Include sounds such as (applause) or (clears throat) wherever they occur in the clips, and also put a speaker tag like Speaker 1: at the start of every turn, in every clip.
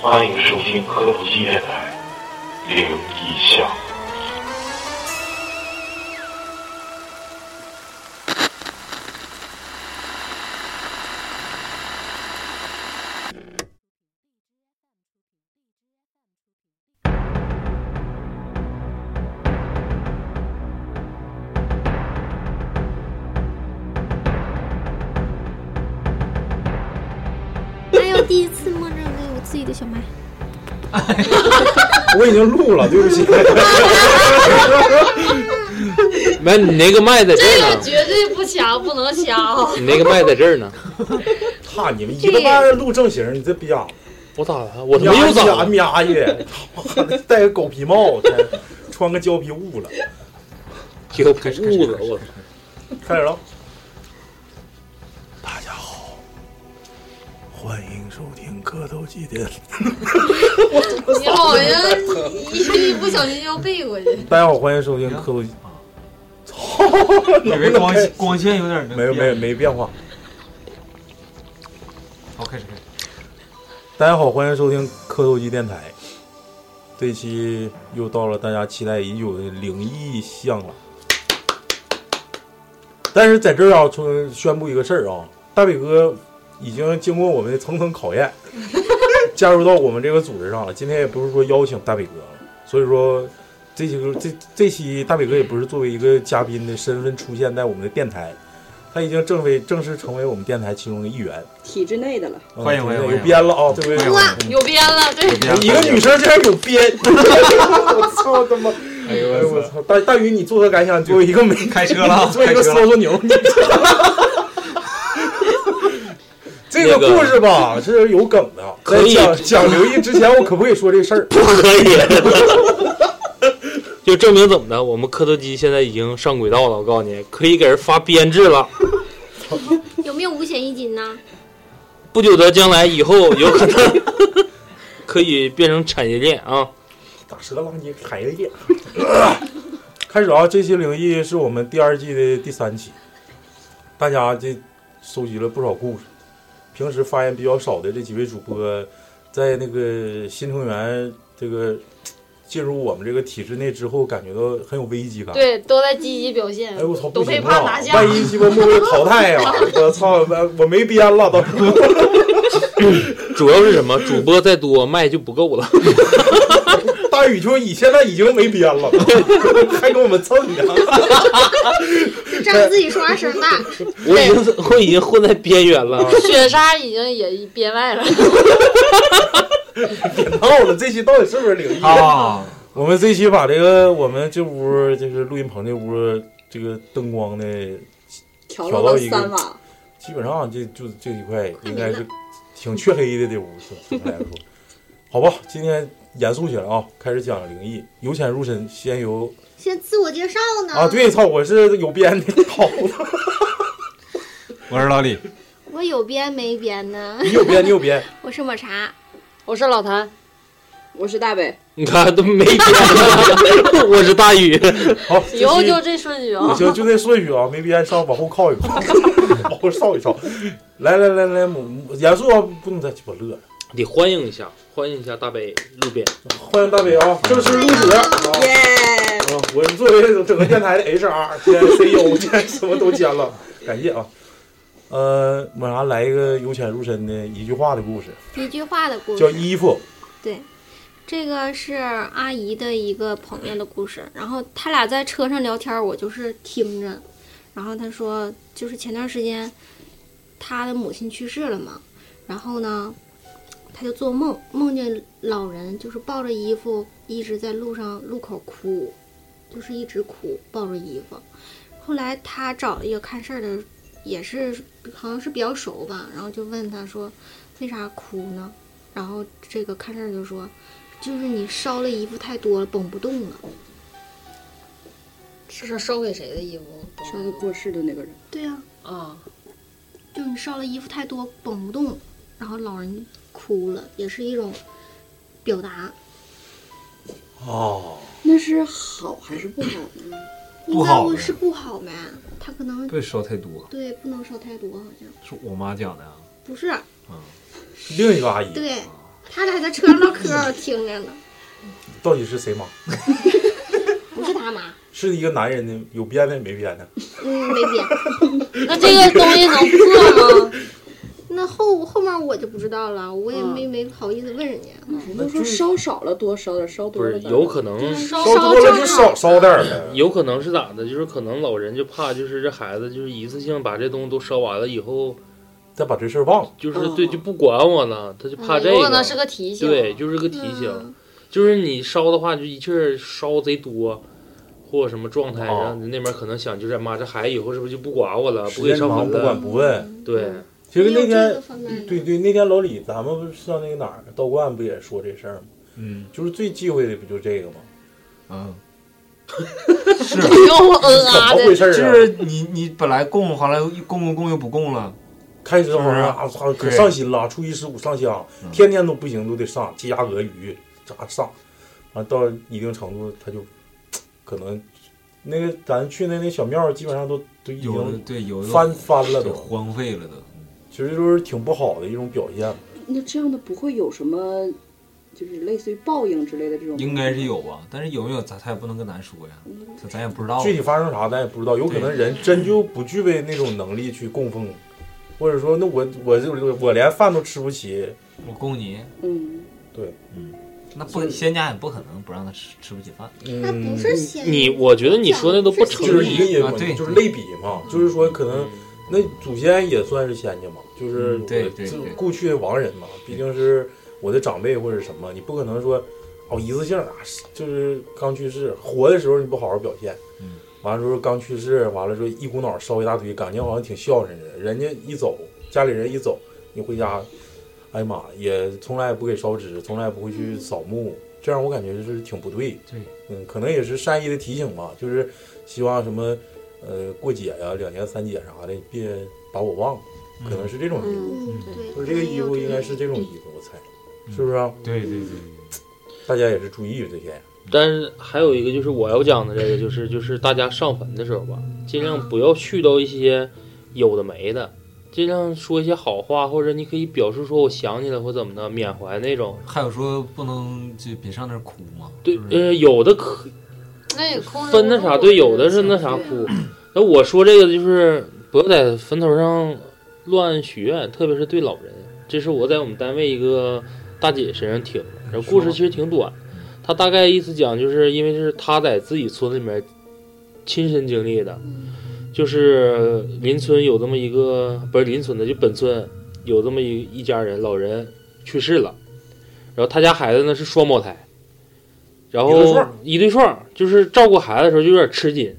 Speaker 1: 欢迎收听科普纪电台《灵异巷》。
Speaker 2: 哎呦，第一次摸着那个我自己的小麦，
Speaker 3: 我已经录了，对不起。
Speaker 4: 没，你那个麦在这
Speaker 5: 这
Speaker 4: 儿
Speaker 5: 个
Speaker 4: 呢，
Speaker 5: 绝对不强，不能强。
Speaker 4: 你那个麦在这儿呢。
Speaker 3: 操你们一个半录正形，你这逼样，
Speaker 4: 我咋了？我他妈又咋
Speaker 3: 呀
Speaker 4: 了？
Speaker 3: 呀的，他妈的戴个狗皮帽，天穿个胶皮捂了。
Speaker 4: 给我捂了！我操！
Speaker 3: 开始了。大家好，欢迎收听磕头机电。
Speaker 5: 你好像一一不小心就背
Speaker 3: (laughs)
Speaker 5: 过去。
Speaker 3: 大家好，欢迎收听磕头机。操！
Speaker 6: 以为光光线有点那
Speaker 3: 没
Speaker 6: 个
Speaker 3: 有没有
Speaker 6: 变
Speaker 3: 没变化。
Speaker 6: 好，哦开始开始。
Speaker 3: 大家好，欢迎收听磕头机电台。这一期又到了大家期待已久的灵异项了。但是在这儿啊，从宣布一个事儿啊，大伟哥已经经过我们的层层考验，加入到我们这个组织上了。今天也不是说邀请大伟哥了，所以说这期这这期大伟哥也不是作为一个嘉宾的身份出现在我们的电台，他已经正为正式成为我们电台其中的一员。
Speaker 7: 体制内的了。
Speaker 3: 嗯
Speaker 6: 欢迎欢迎欢
Speaker 3: 有
Speaker 6: 迎
Speaker 3: 编了啊，对不对？
Speaker 2: 哇
Speaker 5: 有编了，对，
Speaker 3: 一个女生竟然有编， (laughs) 我操他妈！
Speaker 6: 哎
Speaker 3: 哎呦
Speaker 6: 呦
Speaker 3: 我
Speaker 6: 我操！
Speaker 3: 操！大大宇，你作何感想？作为一个没
Speaker 6: (laughs) 开车了啊
Speaker 3: 作为一个
Speaker 6: 开车
Speaker 3: 骚操牛，你这个故事吧是有梗的。
Speaker 4: 可以
Speaker 3: 在讲讲刘毅之前，我可不可以说这事儿？
Speaker 4: 不可以。 (laughs) 就证明怎么的，我们磕头机现在已经上轨道了。我告诉你，可以给人发编制了。
Speaker 2: 有没有五险一金呢？
Speaker 4: 不久的将来，以后有可能可以变成产业链啊。
Speaker 3: 打舌了，你开了眼。 (laughs) 开始啊，这期灵异是我们第二季的第三期，大家这收集了不少故事。平时发言比较少的这几位主播，在那个新成员这个进入我们这个体制内之后，感觉到很有危机感。
Speaker 5: 对，都在积极表现
Speaker 3: 哎，我操，
Speaker 5: 都
Speaker 3: 不
Speaker 5: 被
Speaker 3: 行
Speaker 5: 怕
Speaker 3: 啊
Speaker 5: 拿！下。
Speaker 3: 万一鸡巴末位淘汰
Speaker 5: (laughs)
Speaker 3: 呀、我操，我我没编了，到时候
Speaker 4: 主要是什么？主播再多，麦就不够了。
Speaker 3: (laughs) 大宇就已现在已经没编了， (laughs) 还跟我们蹭呢。
Speaker 2: 就仗自己说话声大，
Speaker 4: 我已经我已经混在边缘了。啊
Speaker 5: 雪莎已经也编外了， (laughs)
Speaker 3: 别闹了，这期到底是不是灵异？
Speaker 6: 啊，
Speaker 3: 我们这期把这个我们这屋就是录音棚这屋这个灯光呢，
Speaker 7: 调
Speaker 3: 调
Speaker 7: 到
Speaker 3: 到
Speaker 7: 了
Speaker 3: 一个
Speaker 7: 三瓦，
Speaker 3: 基本上这就这一块应该
Speaker 5: 嗯
Speaker 3: 是挺黢黑的这屋，
Speaker 5: (laughs)
Speaker 3: 总的来说，好吧，今天严肃起来啊，开始讲灵异，由浅入深，先由
Speaker 2: 先自我介绍
Speaker 5: 嗯
Speaker 2: 呢。
Speaker 3: 啊，，对，操，我是有编的，
Speaker 5: (laughs)
Speaker 3: 操，
Speaker 6: 我是老李，
Speaker 2: 我有编没编呢？
Speaker 3: 你有编，你有编，
Speaker 2: 我是抹茶，
Speaker 5: 我是老谭，
Speaker 7: 我是大北，
Speaker 4: 你看都没编了。 (laughs) 我是大宇，
Speaker 3: 好，
Speaker 5: 以后就
Speaker 3: 这期嗯
Speaker 5: 这顺序
Speaker 3: 我
Speaker 5: 啊。
Speaker 3: 就就那顺序啊，没编上往后靠一
Speaker 5: (laughs)
Speaker 3: 靠， (laughs) 往后稍一稍，来来来来，母母严肃啊，不能再鸡巴乐了，
Speaker 4: 得欢迎一下，欢迎一下大北路边。
Speaker 3: 欢迎大北啊，正式入职啊。
Speaker 7: 耶！
Speaker 3: 啊，我作为整个电台的 (laughs) HR 兼 CEO 兼什么都兼了，感谢啊。呃，抹茶来一个由浅入深的一句话的故事，
Speaker 2: 一句话的故
Speaker 3: 叫
Speaker 2: 事。
Speaker 3: 衣服。
Speaker 2: 对，这个是阿姨的一个朋友的故事。然后他俩在车上聊天，我就是听着。然后他说，就是前段时间他的母亲去世了嘛，然后呢，他就做梦，梦见老人就是抱着衣服一直在路上路口哭，就是一直哭，抱着衣服。后来他找了一个看事儿的，也是好像是比较熟吧，然后就问他说，为啥哭呢？然后这个看事儿就说，就是你烧了衣服太多了，绷不动了。
Speaker 5: 这是收给谁的衣服？
Speaker 7: 说的过世的那个人，
Speaker 2: 对呀、
Speaker 5: 啊，
Speaker 2: 就你烧了衣服太多，绷不动，然后老人哭了，也是一种表达。
Speaker 3: 哦，
Speaker 7: 那是好还是不好呢？
Speaker 6: 不
Speaker 2: 应
Speaker 6: 好
Speaker 2: 该是不好呗，他可能
Speaker 6: 别烧太多，
Speaker 2: 对不能烧太多，好像
Speaker 3: 嗯
Speaker 6: 是我妈讲的啊。
Speaker 2: 不是
Speaker 3: 另一个阿姨，
Speaker 2: 对，他俩在车上唠嗑，我听着呢，
Speaker 3: 到底是谁妈？
Speaker 2: 不是他妈，
Speaker 3: 是一个男人的，有编没没编的？
Speaker 2: 嗯，没编。那这个东西能破吗？那后后面我就不知道了，我也
Speaker 3: 嗯
Speaker 2: 没、没好意思问人家。
Speaker 7: 人都说烧少了多烧点，烧
Speaker 4: 不
Speaker 7: 多了
Speaker 4: 是
Speaker 7: 点
Speaker 4: 有可能，
Speaker 2: 烧
Speaker 3: (laughs) 烧多了就少烧点儿呗。
Speaker 4: 有可能是咋的？就是可能老人就怕，就是这孩子就是一次性把这东西都烧完了以后，
Speaker 3: 再把这事儿忘了，
Speaker 4: 就是
Speaker 7: 哦
Speaker 4: 对就不管我了，他就怕这
Speaker 5: 嗯有可能是
Speaker 4: 个。
Speaker 5: 个提醒。 (laughs) 嗯
Speaker 4: 对，就是个提醒，就是你烧的话，就一气儿烧贼多。或者什么状态，
Speaker 3: 哦
Speaker 4: 然后那边可能想就是哎妈，这孩子以后是不是就不管我了，
Speaker 3: 时
Speaker 4: 不给
Speaker 3: 间
Speaker 4: 烧
Speaker 3: 长
Speaker 4: 完
Speaker 3: 不管
Speaker 4: 了？
Speaker 3: 不问。
Speaker 4: 对，
Speaker 5: 嗯
Speaker 3: 其实
Speaker 2: 嗯
Speaker 3: 那
Speaker 2: 哎你有这
Speaker 3: 天
Speaker 2: 个方面的
Speaker 3: 对对，那天老李咱们不是上那个哪儿道观不也说这事儿吗？
Speaker 6: 嗯
Speaker 3: 就是最忌讳的不就这个吗？
Speaker 6: 嗯，
Speaker 5: 又嗯
Speaker 3: 怎
Speaker 5: 啊
Speaker 3: 么
Speaker 5: 的
Speaker 3: 回，事
Speaker 6: 就
Speaker 3: 儿啊？
Speaker 6: 是你你本来供，后来又供供供又不供了，
Speaker 3: 开始好像
Speaker 6: 是
Speaker 3: 啊，操，可
Speaker 6: 对
Speaker 3: 上心了，初一十五上香，
Speaker 6: 嗯
Speaker 3: 天天都不行都得上鸡鸭鹅鱼，咋上？完到一定程度，他就可能那个咱去那那小庙，基本上都都已
Speaker 6: 有的
Speaker 3: 经
Speaker 6: 对有的
Speaker 3: 翻翻了
Speaker 6: 就
Speaker 3: 都，
Speaker 6: 荒废了都。
Speaker 3: 其实都是挺不好的一种表现。
Speaker 6: 哦
Speaker 7: 那这样的不会有什么，就是类似于报应之类的这种。
Speaker 6: 应该是有吧，但是有没有咱他也不能跟咱说呀，咱咱也不知道。
Speaker 3: 具体发生啥咱也不知道，有可能人真就不具备那种能力去供奉，或者说那我我就我连饭都吃不起，
Speaker 6: 我供你，
Speaker 7: 嗯，
Speaker 6: 那不仙家也不可能不让他吃吃不起饭。
Speaker 2: 那
Speaker 3: 嗯
Speaker 2: 不，是仙女
Speaker 4: 你我觉得你说那都不成
Speaker 3: 就是一个
Speaker 4: 立。
Speaker 3: 因嘛
Speaker 6: 啊，对嗯
Speaker 3: 就是类比嘛，就是说可能。那祖先也算是仙家嘛，就是
Speaker 6: 嗯
Speaker 3: 我
Speaker 6: 对
Speaker 3: 的
Speaker 6: 对
Speaker 3: 自
Speaker 6: 对
Speaker 3: 故去的亡人嘛，毕竟是我的长辈或者什么，你不可能说哦一次性啊，就是刚去世，活的时候你不好好表现，
Speaker 6: 嗯
Speaker 3: 完了之后刚去世，完了之后一股脑烧一大堆，感觉好像挺孝顺的，人家一走，家里人一走，你回家，哎呀妈，也从来不给烧纸，从来不会去扫墓，这样我感觉就是挺不对，
Speaker 6: 对，
Speaker 3: 嗯，可能也是善意的提醒吧，就是希望什么。呃，过节呀、两年三节啥的，别把我忘了，可能是这种意思。
Speaker 2: 嗯，对，
Speaker 3: 就是这个衣服应该是这种衣服，我猜，
Speaker 4: 嗯
Speaker 3: 是不是啊？
Speaker 6: 对对对，
Speaker 3: 大家也是注意这些。
Speaker 4: 但是还有一个就是我要讲的这个就是就是大家上坟的时候吧，尽量不要去到一些有的没的，尽量说一些好话，或者你可以表示说我想你了或怎么的，缅怀那种。
Speaker 6: 还有说不能就别上那儿哭嘛，
Speaker 4: 对
Speaker 6: 是，不是
Speaker 4: 呃，有的可
Speaker 5: 那也控制
Speaker 4: 分那啥，对，有的是那啥哭。那我说这个就是不要在坟头上乱许愿，特别是对老人。这是我在我们单位一个大姐身上听的，然后故事其实挺短，她大概意思讲就是因为是她在自己村里面亲身经历的，
Speaker 3: 嗯
Speaker 4: 就是邻村有这么一个不是邻村的，就本村有这么一一家人老人去世了，然后他家孩子呢是双胞胎，然
Speaker 3: 一对
Speaker 4: 后
Speaker 3: 双
Speaker 4: 一对双，就是照顾孩子的时候就有点吃紧，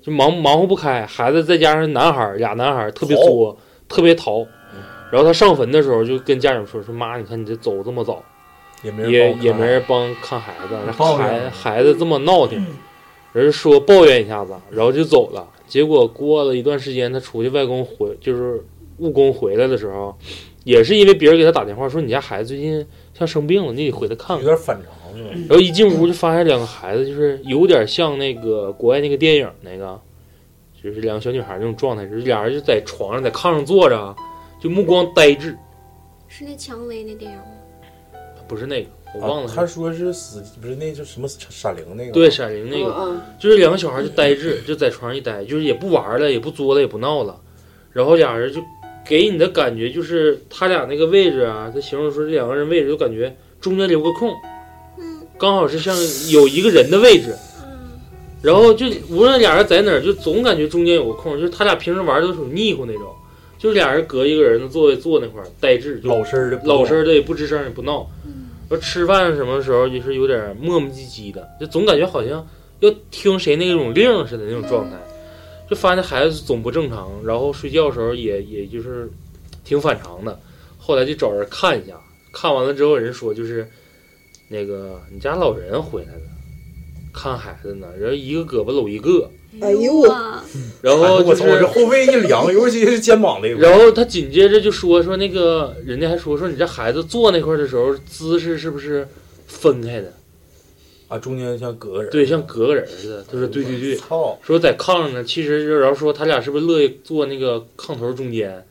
Speaker 4: 就忙忙活不开，孩子再加上男孩儿俩男孩儿特别
Speaker 3: 淘
Speaker 4: 作，特别淘。然后他上坟的时候就跟家长说：“说妈，你看你这走这么早，
Speaker 3: 也没人帮我看
Speaker 4: 也也没人帮看孩子，然后
Speaker 6: 抱怨
Speaker 4: 孩孩子这么闹挺，人家说抱怨一下子，然后就走了。结果过了一段时间，他出去外公回就是务工回来的时候，也是因为别人给他打电话说你家孩子最近像生病了，你得回来看
Speaker 3: 有
Speaker 4: 看。
Speaker 3: 点反常是吧？
Speaker 4: 然后一进屋就发现两个孩子就是有点像那个国外那个电影那个，就是两个小女孩那种状态，就是俩人就在床上在炕上坐着，啊就目光呆滞，
Speaker 2: 是那蔷薇那电影吗？
Speaker 4: 不是那个，我忘了
Speaker 3: 啊
Speaker 4: 是。
Speaker 3: 他说是死，不是那叫什么闪灵那个？
Speaker 4: 对，闪灵那个，
Speaker 7: 个，
Speaker 4: 就是两个小孩就呆滞，就在床上一待，就是也不玩了，也不作了，也不闹了，然后俩人就给你的感觉就是他俩那个位置啊，他形容说这两个人位置就感觉中间留个空，
Speaker 2: 嗯
Speaker 4: 刚好是像有一个人的位置，
Speaker 2: 嗯，
Speaker 4: 然后就无论俩人在哪儿，就总感觉中间有个空，就是他俩平时玩都属于腻乎那种，就是俩人隔一个人的座位坐那块儿呆滞，就
Speaker 3: 老身儿的不
Speaker 4: 老实儿的也不吱声也不闹。说吃饭什么时候也是有点磨磨唧唧的，就总感觉好像要听谁那种令儿似的那种状态，就发现孩子总不正常，然后睡觉的时候也也就是挺反常的。后来就找人看一下，看完了之后人说就是那个你家老人回来了，看孩子呢，人一个胳膊搂一个，
Speaker 7: 哎呦我
Speaker 2: 哇
Speaker 5: 啊
Speaker 4: 然
Speaker 3: 哎
Speaker 4: 后
Speaker 3: 呦我
Speaker 4: 就
Speaker 3: 操，我这
Speaker 4: 是。
Speaker 3: 后背一凉，尤其是肩膀那个。
Speaker 4: 然后他紧接着就说说那个人家还说说你这孩子坐那块儿的时候姿势是不是分开的？
Speaker 3: 啊，中间像隔个人。
Speaker 4: 对，像隔个人似的。他说对对对，
Speaker 3: 操，
Speaker 4: 说在炕上呢，其实就然后说他俩是不是乐意坐那个炕头中间？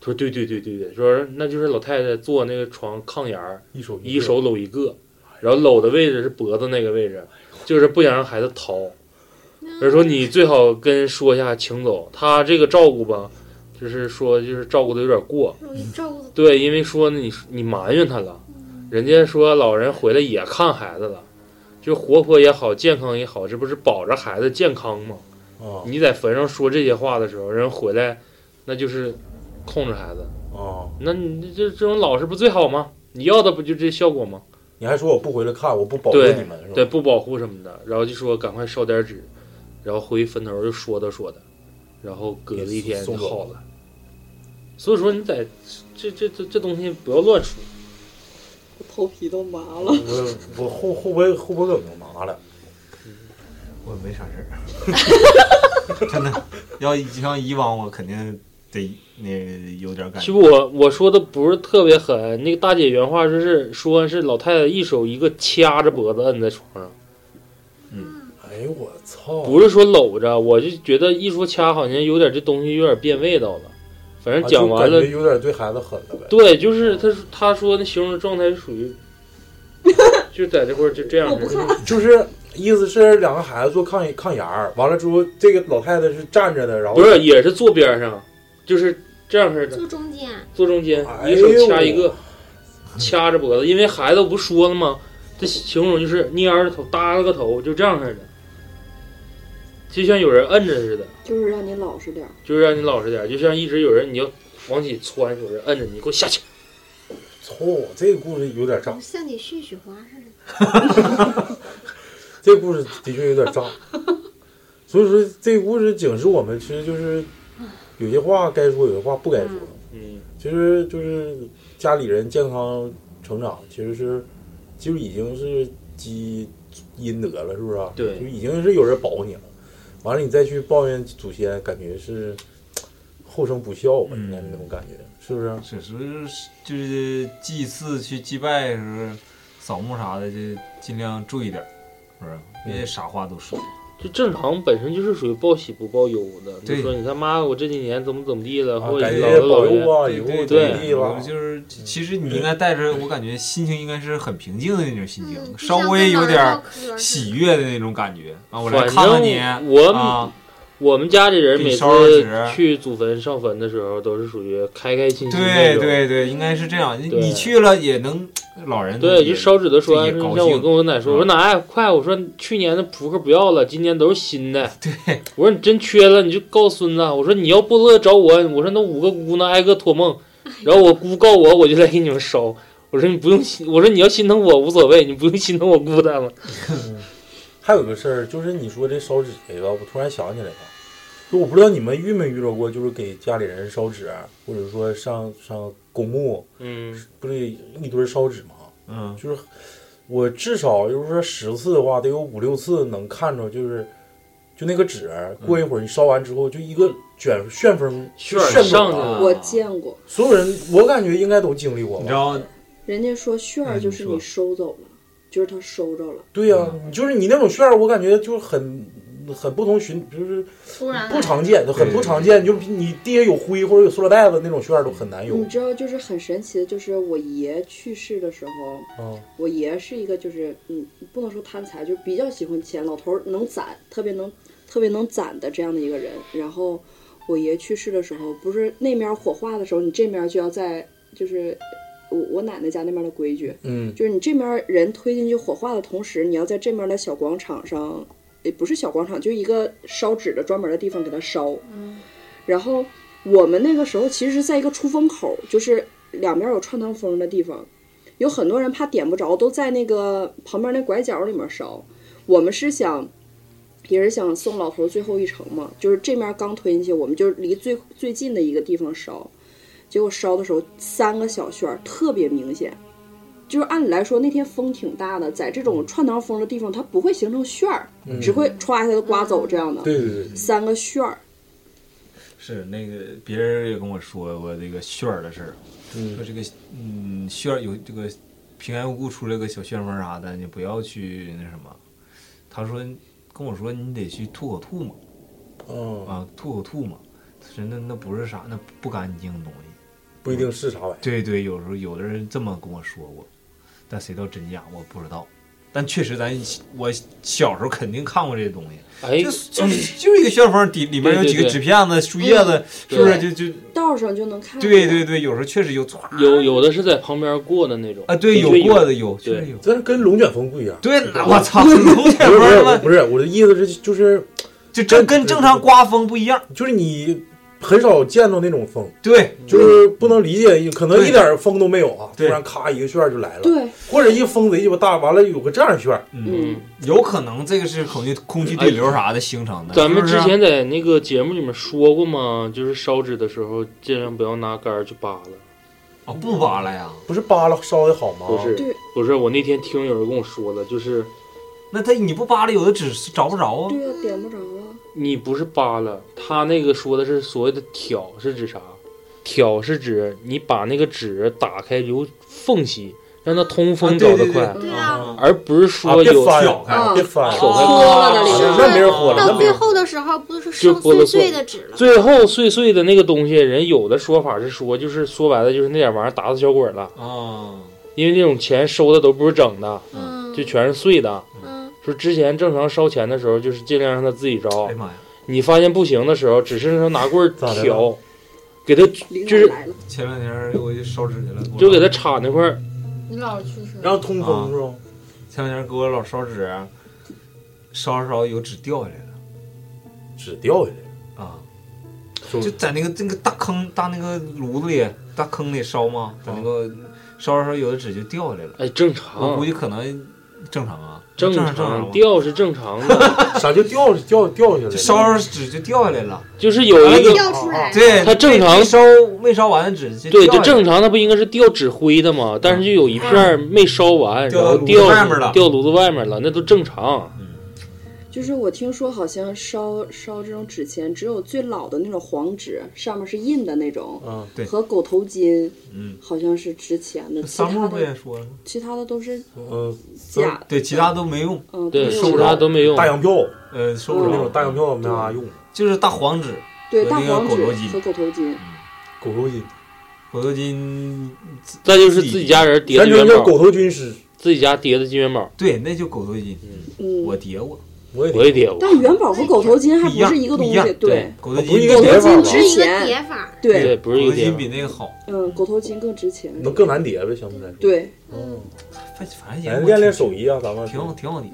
Speaker 4: 他说对对对对对，说那就是老太太坐那个床炕沿儿，
Speaker 3: 一手
Speaker 4: 一手搂一个，然后搂的位置是脖子那个位置，就是不想让孩子逃。而说你最好跟人说一下请走，他这个照顾吧，就是说就是照顾的有点过，
Speaker 2: 容易照顾
Speaker 4: 对，因为说你你埋怨他了，人家说老人回来也看孩子了，就活泼也好，健康也好，这不是保着孩子健康吗？
Speaker 3: 啊
Speaker 4: 你在坟上说这些话的时候，人回来，那就是控制孩子。
Speaker 3: 啊！
Speaker 4: 那你这这种老师不最好吗？你要的不就这效果吗？
Speaker 3: 你还说我不回来看，我不保护
Speaker 4: 对
Speaker 3: 你们是吧？
Speaker 4: 对，不保护什么的，然后就说赶快烧点纸，然后回坟头就说道说的，然后隔了一天就好了。所以说你在这这这这东西不要乱说，
Speaker 7: 我嗯头皮都麻了。
Speaker 3: 我我后后脖后脖梗都麻了，
Speaker 6: 我没啥事 (laughs) 儿，真的。要就像以往，我肯定得那有点感
Speaker 4: 其实
Speaker 6: 觉。
Speaker 4: 我我说的不是特别狠，那个大姐原话就是说是老太太一手一个掐着脖子摁在床上，
Speaker 3: 哎呦我操！
Speaker 4: 不是说搂着，我就觉得一说掐好像有点这东西有点变味道了。反正
Speaker 3: 啊
Speaker 4: 讲
Speaker 3: 就
Speaker 4: 完
Speaker 3: 感
Speaker 4: 了，
Speaker 3: 觉有点对孩子狠了呗。
Speaker 4: 对，就是他说他说那形容的状态是属于， (laughs) 就在这块儿就这样式的。
Speaker 3: 就是意思是两个孩子做抗抗牙儿，完了之后这个老太太是站着的，然后
Speaker 4: 不是，也是坐边上，就是这样式的，
Speaker 2: 坐中间，啊
Speaker 4: 坐中间，
Speaker 3: 哎
Speaker 4: 一
Speaker 3: 呦
Speaker 4: 手掐一个，掐着脖子，因为孩子我不说了吗？这形容就是蔫着头，耷拉个头，就这样式的，就像有人摁着似的，
Speaker 7: 就是让你老实点儿，
Speaker 4: 就是让你老实点，就像一直有人你要往起窜，有人摁着你，给我下去。
Speaker 3: 操，这个故事有点炸，
Speaker 2: 像你絮絮花似的。
Speaker 3: 这个故事的确有点炸。所以说，这个故事警示我们，其实就是有些话该说，有些话不该说。
Speaker 4: 嗯，
Speaker 3: 其实就是家里人健康成长，其实是就已经是积阴德了，是不是啊、
Speaker 4: 对
Speaker 3: 就已经是有人保你了。完了，你再去抱怨祖先，感觉是后生不孝吧，
Speaker 6: 嗯
Speaker 3: 应该是那种感觉，是不是？
Speaker 6: 只是就是祭祀去祭拜的时候，扫墓啥的就尽量注意点儿，是不是？别啥话都说。
Speaker 4: 就正常本身就是属于报喜不报忧的，就
Speaker 6: 对
Speaker 4: 说你他妈我这几年怎么怎么地了，
Speaker 3: 啊
Speaker 4: 或者
Speaker 3: 感
Speaker 4: 是
Speaker 3: 谢
Speaker 4: 老了老
Speaker 3: 保
Speaker 4: 人
Speaker 3: 佑啊，以
Speaker 6: 对
Speaker 3: 后
Speaker 6: 对
Speaker 3: 怎么地
Speaker 6: 对，
Speaker 3: 了
Speaker 6: 我？
Speaker 4: 嗯
Speaker 6: 就是其其实你应该带着，我感觉心情应该是很平静的那种心
Speaker 2: 嗯
Speaker 6: 情，稍微有点儿喜悦的那种感觉啊。我来
Speaker 4: 反
Speaker 6: 看看你
Speaker 4: 正我
Speaker 6: 啊，
Speaker 4: 我们家里人
Speaker 6: 给你
Speaker 4: 每次
Speaker 6: 烧烧纸
Speaker 4: 去祖坟上坟的时候，都是属于开开心心那
Speaker 6: 对
Speaker 4: 种。
Speaker 6: 对对，应该是这样。你
Speaker 4: 对
Speaker 6: 你去了也能，老人
Speaker 4: 对，
Speaker 6: 也
Speaker 4: 就烧纸的时候，
Speaker 6: 自己也
Speaker 4: 像
Speaker 6: 高
Speaker 4: 像我
Speaker 6: 兴
Speaker 4: 跟我奶说，我说
Speaker 6: 嗯
Speaker 4: 奶快，我说去年的扑克不要了，今年都是新的。
Speaker 6: (laughs) 对，
Speaker 4: 我说你真缺了，你就告诉孙子，啊我说你要不乐意找我，我说那五个姑呢挨个托梦，然后我姑告我，我就来给你们烧。我说你不用心，我说你要心疼我无所谓，你不用心疼我孤单了。
Speaker 3: 还有个事儿，就是你说这烧纸这个，我突然想起来了，就我不知道你们遇没遇到过，就是给家里人烧纸，啊或者说上上公墓，
Speaker 4: 嗯，
Speaker 3: 不是一堆烧纸吗？
Speaker 6: 嗯，
Speaker 3: 就是我至少就是说十次的话，得有五六次能看着，就是就那个纸，过一会儿你烧完之后，就一个卷旋风
Speaker 4: 旋
Speaker 3: 就
Speaker 4: 儿
Speaker 3: 旋
Speaker 4: 上
Speaker 3: 走
Speaker 4: 去
Speaker 3: 了。
Speaker 4: 了
Speaker 7: 我见过，
Speaker 3: 所有人，我感觉应该都经历过
Speaker 6: 你
Speaker 3: 吧
Speaker 6: 知。道
Speaker 7: 人家说旋儿
Speaker 6: 嗯
Speaker 7: 就是
Speaker 6: 你
Speaker 7: 你收走了，就是他收着了，
Speaker 3: 对呀、
Speaker 6: 嗯
Speaker 3: 你就是你那种旋儿，我感觉就很很不同寻，就是
Speaker 5: 突然
Speaker 3: 不常见，很不常见。就是你地下有灰或者有塑料袋子那种旋儿都很难有
Speaker 7: 你。知道就是很神奇的，就是我爷去世的时候，
Speaker 3: 嗯，
Speaker 7: 我爷是一个就是嗯，不能说贪财，就比较喜欢钱，老头儿能攒，特别能特别能攒的这样的一个人。然后我爷去世的时候，不是那面火化的时候，你这面就要在就是我我奶奶家那边的规矩，
Speaker 3: 嗯，
Speaker 7: 就是你这面人推进去火化的同时，你要在这面的小广场上，也不是小广场，就一个烧纸的专门的地方给它烧。然后我们那个时候其实是在一个出风口，就是两边有串堂风的地方，有很多人怕点不着，都在那个旁边那拐角里面烧。我们是想。也是想送老头最后一程嘛，就是这面刚推进去，我们就离最最近的一个地方烧，结果烧的时候三个小旋儿特别明显，就是按理来说那天风挺大的，在这
Speaker 6: 嗯
Speaker 7: 种串堂风的地方，它不会形成旋儿，
Speaker 3: 嗯
Speaker 7: 只会歘一下就刮走这样的、
Speaker 3: 对对对，
Speaker 7: 三个旋儿。
Speaker 6: 是那个别人也跟我说过这个旋儿的事儿，说
Speaker 3: 嗯，
Speaker 6: 这个嗯旋儿有这个平安无故出来个小旋风啥的，你不要去那什么。他说跟我说你得去吐口吐沫
Speaker 3: 嗯，
Speaker 6: 啊，吐口吐沫。他说那那不是啥，那不干净的东西。
Speaker 3: 不一定是啥玩意儿。
Speaker 6: 对对，有时候有的人这么跟我说过，但谁知道真假我不知道。但确实咱我小时候肯定看过这些东西，
Speaker 4: 哎
Speaker 6: 就，是就是就是一个旋风底里面有
Speaker 4: 对对
Speaker 6: 几个
Speaker 4: 对
Speaker 6: 纸片子、树叶子，是不是？就就
Speaker 7: 道上就能看见。
Speaker 6: 对对对，有时候确实有歘
Speaker 4: 有有的是在旁边过的那种
Speaker 6: 啊，对，
Speaker 4: 有
Speaker 6: 有过的有，确实有。
Speaker 3: 这跟龙卷风不一样。
Speaker 6: 对，那我操，龙卷
Speaker 3: 不是不是
Speaker 6: 风
Speaker 3: 我
Speaker 6: 了，
Speaker 3: 不是我的意思是就是
Speaker 6: 就真跟正常刮风不一样。
Speaker 3: 就是你很少见到那种风，
Speaker 6: 对，
Speaker 3: 就是不能理解，可能
Speaker 6: 嗯对
Speaker 3: 一点风都没有啊，突
Speaker 6: 对
Speaker 3: 然咔一个旋儿就来了，
Speaker 7: 对
Speaker 3: 或者一风贼鸡巴大，完了有个这样的旋儿，
Speaker 7: 嗯，
Speaker 6: 有可能这个是空气空气对流啥的形成的。
Speaker 4: 咱们
Speaker 6: 是
Speaker 4: 之
Speaker 6: 啊不是
Speaker 4: 前在那个节目里面说过嘛，就是烧纸的时候尽量不要拿杆儿去扒拉。
Speaker 6: 啊不扒拉呀，
Speaker 3: 不是扒拉烧的好吗？
Speaker 4: 不
Speaker 6: 哦
Speaker 4: 是
Speaker 7: 对，
Speaker 4: 不是，我那天听有人跟我说了，就是
Speaker 6: 那它你不扒拉，有的纸是找不着啊。
Speaker 7: 对呀，点不着啊。
Speaker 4: 你不是扒拉，他那个说的是所谓的挑是指啥？挑是指你把那个纸打开留缝隙，让它通风
Speaker 6: 啊
Speaker 4: 着
Speaker 6: 对
Speaker 4: 得
Speaker 6: 对
Speaker 4: 快，
Speaker 7: 对
Speaker 2: 对啊
Speaker 6: 啊，
Speaker 4: 而不是
Speaker 3: 啊，
Speaker 4: 说
Speaker 3: 别
Speaker 4: 有、
Speaker 3: 翻
Speaker 6: 挑开
Speaker 3: 啊，别翻，
Speaker 4: 手
Speaker 7: 脱了那里
Speaker 2: 哦
Speaker 7: 面
Speaker 3: 那没人活了，
Speaker 2: 到
Speaker 3: 那没
Speaker 2: 最
Speaker 3: 人活
Speaker 2: 后
Speaker 3: 了。
Speaker 2: 的时候，不是
Speaker 4: 就
Speaker 2: 剩
Speaker 4: 拨
Speaker 2: 碎
Speaker 4: 了
Speaker 2: 碎
Speaker 4: 碎
Speaker 2: 的纸了吗？
Speaker 4: 最后碎碎的那个东西，人有的说法是说，就是说白了就是那点玩意儿打死小鬼了，
Speaker 6: 啊，
Speaker 4: 因为那种钱收的都不是整的，
Speaker 2: 嗯，
Speaker 4: 就全是碎的。
Speaker 2: 嗯，
Speaker 4: 说之前正常烧钱的时候，就是尽量让他自己着。
Speaker 6: 哎呀妈呀，
Speaker 4: 你发现不行的时候，只是让他拿棍
Speaker 3: 咋
Speaker 4: 儿
Speaker 3: 的
Speaker 4: 挑，给他
Speaker 7: 灵
Speaker 4: 就是
Speaker 7: 感来了，
Speaker 6: 前两天我就烧纸去了，
Speaker 4: 就给他插那块儿。
Speaker 5: 你老是去说，
Speaker 3: 让通
Speaker 6: 啊
Speaker 3: 风是吧？
Speaker 6: 前两天给我老烧纸，烧着烧着有纸掉下来了
Speaker 3: 纸掉下来了，
Speaker 6: 啊，
Speaker 3: 是不
Speaker 6: 就是在那个那个大坑大那个炉子里大坑里烧嘛，在那个烧着烧着有的纸就掉下来了，
Speaker 4: 哎，正
Speaker 6: 我
Speaker 4: 常
Speaker 6: 估计，可能正常啊，
Speaker 4: 正
Speaker 6: 常正常吧，
Speaker 4: 掉是正常的，
Speaker 3: 啥就掉掉掉下来了？
Speaker 6: 就烧着纸就掉下来了，
Speaker 4: 就是有一个
Speaker 2: 掉出来。
Speaker 6: 对，
Speaker 4: 它正常
Speaker 6: 没烧没烧完的纸就
Speaker 4: 对，
Speaker 6: 掉下
Speaker 4: 这
Speaker 6: 来
Speaker 4: 正常，它不应该是掉纸灰的吗？但是就有一片儿没烧完，
Speaker 6: 掉
Speaker 4: 然后
Speaker 6: 到炉子
Speaker 4: 掉
Speaker 6: 外面了
Speaker 4: 掉炉子外面了，那都正常。
Speaker 7: 就是我听说好像烧烧这种纸钱，只有最老的那种黄纸，上面是印的那种，
Speaker 3: 啊，
Speaker 6: 哦对
Speaker 7: 和狗头金
Speaker 6: 嗯，
Speaker 7: 好像是值钱的，其
Speaker 6: 三
Speaker 7: 他
Speaker 6: 木不也
Speaker 7: 的
Speaker 6: 说了吗？
Speaker 7: 其他的都是
Speaker 3: 嗯，
Speaker 7: 假的，
Speaker 6: 对，其他都没用，
Speaker 7: 嗯，
Speaker 4: 对，
Speaker 7: 都是
Speaker 3: 收
Speaker 4: 其
Speaker 3: 着
Speaker 4: 他都没用。
Speaker 3: 大洋票
Speaker 6: 呃，收
Speaker 3: 就是
Speaker 6: 不
Speaker 3: 那
Speaker 6: 了
Speaker 3: 种大洋票没啥用，
Speaker 6: 就是大黄纸，
Speaker 7: 对
Speaker 6: 和
Speaker 7: 大
Speaker 6: 那个
Speaker 7: 黄
Speaker 6: 狗
Speaker 7: 纸
Speaker 6: 头金
Speaker 7: 和狗头金，
Speaker 3: 狗头金，
Speaker 6: 狗头金，
Speaker 4: 再就是自己家人叠的
Speaker 3: 咱就
Speaker 4: 元
Speaker 3: 叫
Speaker 4: 宝，
Speaker 3: 狗头军师，
Speaker 4: 自己家叠的金元宝，
Speaker 6: 对，那就狗头金，
Speaker 7: 嗯，
Speaker 6: 我叠过，
Speaker 3: 我也
Speaker 4: 我
Speaker 3: 得
Speaker 4: 也叠过。
Speaker 7: 但元宝和狗头金还不是一个东
Speaker 6: 不一样
Speaker 7: 西，
Speaker 6: 不
Speaker 7: 对
Speaker 6: 狗头
Speaker 3: 不是一
Speaker 6: 金
Speaker 3: 个
Speaker 7: 狗
Speaker 3: 叠
Speaker 7: 头
Speaker 3: 法吧
Speaker 7: 金
Speaker 2: 不是
Speaker 7: 值
Speaker 2: 一个
Speaker 7: 钱，
Speaker 2: 叠法，
Speaker 7: 啊对，
Speaker 4: 对，不是一个
Speaker 6: 狗头
Speaker 4: 叠
Speaker 6: 金
Speaker 4: 法
Speaker 6: 比。那个好，
Speaker 7: 嗯，狗头金更值钱，
Speaker 3: 能更难叠呗，相对来说。，
Speaker 7: 对，
Speaker 3: 嗯，
Speaker 6: 反反正也
Speaker 3: 咱练练手艺啊，咱们
Speaker 6: 挺好，挺好的。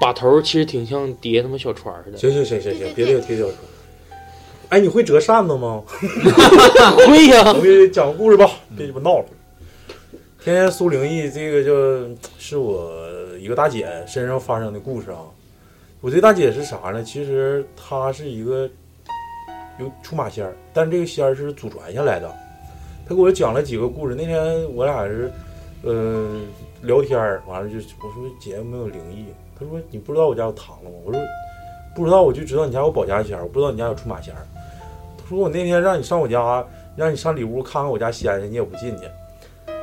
Speaker 4: 把头儿其实挺像叠他妈小船儿似的。
Speaker 3: 行行行行行，别别别掉说。哎，你会折扇子吗？
Speaker 4: 会
Speaker 3: 我
Speaker 4: (laughs) 呀，
Speaker 3: 给你讲个故事吧，别鸡巴闹了。天天苏灵异，这个就是我一个大姐身上发生的故事啊。我这大姐是啥呢？其实她是一个有出马仙儿，但这个仙儿是祖传下来的。她给我讲了几个故事。那天我俩是，呃，聊天儿，完了就我说姐有没有灵异？她说你不知道我家有螳螂吗？我说不知道，我就知道你家有保家仙儿，我不知道你家有出马仙儿。她说我那天让你上我家让你上里屋看看我家先生，你也不进去。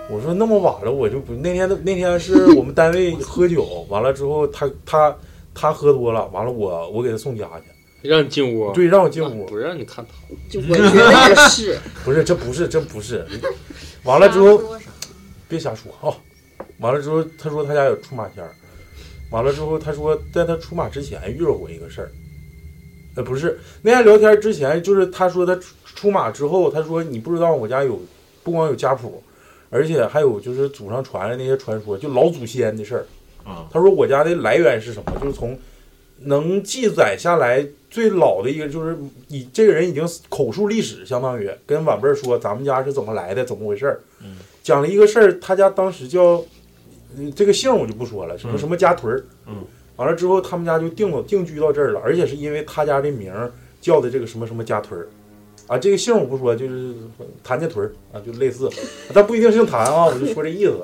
Speaker 3: 我说那么晚了，我就不那天的那天是我们单位喝酒，完了之后他他他喝多了，完了我我给他送家去，
Speaker 4: 让你进屋。
Speaker 3: 对，让我进
Speaker 4: 啊
Speaker 3: 屋，
Speaker 4: 不让你看他。
Speaker 7: 就我觉得也是， (laughs)
Speaker 3: 不是这不是这不是，完了之
Speaker 5: (laughs)
Speaker 3: 后别瞎说啊！完了之后，他说他家有出马仙儿。完了之后，他说在他出马之前遇到过一个事儿。呃，不是那天聊天之前，就是他说他出出马之后，他说你不知道我家有不光有家谱，而且还有就是祖上传来那些传说，就老祖先的事儿。
Speaker 6: 啊
Speaker 3: 他说我家的来源是什么？就是从能记载下来最老的一个，就是以这个人已经口述历史，相当于跟晚辈儿说咱们家是怎么来的，怎么回事儿。讲了一个事儿，他家当时叫，嗯，这个姓儿我就不说了，什么
Speaker 6: 嗯
Speaker 3: 什么家屯儿，
Speaker 6: 嗯，
Speaker 3: 完了之后他们家就定了定居到这儿了，而且是因为他家的名儿叫的这个什么什么家屯儿，啊，这个姓儿我不说，就是谭家屯儿啊，就类似，但不一定姓谭啊，我就说这意思。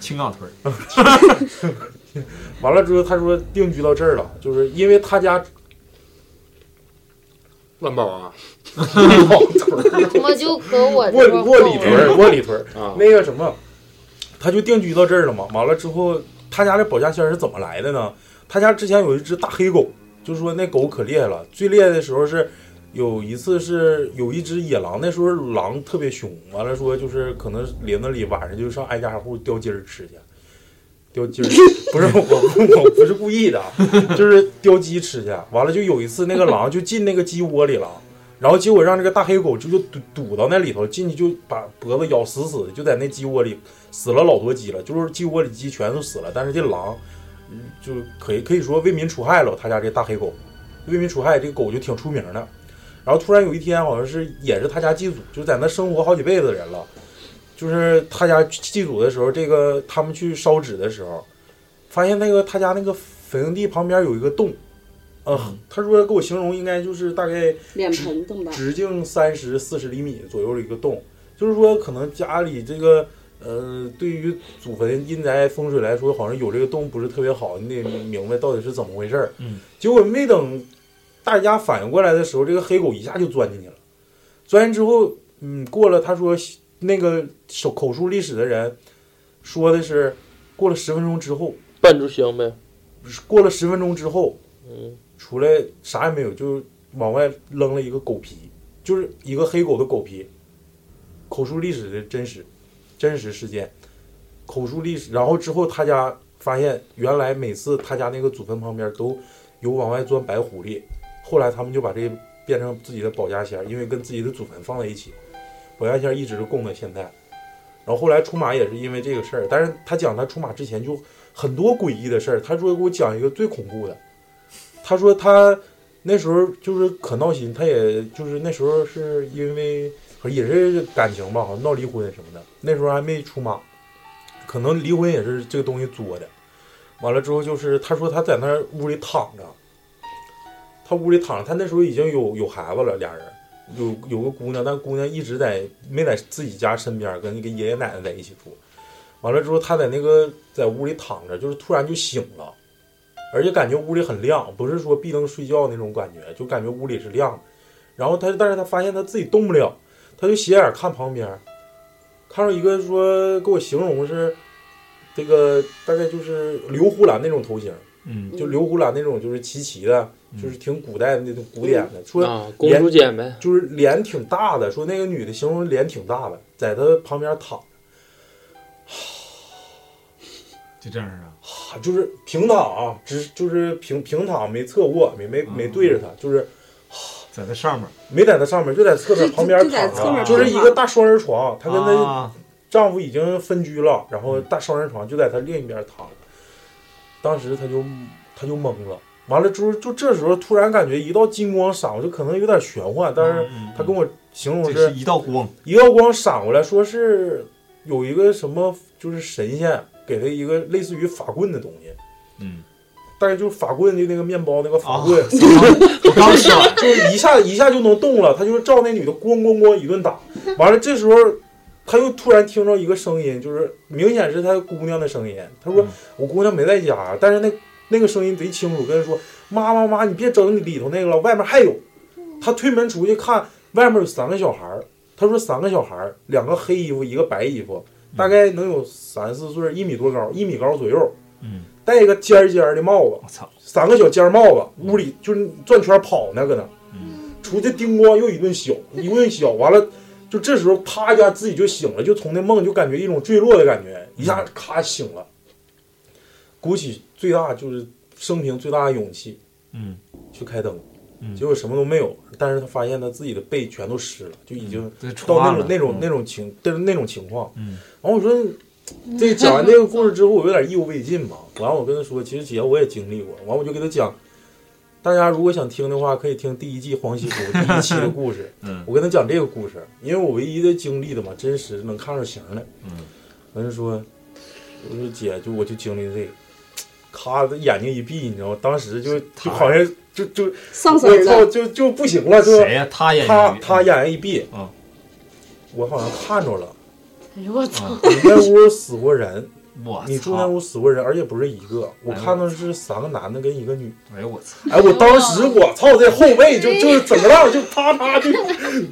Speaker 6: 青港屯儿，
Speaker 3: 完了之后，他说定居到这儿了，就是因为他家
Speaker 4: 万宝啊
Speaker 3: 老屯儿，
Speaker 5: 我就搁
Speaker 3: 卧
Speaker 5: 我这
Speaker 3: 里
Speaker 5: 块
Speaker 3: 卧里屯儿，卧里屯儿，
Speaker 4: 啊，
Speaker 3: 那个什么，他就定居到这儿了嘛。完了之后，他家的保家仙儿是怎么来的呢？他家之前有一只大黑狗，就说那狗可厉害了，最厉害的时候是有一次是有一只野狼，那时候狼特别凶，完了说就是可能林子里晚上就上挨家挨户叼鸡儿吃去，叼鸡儿不是我我不是故意的，啊就是叼鸡吃去。完了就有一次那个狼就进那个鸡窝里了，然后结果让这个大黑狗就就堵堵到那里头，进去就把脖子咬死死的，就在那鸡窝里死了老多鸡了，就是鸡窝里鸡全都死了，但是这狼嗯就可以可以说为民除害了，他家这大黑狗为民除害，这个狗就挺出名的。然后突然有一天，好像是也是他家祭祖，就在那生活好几辈子的人了。就是他家祭祖的时候，这个他们去烧纸的时候，发现那个他家那个坟地旁边有一个洞，呃，他说给我形容应该就是大概
Speaker 7: 脸盆这么大，
Speaker 3: 直径三十四十厘米左右的一个洞，就是说可能家里这个呃，对于祖坟阴宅风水来说，好像有这个洞不是特别好，你得明白到底是怎么回事儿。
Speaker 6: 嗯，
Speaker 3: 结果没等大家反应过来的时候，这个黑狗一下就钻进去了。钻进之后，嗯，过了他说那个手口述历史的人说的是，过了十分钟之后，
Speaker 4: 半炷香呗，
Speaker 3: 过了十分钟之后，
Speaker 4: 嗯，
Speaker 3: 出来啥也没有，就往外扔了一个狗皮，就是一个黑狗的狗皮。口述历史的真实，真实事件，口述历史。然后之后他家发现，原来每次他家那个祖坟旁边都有往外钻白狐狸，后来他们就把这变成自己的保家仙儿，因为跟自己的祖坟放在一起，保家仙儿一直供到现在。然后后来出马也是因为这个事儿，但是他讲他出马之前就很多诡异的事儿。他说给我讲一个最恐怖的，他说他那时候就是可闹心，他也就是那时候是因为也是感情吧，好像闹离婚什么的，那时候还没出马，可能离婚也是这个东西作的。完了之后就是他说他在那儿屋里躺着，他屋里躺着，他那时候已经有有孩子了，俩人有有个姑娘，但姑娘一直在没在自己家身边，跟跟爷爷奶奶在一起住。完了之后，他在那个在屋里躺着，就是突然就醒了，而且感觉屋里很亮，不是说闭灯睡觉那种感觉，就感觉屋里是亮的。然后他，但是他发现他自己动不了，他就斜眼看旁边，看到一个说给我形容是这个大概就是刘胡兰那种头型，
Speaker 6: 嗯
Speaker 3: 就刘胡兰那种就是齐齐的，
Speaker 6: 嗯
Speaker 3: 就是挺古代的那种古典的，说
Speaker 4: 啊，公主捡呗，
Speaker 3: 就是脸挺大的，说那个女的形容脸挺大的，在她旁边躺
Speaker 6: 就这样啊，
Speaker 3: 着，就是平躺啊，只就是平平躺，没侧卧，没
Speaker 6: 哦
Speaker 3: 没没对着她，就是
Speaker 6: 在那上面，
Speaker 3: 没在她上面，就在侧面
Speaker 7: 就
Speaker 3: 旁边
Speaker 7: 就在
Speaker 3: 躺
Speaker 7: 侧
Speaker 3: 着，啊
Speaker 7: 面
Speaker 3: 就是一
Speaker 7: 躺
Speaker 3: 个大双人床，她跟她
Speaker 6: 啊嗯
Speaker 3: 丈夫已经分居了，然后大双人床就在她另一边躺着，当时她就她就懵了，完了之后就这时候突然感觉一道金光闪过，就可能有点玄幻，但是
Speaker 6: 嗯嗯
Speaker 3: 她跟我形容
Speaker 6: 这
Speaker 3: 是。
Speaker 6: 是一道 (laughs) 光，
Speaker 3: 一道光闪过来说是有一个什么，就是神仙给他一个类似于法棍的东西，
Speaker 6: 嗯，
Speaker 3: 大概就是法棍的那个面包那个法
Speaker 6: 啊
Speaker 3: 棍，
Speaker 6: 我刚说
Speaker 3: (laughs)
Speaker 6: 完，
Speaker 3: 就是一下一下就能动了，他就照那女的咣咣咣一顿打，完了这时候。他又突然听着一个声音，就是明显是他姑娘的声音。他说
Speaker 6: 嗯：“
Speaker 3: 我姑娘没在家，但是那那个声音贼清楚，跟他说：‘妈妈妈，你别整里头那个了，外面还有。’他推门出去看，外面有三个小孩儿。他说三个小孩儿，两个黑衣服，一个白衣服，大概能有三四岁，一米多高，一米高左右，
Speaker 6: 嗯，
Speaker 3: 戴一个尖儿尖儿的帽子，
Speaker 6: 我操，
Speaker 3: 三个小尖帽子，屋里就是转圈跑呢，搁那，
Speaker 6: 嗯
Speaker 3: 出去叮咣又一顿削，一顿削，完了，就这时候啪一下自己就醒了，就从那梦就感觉一种坠落的感觉，一下咔醒了，鼓起最大就是生平最大的勇气
Speaker 6: 嗯
Speaker 3: 去开灯
Speaker 6: 嗯，
Speaker 3: 结果什么都没有，但是他发现他自己的背全都湿了，就已经
Speaker 6: 这
Speaker 3: 到那
Speaker 6: 穿
Speaker 3: 种
Speaker 6: 了，
Speaker 3: 那种那种情，就是那种情况。
Speaker 6: 嗯
Speaker 3: 完我
Speaker 6: (laughs)
Speaker 3: 说，这讲完这个故事之后，我有点意犹未尽嘛。完了我跟他说，其实姐我也经历过。完我就给他讲，大家如果想听的话，可以听第一季黄西湖第一期的故事。
Speaker 6: (laughs) 嗯
Speaker 3: 我跟他讲这个故事，因为我唯一的经历的嘛，真实能看着形儿的。
Speaker 6: 嗯，
Speaker 3: 完就说，我说姐，就我就经历这个，咔，眼睛一闭，你知道吗？当时就就好像就就
Speaker 7: 丧丝
Speaker 3: 我
Speaker 7: 儿
Speaker 3: 操，
Speaker 7: 了，
Speaker 3: 就就不行了，就
Speaker 6: 谁呀？他演
Speaker 3: 他
Speaker 6: 员
Speaker 3: 他眼睛一闭，
Speaker 6: 嗯
Speaker 3: 我好像看着了，
Speaker 5: 哎呦我操！
Speaker 6: 啊
Speaker 3: 你那屋死过人。
Speaker 6: 我
Speaker 3: 你住那
Speaker 6: 操，
Speaker 3: 屋死过人，而且不是一个，我
Speaker 6: 哎呦
Speaker 3: 看到是三个男的跟一个女。
Speaker 6: 哎呦我操，
Speaker 3: 哎，我当时我操，这后背就就是整个浪就啪啪就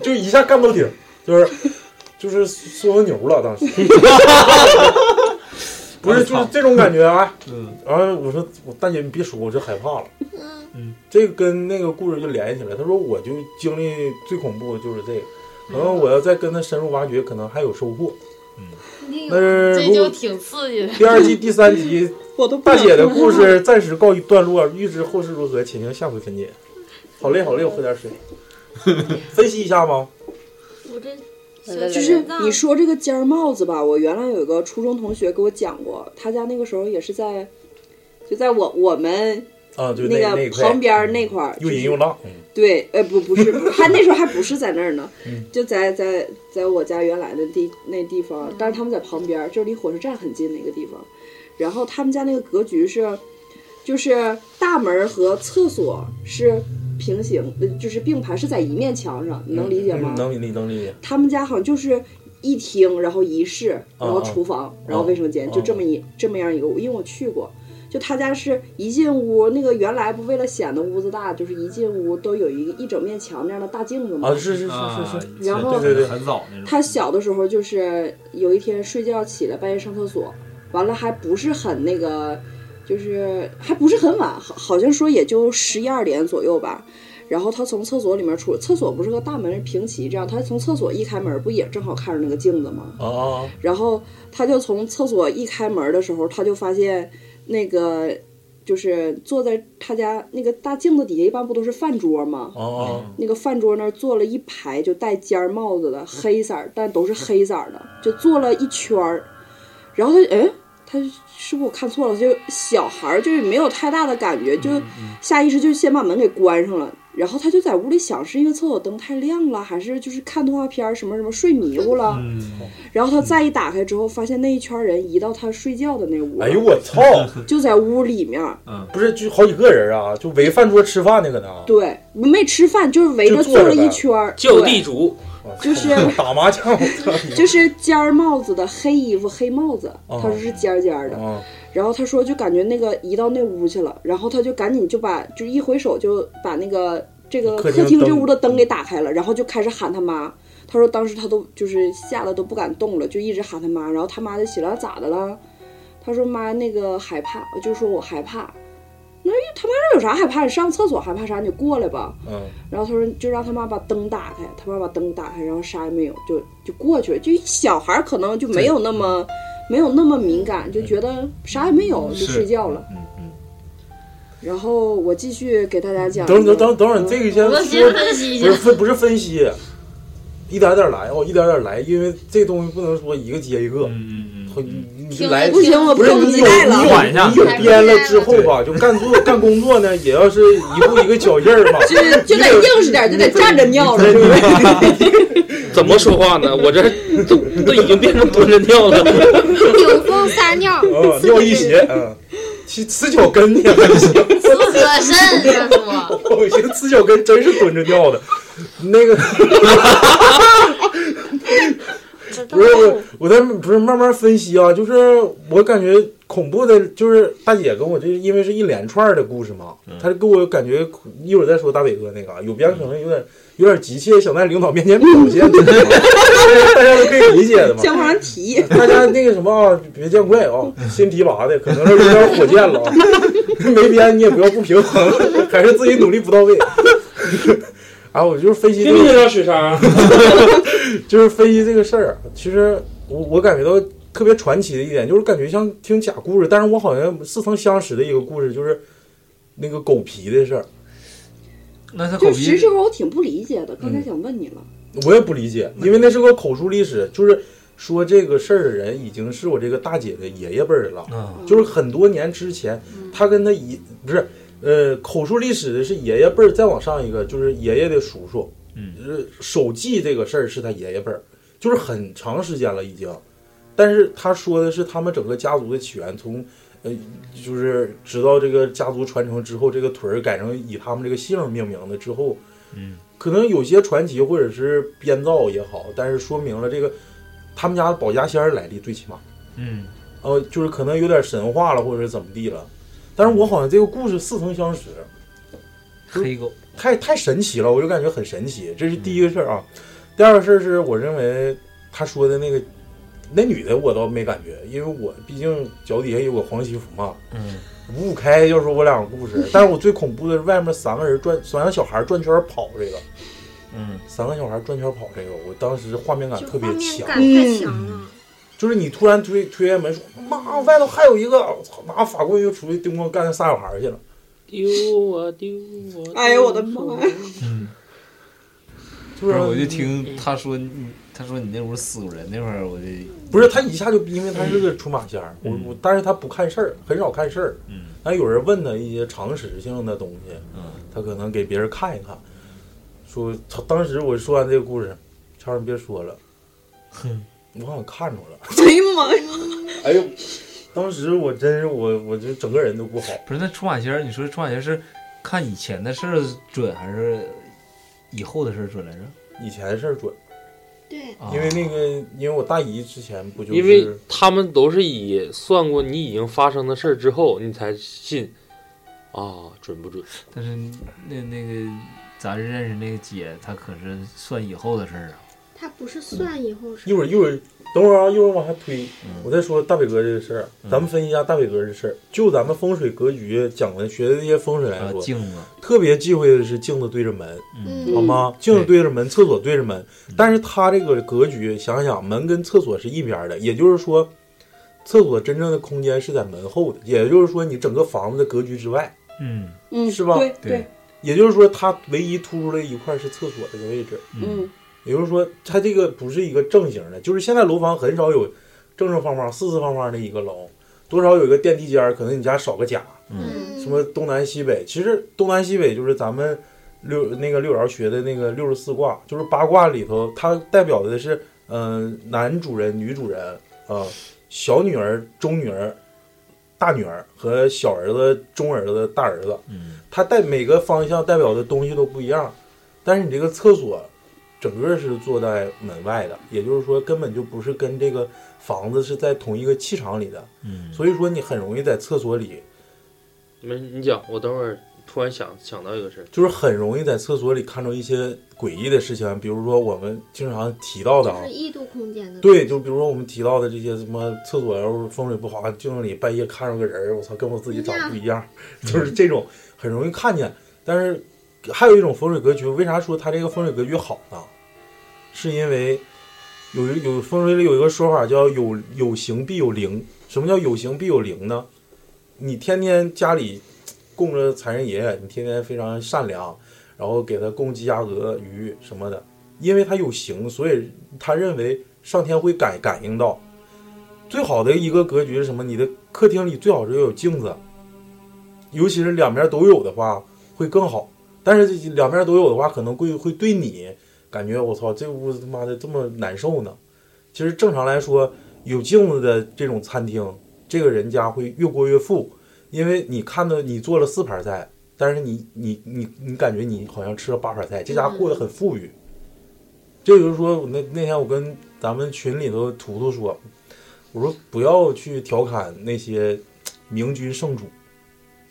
Speaker 3: 就一下干到顶，
Speaker 6: (laughs)
Speaker 3: 就是就是缩牛了，当时。不 (laughs) 不是，就是这种感觉啊。
Speaker 6: 嗯
Speaker 3: 然后我说，我大姐你别说，我就害怕了。
Speaker 2: 嗯
Speaker 3: 这个跟那个故事就联系起来。他说，我就经历最恐怖的就是这个，可能我要再跟他深入挖掘，可能还有收获。
Speaker 7: 嗯
Speaker 3: 但是
Speaker 5: 这
Speaker 3: 如
Speaker 5: 就
Speaker 3: 果
Speaker 5: 挺刺激的。
Speaker 3: 第二季第三
Speaker 7: (laughs)
Speaker 3: 集
Speaker 7: 我都不
Speaker 3: 大
Speaker 7: 想
Speaker 3: 姐的故事暂时告一段落，预知后事如何，请听下回分解。好嘞，好嘞，我喝点水。
Speaker 7: 嗯
Speaker 3: 分析一下吗？
Speaker 2: 我这
Speaker 5: 来来
Speaker 7: 就
Speaker 2: 就是
Speaker 7: 你说这个尖儿帽子吧，我原来有一个初中同学给我讲过，他家那个时候也是在，就在我我们
Speaker 3: 啊，就那
Speaker 7: 个
Speaker 3: 一块
Speaker 7: 旁边儿那块儿，
Speaker 3: 又
Speaker 7: 就是
Speaker 3: 淫又浪，嗯
Speaker 7: 对，呃，不，不是，不他那时候还不是在那儿呢，就在在在我家原来的地那地方，但是他们在旁边儿，就是离火车站很近的一个地方。然后他们家那个格局是，就是大门儿和厕所是平行，呃就是并排，是在一面墙上，你能理解
Speaker 3: 嗯
Speaker 7: 吗？
Speaker 3: 能理能理解。
Speaker 7: 他们家好像就是一厅，然后一室，然后
Speaker 3: 啊啊
Speaker 7: 厨房，然后卫生间，
Speaker 3: 啊
Speaker 7: 就这么一这么样一个屋。因为我去过，就他家是一进屋，那个原来不为了显得屋子大，就是一进屋都有一个一整面墙那样的大镜子嘛。
Speaker 3: 啊，是是是
Speaker 6: 啊
Speaker 3: 是是，，
Speaker 7: 然后
Speaker 3: 对对对
Speaker 6: 很早那种。
Speaker 7: 他小的时候就是有一天睡觉起来半夜上厕所，完了还不是很那个，就是还不是很晚，好好像说也就十一二点左右吧。然后他从厕所里面出，厕所不是和大门是平齐这样，他从厕所一开门不也正好看着那个镜子吗？
Speaker 3: 啊啊
Speaker 7: 然后他就从厕所一开门的时候，他就发现那个就是坐在他家那个大镜子底下，一般不都是饭桌吗？
Speaker 3: 啊啊
Speaker 7: 那个饭桌那儿坐了一排就戴尖儿帽子的黑色儿，但都是黑色儿的，就坐了一圈儿。然后他就，哎，他是不是我看错了？就小孩儿就是没有太大的感觉，就下意识就先把门给关上了。然后他就在屋里想，是因为厕所灯太亮了，还是就是看动画片儿什么什么睡迷糊了？
Speaker 6: 嗯，
Speaker 7: 然后他再一打开之后，发现那一圈人移到他睡觉的那屋，
Speaker 3: 哎呦我操！
Speaker 7: 就在屋里面，
Speaker 3: 不是，就好几个人啊，就围饭桌吃饭那个呢，
Speaker 7: 对，没吃饭，就是围着
Speaker 3: 就坐
Speaker 7: 坐
Speaker 3: 着
Speaker 7: 了一
Speaker 3: 呗
Speaker 7: 圈儿，
Speaker 4: 叫
Speaker 7: 对
Speaker 4: 地主，
Speaker 7: 就是
Speaker 3: 打麻将。
Speaker 7: 就是尖儿帽子的黑衣服黑帽子，他说是尖儿尖儿的，
Speaker 3: 啊
Speaker 7: 然后他说就感觉那个移到那屋去了，然后他就赶紧就把就一挥手就把那个这个
Speaker 3: 客
Speaker 7: 客
Speaker 3: 厅
Speaker 7: 厅这
Speaker 3: 灯
Speaker 7: 屋的灯给打开了，然后就开始喊他妈。他说当时他都就是吓得都不敢动了，就一直喊他妈，然后他妈就起来咋的了？他说妈那个害怕，我就说我害怕。那他妈说有啥害怕？你上厕所害怕啥？你过来吧。
Speaker 3: 嗯
Speaker 7: 然后他说就让他妈把灯打开，他妈把灯打开，然后啥也没有，就就过去了。就小孩儿可能就没有那么没有那么
Speaker 3: 嗯
Speaker 7: 敏感，就觉得啥也没有就是睡觉了。
Speaker 6: 嗯嗯，
Speaker 7: 然后我继续给大家讲一
Speaker 3: 嗯等
Speaker 7: 个，
Speaker 3: 等等等会儿，你这个
Speaker 5: 我
Speaker 3: 先
Speaker 5: 先
Speaker 3: 说，
Speaker 5: 分析一
Speaker 3: 不
Speaker 5: 下
Speaker 3: 是，分不是分析，一点点来哦，一点点来，因为这东西不能说一个接一个，
Speaker 6: 嗯嗯
Speaker 3: 会
Speaker 6: 嗯，
Speaker 3: 你你来
Speaker 7: 哎不行，我
Speaker 3: 不是
Speaker 7: 迫不
Speaker 3: 你
Speaker 7: 及
Speaker 3: 有
Speaker 7: 待
Speaker 3: 你
Speaker 7: 了。啊
Speaker 6: 缓
Speaker 3: 有
Speaker 6: 一下
Speaker 3: 你有编了之后吧，就干做干工作呢，也要是一步一个脚印
Speaker 7: (laughs)
Speaker 3: 儿嘛。
Speaker 7: 就是就得硬实点，就得站着尿了，是不是？
Speaker 4: 怎么说话 (laughs) 呢？我这都都已经变成蹲着尿了。
Speaker 2: 顶风撒
Speaker 3: (laughs)
Speaker 2: 尿，
Speaker 3: 嗯，尿一鞋，嗯，其呲脚跟也还行，
Speaker 5: 可甚是
Speaker 3: (laughs)
Speaker 5: 不？
Speaker 3: 我寻思呲脚跟真是蹲着尿的，那个。 (laughs) 不是我，我在不是慢慢分析啊，就是我感觉恐怖的，就是大姐跟我这因为是一连串的故事嘛，她给我感觉一会儿再说大伟哥那个啊，有边可能有点有点急切，想在领导面前表现，这种啊大家都可以理解的嘛。
Speaker 7: 先往上提，
Speaker 3: 大家那个什么啊，别见怪啊，心提拔的可能是有点火箭了啊， (laughs) 没编你也不要不平衡，还是自己努力不到位。 (laughs) 啊，我就是分析这
Speaker 4: 听没听
Speaker 3: 个，
Speaker 4: 着，雪莎？
Speaker 3: 就是分析这个事儿啊。其实我我感觉到特别传奇的一点，就是感觉像听假故事，但是我好像似曾相识的一个故事，就是那个狗皮的事儿，
Speaker 6: 那他狗
Speaker 7: 就其
Speaker 6: 皮
Speaker 7: 实我挺不理解的，
Speaker 3: 嗯
Speaker 7: 刚才想问你了，
Speaker 3: 我也不理解，因为那是个口述历史，就是说这个事儿的人已经是我这个大姐的爷爷辈儿了。
Speaker 6: 啊，
Speaker 3: 就是很多年之前，他跟他爷不是，呃，口述历史的是爷爷辈儿，再往上一个就是爷爷的叔叔，
Speaker 6: 嗯，
Speaker 3: 呃，手记这个事儿是他爷爷辈儿，就是很长时间了已经，但是他说的是他们整个家族的起源，从呃，就是直到这个家族传承之后，这个屯儿改成以他们这个姓儿命名的之后，
Speaker 6: 嗯，
Speaker 3: 可能有些传奇或者是编造也好，但是说明了这个他们家保家仙儿来历最起码。
Speaker 6: 嗯，
Speaker 3: 呃，就是可能有点神话了，或者是怎么地了。但是我好像这个故事似曾相识，
Speaker 6: 黑狗，
Speaker 3: 太太神奇了，我就感觉很神奇。这是第一个事儿啊。第二个事儿是我认为他说的那个那女的我倒没感觉，因为我毕竟脚底下有个黄西福嘛。
Speaker 6: 嗯，
Speaker 3: 五五开要说我两个故事，但是我最恐怖的是外面三个人转，三个小孩转圈跑这个，
Speaker 6: 嗯，
Speaker 3: 三个小孩转圈跑这个，我当时画面感
Speaker 2: 就
Speaker 3: 特别
Speaker 2: 画面
Speaker 3: 强，嗯
Speaker 2: 感太强了，
Speaker 3: 就是你突然推推开门说妈，外头还有一个，我操，拿法棍又出去叮咣干仨小孩去了。
Speaker 4: 丢啊丢啊！
Speaker 7: 哎呦我的妈
Speaker 4: 呀！
Speaker 3: 就
Speaker 6: 不
Speaker 3: 是嗯
Speaker 6: 是，我就听他说你，他说你那屋死过人，那会儿我就，
Speaker 3: 嗯不是他一下就，因为他是个出马仙儿，我我，但是他不看事儿，很少看事儿。
Speaker 6: 嗯
Speaker 3: 但有人问他一些常识性的东西，
Speaker 6: 嗯
Speaker 3: 他可能给别人看一看，说他当时我说完这个故事，超人别说了，
Speaker 6: 哼，
Speaker 3: 我好像看着了，
Speaker 7: 哎呀妈呀！
Speaker 3: (laughs) 哎呦，当时我真是我我就整个人都不好，
Speaker 6: 不是那出马仙儿，你说出马仙儿是看以前的事儿准还是以后的事儿准来着？
Speaker 3: 以前的事儿准，
Speaker 2: 对，
Speaker 6: 啊
Speaker 3: 因为那个因为我大姨之前不就
Speaker 4: 因为
Speaker 3: 是
Speaker 4: 他们都是以算过你已经发生的事儿之后，你才信啊，准不准？
Speaker 6: 但是那那个咱认识那个姐，她可是算以后的事儿啊。
Speaker 2: 他不是算以后
Speaker 3: 一
Speaker 2: 是
Speaker 3: 会儿一会儿等会儿啊，一会儿往下推，我
Speaker 6: 嗯
Speaker 3: 再说大北哥这个事儿，咱们分析一下大北哥这事儿。就咱们风水格局讲的学的那些风水来
Speaker 6: 啊，
Speaker 3: 说，
Speaker 6: 镜子，
Speaker 3: 特别忌讳的是镜子对着门，
Speaker 2: 嗯
Speaker 3: 好吗？镜子对着门，厕所对着门。但是他这个格局，想想门跟厕所是一边儿的，也就是说，厕所真正的空间是在门后的，也就是说你整个房子的格局之外，
Speaker 6: 嗯
Speaker 7: 嗯，
Speaker 3: 是吧
Speaker 7: 对
Speaker 6: 对，
Speaker 3: 也就是说它唯一突出的一块是厕所这个位置。
Speaker 7: 嗯
Speaker 3: 也就是说，它这个不是一个正形的，就是现在楼房很少有正正方方、四四方方的一个楼，多少有一个电梯间儿，可能你家少个甲，
Speaker 6: 嗯
Speaker 3: 什么东南西北。其实东南西北就是咱们六那个六爻学的那个六十四卦，就是八卦里头，它代表的是嗯、呃男主人、女主人啊、呃小女儿、中女儿、大女儿和小儿子、中儿子、大儿子。
Speaker 6: 嗯
Speaker 3: 它代每个方向代表的东西都不一样，但是你这个厕所整个是坐在门外的，也就是说根本就不是跟这个房子是在同一个气场里的，
Speaker 6: 嗯，
Speaker 3: 所以说你很容易在厕所里，
Speaker 4: 没事，你讲，我等会儿突然想想到一个事儿，
Speaker 3: 就是很容易在厕所里看到一些诡异的事情，比如说我们经常提到的啊
Speaker 2: 就是，异度空间的，
Speaker 3: 对，就比如说我们提到的这些什么厕所要是风水不好，啊镜子里半夜看着个人儿，我操，跟我自己长得不一样，就是这种很容易看见。但是还有一种风水格局，为啥说它这个风水格局好呢？是因为有一有风水里有一个说法叫有有形必有灵。什么叫有形必有灵呢？你天天家里供着财神爷，你天天非常善良，然后给他供鸡鸭鹅鱼什么的，因为他有形，所以他认为上天会感感应到。最好的一个格局是什么？你的客厅里最好是要有镜子，尤其是两边都有的话会更好。但是这两边都有的话，可能会会对你感觉我操，这屋子他妈的这么难受呢。其实正常来说，有镜子的这种餐厅，这个人家会越过越富，因为你看到你做了四盘菜，但是你你你你感觉你好像吃了八盘菜，这家过得很富裕。这就是说，那那天我跟咱们群里头图图说，我说不要去调侃那些明君圣主，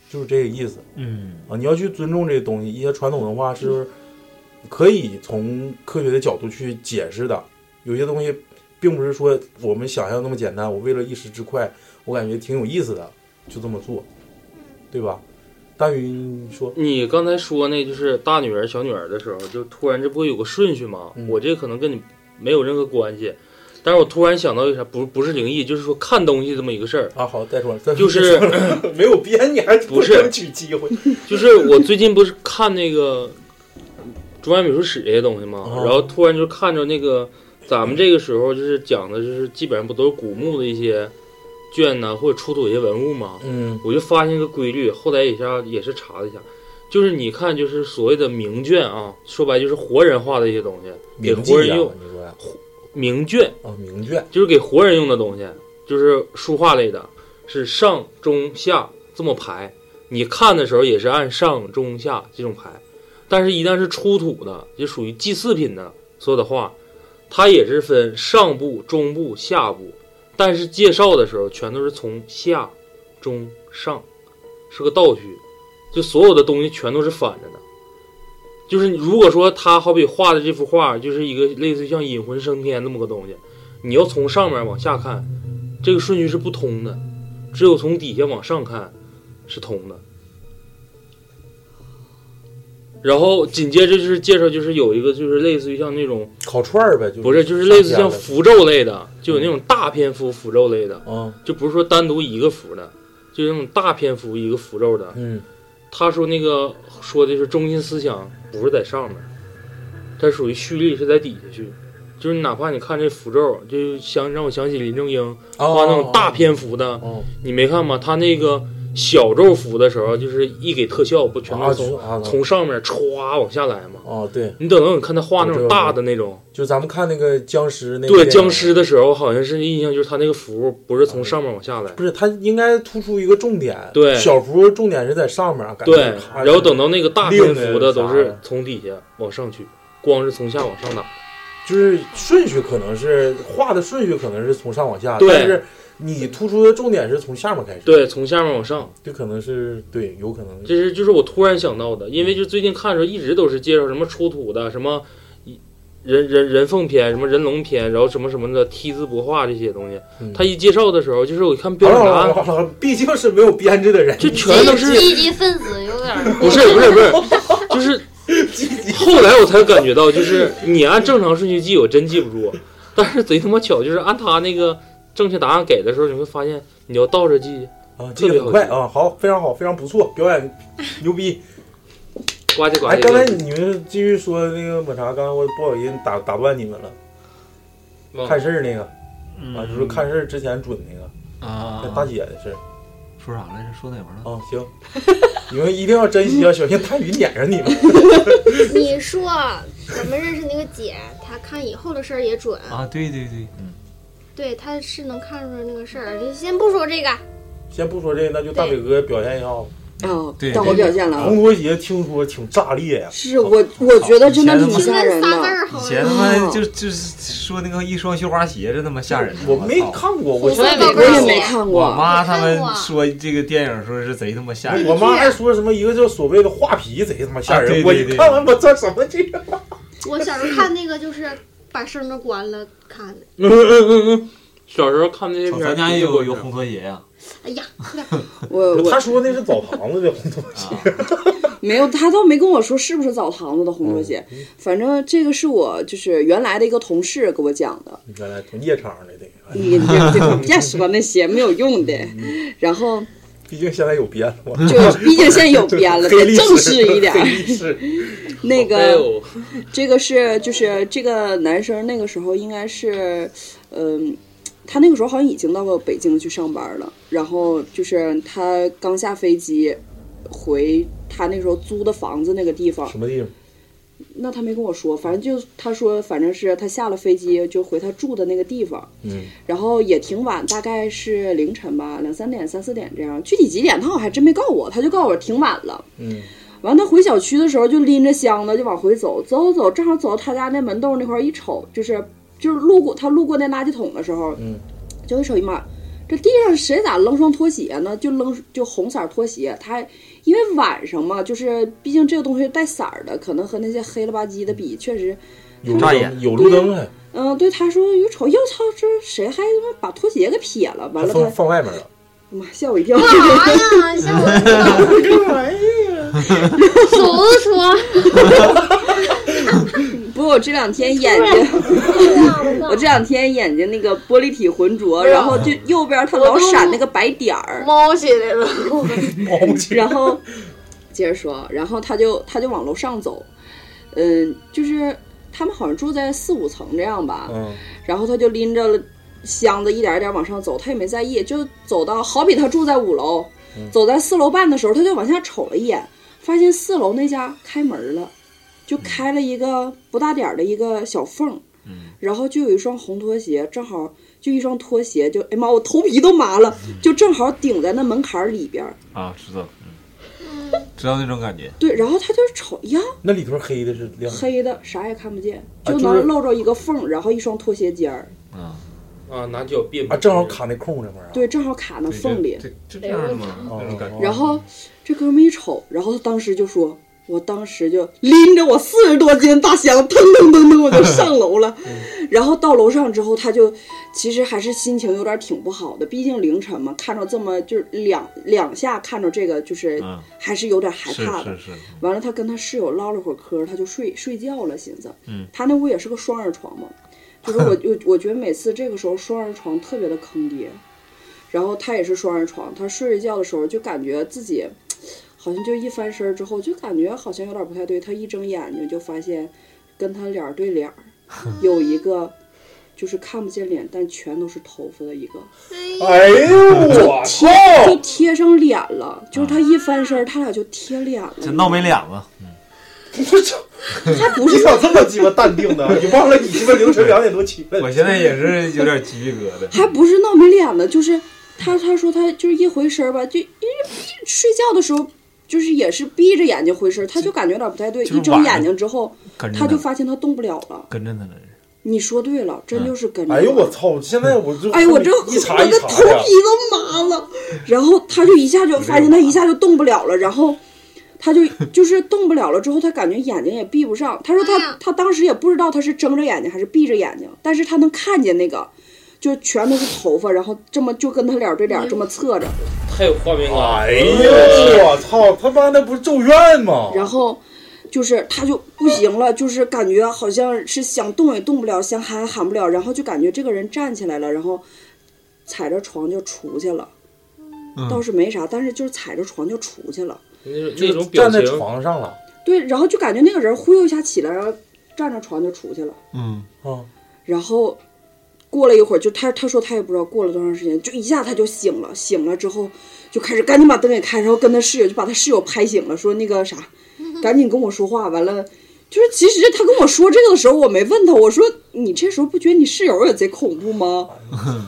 Speaker 3: 就是这个意思
Speaker 6: 嗯
Speaker 3: 啊！你要去尊重这东西，一些传统文化是可以从科学的角度去解释的。有些东西并不是说我们想象那么简单。我为了一时之快，我感觉挺有意思的，就这么做，对吧？大宇，你说，
Speaker 4: 你刚才说那就是大女儿、小女儿的时候，就突然这不会有个顺序吗？
Speaker 3: 嗯
Speaker 4: 我这可能跟你没有任何关系，但是我突然想到一个啥，不不是灵异，就是说看东西这么一个事儿。 (laughs)
Speaker 3: 啊，好，再说，再说
Speaker 4: 就是 (laughs)
Speaker 3: 没有编，你还
Speaker 4: 不是
Speaker 3: 争取机
Speaker 4: (laughs)
Speaker 3: 会
Speaker 4: 就是我最近不是看那个中央美术史这些东西吗？
Speaker 3: 哦
Speaker 4: 然后突然就看着那个咱们这个时候就是讲的，就是基本上不都是古墓的一些卷呐、或者出土一些文物吗？
Speaker 3: 嗯
Speaker 4: 我就发现一个规律，后来一下也是查了一下，就是你看，就是所谓的名卷啊，说白就是活人画的一些东西，给
Speaker 3: 名啊
Speaker 4: 活
Speaker 3: 妓
Speaker 4: 人
Speaker 3: 呀
Speaker 4: 用，
Speaker 3: 你说呀？
Speaker 4: 名卷
Speaker 3: 啊，名卷，
Speaker 4: 就是给活人用的东西，就是书画类的，是上中下这么排。你看的时候也是按上中下这种排，但是一旦是出土的，就属于祭祀品的所有的画，它也是分上部、中部、下部，但是介绍的时候全都是从下、中、上，是个倒叙，就所有的东西全都是反着的。就是如果说他好比画的这幅画就是一个类似于像引魂升天这么个东西，你要从上面往下看，这个顺序是不通的，只有从底下往上看是通的。然后紧接着就是介绍，就是有一个就是类似于像那种
Speaker 3: 烤串儿呗，就
Speaker 4: 不是就是类似像符咒类的，就有那种大篇幅符咒类的，
Speaker 3: 啊，
Speaker 4: 就不是说单独一个符的，就那种大篇幅一个符咒的。
Speaker 3: 嗯，
Speaker 4: 他说那个说的是中心思想不是在上面，它属于蓄力是在底下去，就是哪怕你看这符咒，就想让我想起林正英
Speaker 3: 哦
Speaker 4: 画那种大篇幅的，
Speaker 3: 哦
Speaker 4: 你没看吗？他那个小咒符的时候，就是一给特效，不全
Speaker 3: 啊
Speaker 4: 都从、
Speaker 3: 就啊
Speaker 4: 从上面歘往下来吗？
Speaker 3: 哦，对，
Speaker 4: 你等到你看他画那
Speaker 3: 我知
Speaker 4: 种
Speaker 3: 道
Speaker 4: 大的那种，
Speaker 3: 就咱们看那个僵尸那个
Speaker 4: 对
Speaker 3: 电影
Speaker 4: 僵尸的时候，好像是印象就是他那个符不是从上面往下来，
Speaker 3: 不是，它应该突出一个重点。
Speaker 4: 对
Speaker 3: 小幅重点是在上面，感觉
Speaker 4: 对，
Speaker 3: 咔
Speaker 4: 然后等到那个大篇幅的
Speaker 3: 另
Speaker 4: 都
Speaker 3: 的啥
Speaker 4: 是
Speaker 3: 的
Speaker 4: 从底下往上去，光是从下往上打。
Speaker 3: 就是顺序可能是画的顺序可能是从上往下，
Speaker 4: 对
Speaker 3: 但是你突出的重点是从下面开始，，
Speaker 4: 对，从下面往上，
Speaker 3: 这可能是对，有可能
Speaker 4: 这是就是我突然想到的，因为就最近看的时候一直都是介绍什么出土的，什么人人人凤篇，什么人龙篇，然后什么什么的梯字帛画这些东西
Speaker 3: 嗯。
Speaker 4: 他一介绍的时候，就是我一看标准
Speaker 3: 好
Speaker 4: 答
Speaker 3: 了好
Speaker 4: 案，
Speaker 3: 了好了毕竟是没有编制的人，
Speaker 4: 就全都是
Speaker 5: 积极分子
Speaker 4: (laughs)
Speaker 5: 有点儿
Speaker 4: 不是不是不是，
Speaker 5: (laughs)
Speaker 4: 就是后来我才感觉到，就是你按正常顺序记，我真记不住，但是贼他妈巧，就是按他那个正确答案给的时候，你会发现你要倒着记，
Speaker 3: 啊，这个很快啊，好，非常好，非常不错，表演牛
Speaker 4: (laughs)
Speaker 3: 逼。
Speaker 4: 呱唧呱
Speaker 3: 哎，刚才
Speaker 4: 唧。
Speaker 3: 你们继续说那个抹茶，刚才我不好意思打打断你们了，
Speaker 4: 忘了嗯
Speaker 3: 看事儿那个啊，就是看事儿之前准那个，
Speaker 6: 嗯啊
Speaker 3: 哎那，大姐的事儿
Speaker 6: 说啥来着？说哪玩意儿了？
Speaker 3: 啊，行，你们一定要珍惜啊，小心大鱼撵上你们。
Speaker 2: 你说咱们认识那个姐，她看以后的事儿也准，
Speaker 6: 啊，对对对，嗯，
Speaker 2: 对，她是能看出来那个事儿。就先不说这个，
Speaker 3: 先不说这个，那就大伟哥表现一下啊。
Speaker 7: 啊，
Speaker 6: 对
Speaker 7: 但我表现了啊
Speaker 3: 红，拖鞋听说挺炸裂呀、
Speaker 7: 是我我觉得真的挺
Speaker 6: 以
Speaker 2: 听
Speaker 7: 吓
Speaker 2: 这
Speaker 7: 人
Speaker 2: 仨字
Speaker 7: 的。
Speaker 2: 儿
Speaker 6: 以
Speaker 2: 好
Speaker 6: 前
Speaker 2: 像
Speaker 6: 他妈就就是说那个一双绣花鞋，真他妈吓人！
Speaker 3: 我没
Speaker 6: 操。
Speaker 3: 看过，我
Speaker 2: 我
Speaker 3: 现在
Speaker 2: 也没
Speaker 7: 我也没看
Speaker 6: 我
Speaker 7: 过，
Speaker 6: 妈
Speaker 2: 我
Speaker 6: 他
Speaker 2: 看
Speaker 6: 们
Speaker 2: 过啊
Speaker 6: 说这个电影说是贼他妈吓人
Speaker 3: 我，妈还说什么一个叫所谓的画皮贼他妈吓人，
Speaker 6: 啊对对
Speaker 3: 我一
Speaker 6: 对
Speaker 3: 看完我操什么这个？
Speaker 2: 我小时候看那个就是把声都关了看的。
Speaker 4: 嗯嗯嗯嗯，小时候看那些
Speaker 6: 操
Speaker 4: 片儿，
Speaker 6: 咱家也
Speaker 4: 的确
Speaker 6: 有
Speaker 4: 过
Speaker 6: 有
Speaker 4: 这样
Speaker 6: 红拖鞋啊呀，
Speaker 2: 哎呀，快点
Speaker 7: 我
Speaker 3: 他
Speaker 7: 我
Speaker 3: 说那是澡堂子的红拖鞋，
Speaker 6: 啊
Speaker 3: (laughs)
Speaker 7: 没有，他倒没跟我说是不是澡堂子的
Speaker 3: 嗯
Speaker 7: 红拖鞋，反正这个是我就是原来的一个同事给我讲
Speaker 3: (laughs)
Speaker 7: 的，
Speaker 3: 原来从夜场来的。哎
Speaker 7: 你别别别说那些没有用的，
Speaker 3: 嗯
Speaker 7: 然
Speaker 3: (laughs)
Speaker 7: 后
Speaker 3: 毕竟现在有编了，我
Speaker 7: (laughs) 就毕竟现在有编
Speaker 3: (laughs)
Speaker 7: 了，
Speaker 3: 黑
Speaker 7: 得
Speaker 3: 历
Speaker 7: 正
Speaker 3: 史
Speaker 7: 式一点儿
Speaker 3: 黑。历史。
Speaker 7: 那
Speaker 4: 哎
Speaker 7: 个
Speaker 4: 呦，
Speaker 7: 这个是就是这个男生那个时候应该是，嗯、他那个时候好像已经到过北京去上班了，然后就是他刚下飞机回他那时候租的房子那个地方，
Speaker 3: (laughs) 什么地方？
Speaker 7: 那他没跟我说，反正就他说，反正是他下了飞机就回他住的那个地方，
Speaker 3: 嗯，
Speaker 7: 然后也挺晚，大概是凌晨吧，两三点、三四点这样，具体几点他好像还真没告诉我，他就告诉我挺晚了。
Speaker 3: 嗯，
Speaker 7: 完他回小区的时候就拎着箱子就往回走，走走走，正好走到他家那门洞那块儿一瞅，就是就是路过他路过那垃圾桶的时候，
Speaker 3: 嗯，
Speaker 7: 就一瞅，哎呀妈，这地上谁咋扔双拖鞋呢？就扔就红色儿拖鞋，他还因为晚上嘛，就是毕竟这个东西带色儿的，可能和那些黑了吧唧的比，确实
Speaker 3: 有路
Speaker 6: 炸眼
Speaker 3: 灯，有路灯啊还
Speaker 7: 嗯，对，他说一瞅，哟操，这谁还他妈把拖鞋给撇了？完了
Speaker 3: 放
Speaker 7: 他，
Speaker 3: 放外面了。
Speaker 7: 妈吓我一跳！
Speaker 5: 啥呀？吓我一跳！手都
Speaker 4: (laughs)
Speaker 5: 搓，
Speaker 7: (laughs) 不过我这两天眼睛，我这两天眼睛那个玻璃体浑浊，然后就右边它老闪那个白点儿，
Speaker 5: 猫起来了。
Speaker 3: 猫去
Speaker 7: (laughs) 然后接着说，然后他就他就往楼上走，嗯，就是他们好像住在四五层这样吧，
Speaker 3: 嗯，
Speaker 7: 然后他就拎着箱子一点一点往上走，他也没在意，就走到好比他住在五楼，走在四楼半的时候，他就往下瞅了一眼，发现四楼那家开门了，就开了一个不大点儿的一个小缝，
Speaker 6: 嗯
Speaker 7: 然后就有一双红拖鞋，正好就一双拖鞋就，哎妈，我头皮都麻了，就正好顶在那门槛儿里边儿，
Speaker 6: 啊，知道，嗯，知道那种感觉，
Speaker 7: 对，然后他就瞅呀，
Speaker 3: 那里头黑的是亮的。
Speaker 7: 黑的啥也看不见，
Speaker 3: 啊
Speaker 7: 就
Speaker 3: 嗯就
Speaker 7: 能
Speaker 3: 是
Speaker 7: 露着一个缝，然后一双拖鞋尖儿，
Speaker 6: 嗯，
Speaker 4: 啊，拿脚别
Speaker 3: 啊，正好卡那空上面啊。
Speaker 7: 对，正好卡那
Speaker 6: 对
Speaker 7: 缝里，
Speaker 6: 这这这样的吗？那种感觉，
Speaker 7: 然后这哥们一瞅，然后他当时就说：“我当时就拎着我四十多斤大箱，腾腾腾腾我就上楼了。然后到楼上之后，他就其实还是心情有点挺不好的，毕竟凌晨嘛，看着这么就是两两下看着这个，就是
Speaker 6: 嗯
Speaker 7: 还是有点害
Speaker 6: 是
Speaker 7: 怕的。
Speaker 6: 是是，
Speaker 7: 完了，他跟他室友唠了会儿嗑，他就睡睡觉了，寻思，
Speaker 6: 嗯，
Speaker 7: 他那屋也是个双人床嘛，就是我我我觉得每次这个时候双人床特别的坑爹，然后他也是双人床，他睡着觉的时候就感觉自己好像就一翻身之后就感觉好像有点不太对，他一睁眼睛就发现跟他脸对脸儿有一个就是看不见脸但全都是头发的一个，
Speaker 3: 哎呦我操！
Speaker 7: 就贴上脸了，就是他一翻身他俩就贴脸了，
Speaker 6: 这闹没脸了，
Speaker 3: 我操！
Speaker 7: 他不是
Speaker 3: 你咋这么鸡巴淡定
Speaker 7: (laughs)
Speaker 3: 呢？你忘了你鸡巴凌晨两点多起来？
Speaker 6: 我现在也是有点鸡皮疙瘩。
Speaker 7: 还不是闹没脸呢，就是他他说他就是一回身儿吧，就因为闭睡觉的时候就是也是闭着眼睛回身儿，他就感觉有点不太对，
Speaker 6: 就是晚
Speaker 7: 一睁眼睛之后，
Speaker 6: 跟着
Speaker 7: 他就
Speaker 6: 呢，
Speaker 7: 发现他动不了了。
Speaker 6: 跟着他了，
Speaker 7: 你说对了，
Speaker 6: 嗯
Speaker 7: 真就是跟着。
Speaker 3: 哎呦我！操！现在我就
Speaker 7: 哎呦我这
Speaker 3: 一
Speaker 7: 我
Speaker 3: 茬一
Speaker 7: 这
Speaker 3: 茬
Speaker 7: 头皮
Speaker 3: 的，
Speaker 7: 都麻了，然后他就一下就发现他一下就动不了了，然后。他就就是动不了了，之后他感觉眼睛也闭不上。他说他他当时也不知道他是睁着眼睛还是闭着眼睛，但是他能看见那个，就全都是头发，然后这么就跟他脸对脸这么侧着，
Speaker 4: 太有画面感
Speaker 6: 啊
Speaker 4: 了。
Speaker 3: 哎呦我操！他妈那不是咒怨吗？
Speaker 7: 然后就是他就不行了，就是感觉好像是想动也动不了，想喊也喊不了，然后就感觉这个人站起来了，然后踩着床就出去了，
Speaker 6: 嗯
Speaker 7: 倒是没啥，但是就是踩着床就出去了。
Speaker 4: 那
Speaker 3: 就
Speaker 4: 那
Speaker 3: 是
Speaker 4: 种表
Speaker 3: 站在
Speaker 4: 情，
Speaker 3: 床上了
Speaker 7: 对，然后就感觉那个人忽悠一下起来，然后站着床就出去了。
Speaker 6: 嗯，
Speaker 3: 啊！
Speaker 7: 然后过了一会儿，就他他说他也不知道过了多长时间，就一下他就醒了，醒了之后就开始赶紧把灯给开，然后跟他室友就把他室友拍醒了，说那个啥，赶紧跟我说话。完了，就是其实他跟我说这个的时候，我没问他，我说你这时候不觉得你室友也贼恐怖吗？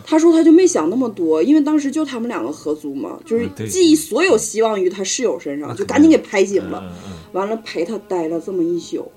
Speaker 7: 他说他就没想那么多，因为当时就他们两个合租嘛，就是
Speaker 6: 嗯对
Speaker 7: 寄所有希望于他室友身上，就赶紧给拍醒
Speaker 6: 嗯
Speaker 7: 了。完了陪他待了这么一宿，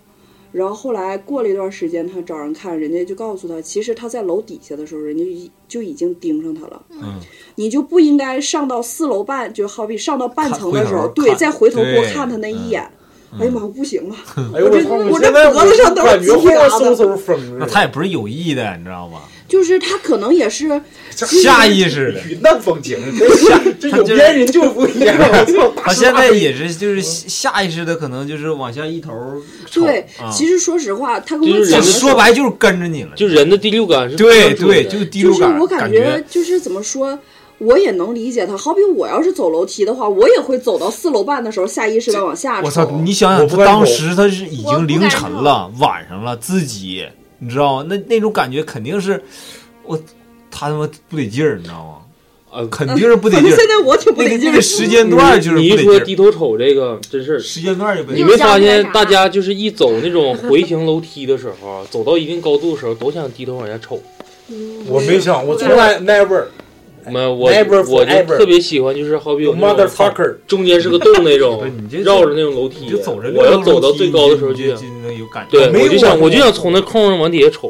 Speaker 7: 然后后来过了一段时间，他找人看，人家就告诉他，其实他在楼底下的时候，人家就已就已经盯上他了。
Speaker 6: 嗯，
Speaker 7: 你就不应该上到四楼半，就好比上到半层的时
Speaker 6: 看
Speaker 7: 候，
Speaker 6: 回头
Speaker 7: 对，
Speaker 6: 看
Speaker 7: 再回头多
Speaker 6: 对
Speaker 7: 看他那一眼。
Speaker 6: 嗯
Speaker 7: 哎呀妈，我不行了，
Speaker 3: 哎呦
Speaker 7: 这
Speaker 3: 操！
Speaker 7: 我这
Speaker 3: 现在
Speaker 7: 脖子上都是
Speaker 3: 感觉
Speaker 7: 鸡
Speaker 3: 后
Speaker 7: 牙
Speaker 3: 面
Speaker 7: 的
Speaker 3: 嗖嗖风
Speaker 6: 那
Speaker 3: 似
Speaker 6: 他也不是有意的，你知道吧？
Speaker 7: 就是他可能也是
Speaker 3: 的，
Speaker 6: 下意识的。
Speaker 3: 云淡风
Speaker 7: (laughs)
Speaker 3: 轻，这下这
Speaker 6: 他
Speaker 3: 有
Speaker 6: 就是
Speaker 3: 边人就不一样。我操！大
Speaker 6: 他
Speaker 3: 是
Speaker 6: 现
Speaker 3: 大
Speaker 6: 在
Speaker 3: 非
Speaker 6: 也是，就是下意识的，可能就是往下一头瞅。
Speaker 7: 对。
Speaker 6: 啊、
Speaker 7: 其实说实话，他跟
Speaker 4: 就
Speaker 7: 我
Speaker 4: 是
Speaker 7: 讲
Speaker 6: 就
Speaker 7: 的
Speaker 4: 人
Speaker 7: 时
Speaker 6: 说
Speaker 7: 候，
Speaker 6: 白就是跟着你了。
Speaker 4: 就人的第六感是非
Speaker 6: 对
Speaker 4: 常准
Speaker 6: 对，
Speaker 4: 的
Speaker 6: 就是第
Speaker 7: 就
Speaker 6: 六
Speaker 7: 是我
Speaker 6: 感
Speaker 7: 觉就是怎么说。我也能理解他，好比我要是走楼梯的话，我也会走到四楼半的时候下意识的往下瞅。
Speaker 6: 我操！
Speaker 7: (laughs)
Speaker 6: 你想
Speaker 3: 我
Speaker 6: 想，
Speaker 3: 不
Speaker 6: 他
Speaker 3: 敢
Speaker 6: 当
Speaker 3: 瞅
Speaker 6: 时他是已
Speaker 5: 我不
Speaker 6: 经凌
Speaker 5: 敢
Speaker 6: 晨
Speaker 5: 瞅
Speaker 6: 了，晚上了，自己你知道吗？那那种感觉肯定是我他他妈不得劲儿，你知道吗？
Speaker 4: 啊，
Speaker 6: 肯定是不得
Speaker 7: 反
Speaker 6: 劲
Speaker 7: 正
Speaker 6: 儿。
Speaker 7: 现在我 (laughs) 挺不
Speaker 6: 那
Speaker 7: 得
Speaker 6: 个
Speaker 7: 劲
Speaker 6: 那
Speaker 7: 儿
Speaker 6: 个。时间段儿就是
Speaker 4: 你一
Speaker 6: 不
Speaker 4: 说
Speaker 6: 得劲
Speaker 4: 低头瞅这个，真是
Speaker 6: 儿，时间段儿就不得
Speaker 4: 你
Speaker 6: 劲
Speaker 5: 又
Speaker 6: 儿。
Speaker 4: 没
Speaker 5: 想
Speaker 4: 发
Speaker 5: 起来
Speaker 4: 现
Speaker 5: 啥
Speaker 4: 大家就是一走那种回形楼梯的时候，走到一定高度的时候，都想低头往下瞅。
Speaker 3: 我没想，我从来
Speaker 7: 嗯
Speaker 3: never
Speaker 6: 嗯哎
Speaker 4: 没有，我
Speaker 3: Never
Speaker 4: 我就
Speaker 3: forever
Speaker 4: 特别喜欢，就是好比有
Speaker 3: you
Speaker 4: 那种
Speaker 3: motherfucker。
Speaker 4: 中间是个洞那种
Speaker 6: 不是你这，
Speaker 4: 绕着那种楼梯，
Speaker 6: 你就走着溜
Speaker 4: 我要
Speaker 6: 达
Speaker 4: 走
Speaker 6: 楼
Speaker 4: 到
Speaker 6: 梯
Speaker 4: 最
Speaker 6: 你
Speaker 4: 高的
Speaker 6: 就
Speaker 4: 时候
Speaker 6: 你就
Speaker 4: 就想，
Speaker 6: 就能有感觉。
Speaker 4: 对，
Speaker 3: 没
Speaker 4: 我就想
Speaker 3: 我
Speaker 4: 我就想从那空上往底下瞅。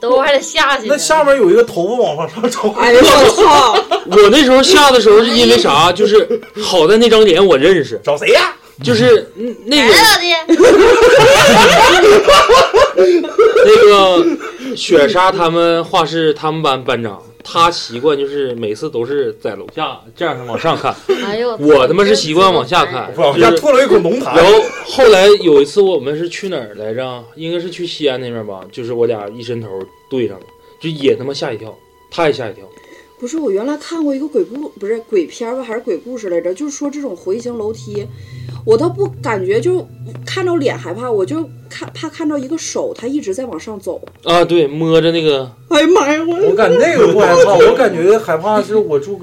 Speaker 5: 都快得下去了。
Speaker 3: 那下面有一个头发往往上瞅，
Speaker 7: 哎呦我操！
Speaker 4: 我那时候下的时候是因为啥？就是好在那张脸我认识，
Speaker 3: 找谁呀？
Speaker 4: 就是嗯那
Speaker 5: 来
Speaker 4: 个 (laughs)
Speaker 5: 了的，
Speaker 4: (laughs) 那个雪莎他们画室他们班班长，他习惯就是每次都是在楼下这样往
Speaker 3: (laughs)
Speaker 4: 上看，
Speaker 5: 哎呦，
Speaker 4: 我他妈是习惯往下看，
Speaker 3: 往
Speaker 4: 就
Speaker 3: 下
Speaker 4: 是
Speaker 3: 吐了一口浓痰
Speaker 4: 然。后后来有一次我们是去哪儿来着？应该是去西安那边吧，就是我俩一伸头对上了，就也他妈吓一跳，他也吓一跳。
Speaker 7: (laughs) 不是，我原来看过一个鬼故，不是鬼片儿吧，还是鬼故事来着？就是说这种回形楼梯，我倒不感觉就看着脸害怕，我就看怕看着一个手，它一直在往上走。
Speaker 4: 啊，对，摸着那个，
Speaker 7: 哎呀妈呀，
Speaker 3: 我
Speaker 7: 我
Speaker 3: 感那个不害怕，我感觉害怕是我住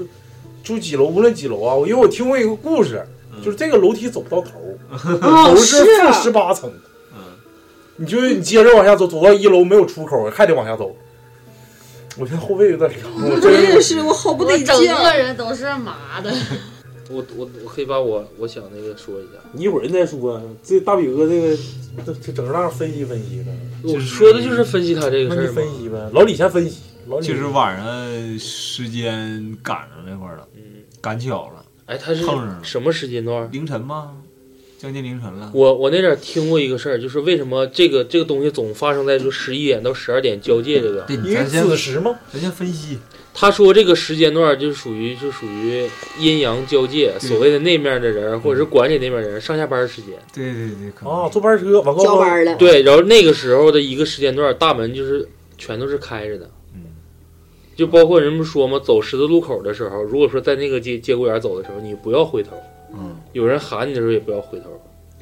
Speaker 3: 住几楼，无论几楼啊，因为我听过一个故事，就是这个楼梯走不到头，
Speaker 7: 啊
Speaker 3: 头
Speaker 7: 是
Speaker 3: 哦是负十八层，嗯你就你接着往下走，走到一楼没有出口，还得往下走。我现在后背有点凉，啊 (laughs) 我
Speaker 7: 我
Speaker 3: 真
Speaker 7: 也
Speaker 3: 是
Speaker 7: 是，我好不
Speaker 5: 我
Speaker 7: 得
Speaker 5: 整
Speaker 7: 劲儿。啊
Speaker 5: 个人都是麻的。
Speaker 4: 我我我可以把我我想那个说一下，
Speaker 3: 你一会儿再说，这大比哥这个这这整个浪分析分析呢，
Speaker 4: 我说的就是分析他这个
Speaker 3: 那
Speaker 4: 事
Speaker 3: 你
Speaker 4: 儿
Speaker 3: 分
Speaker 4: 嘛。
Speaker 3: 析呗，老李先分析，老李
Speaker 6: 就是晚上时间赶上那块儿了，
Speaker 4: 嗯，
Speaker 6: 赶巧了，
Speaker 4: 哎，他是
Speaker 6: 碰上了
Speaker 4: 什么时间段？
Speaker 6: 凌晨吗？将近凌晨了。
Speaker 4: 我我那阵儿听过一个事儿，就是为什么这个这个东西总发生在说十一点到十二点交界这个。
Speaker 6: 对，
Speaker 3: 因
Speaker 6: 你
Speaker 3: 为
Speaker 6: 咱先
Speaker 3: 子时嘛，
Speaker 6: 咱先分析，
Speaker 4: 他说这个时间段就是属于就属于阴阳交界，所谓的那面的人或者是
Speaker 3: 嗯
Speaker 4: 管理那面的人上下班时间。
Speaker 3: 哦
Speaker 6: 对对对，可能
Speaker 3: 啊，坐班车晚高
Speaker 7: 交
Speaker 3: 峰
Speaker 7: 班儿了，
Speaker 4: 对，然后那个时候的一个时间段，大门就是全都是开着的，
Speaker 6: 嗯，
Speaker 4: 就包括人们说嘛，走十字路口的时候，如果说在那个节节骨眼走的时候，你不要回头，
Speaker 6: 嗯，
Speaker 4: 有人喊你的时候也不要回头。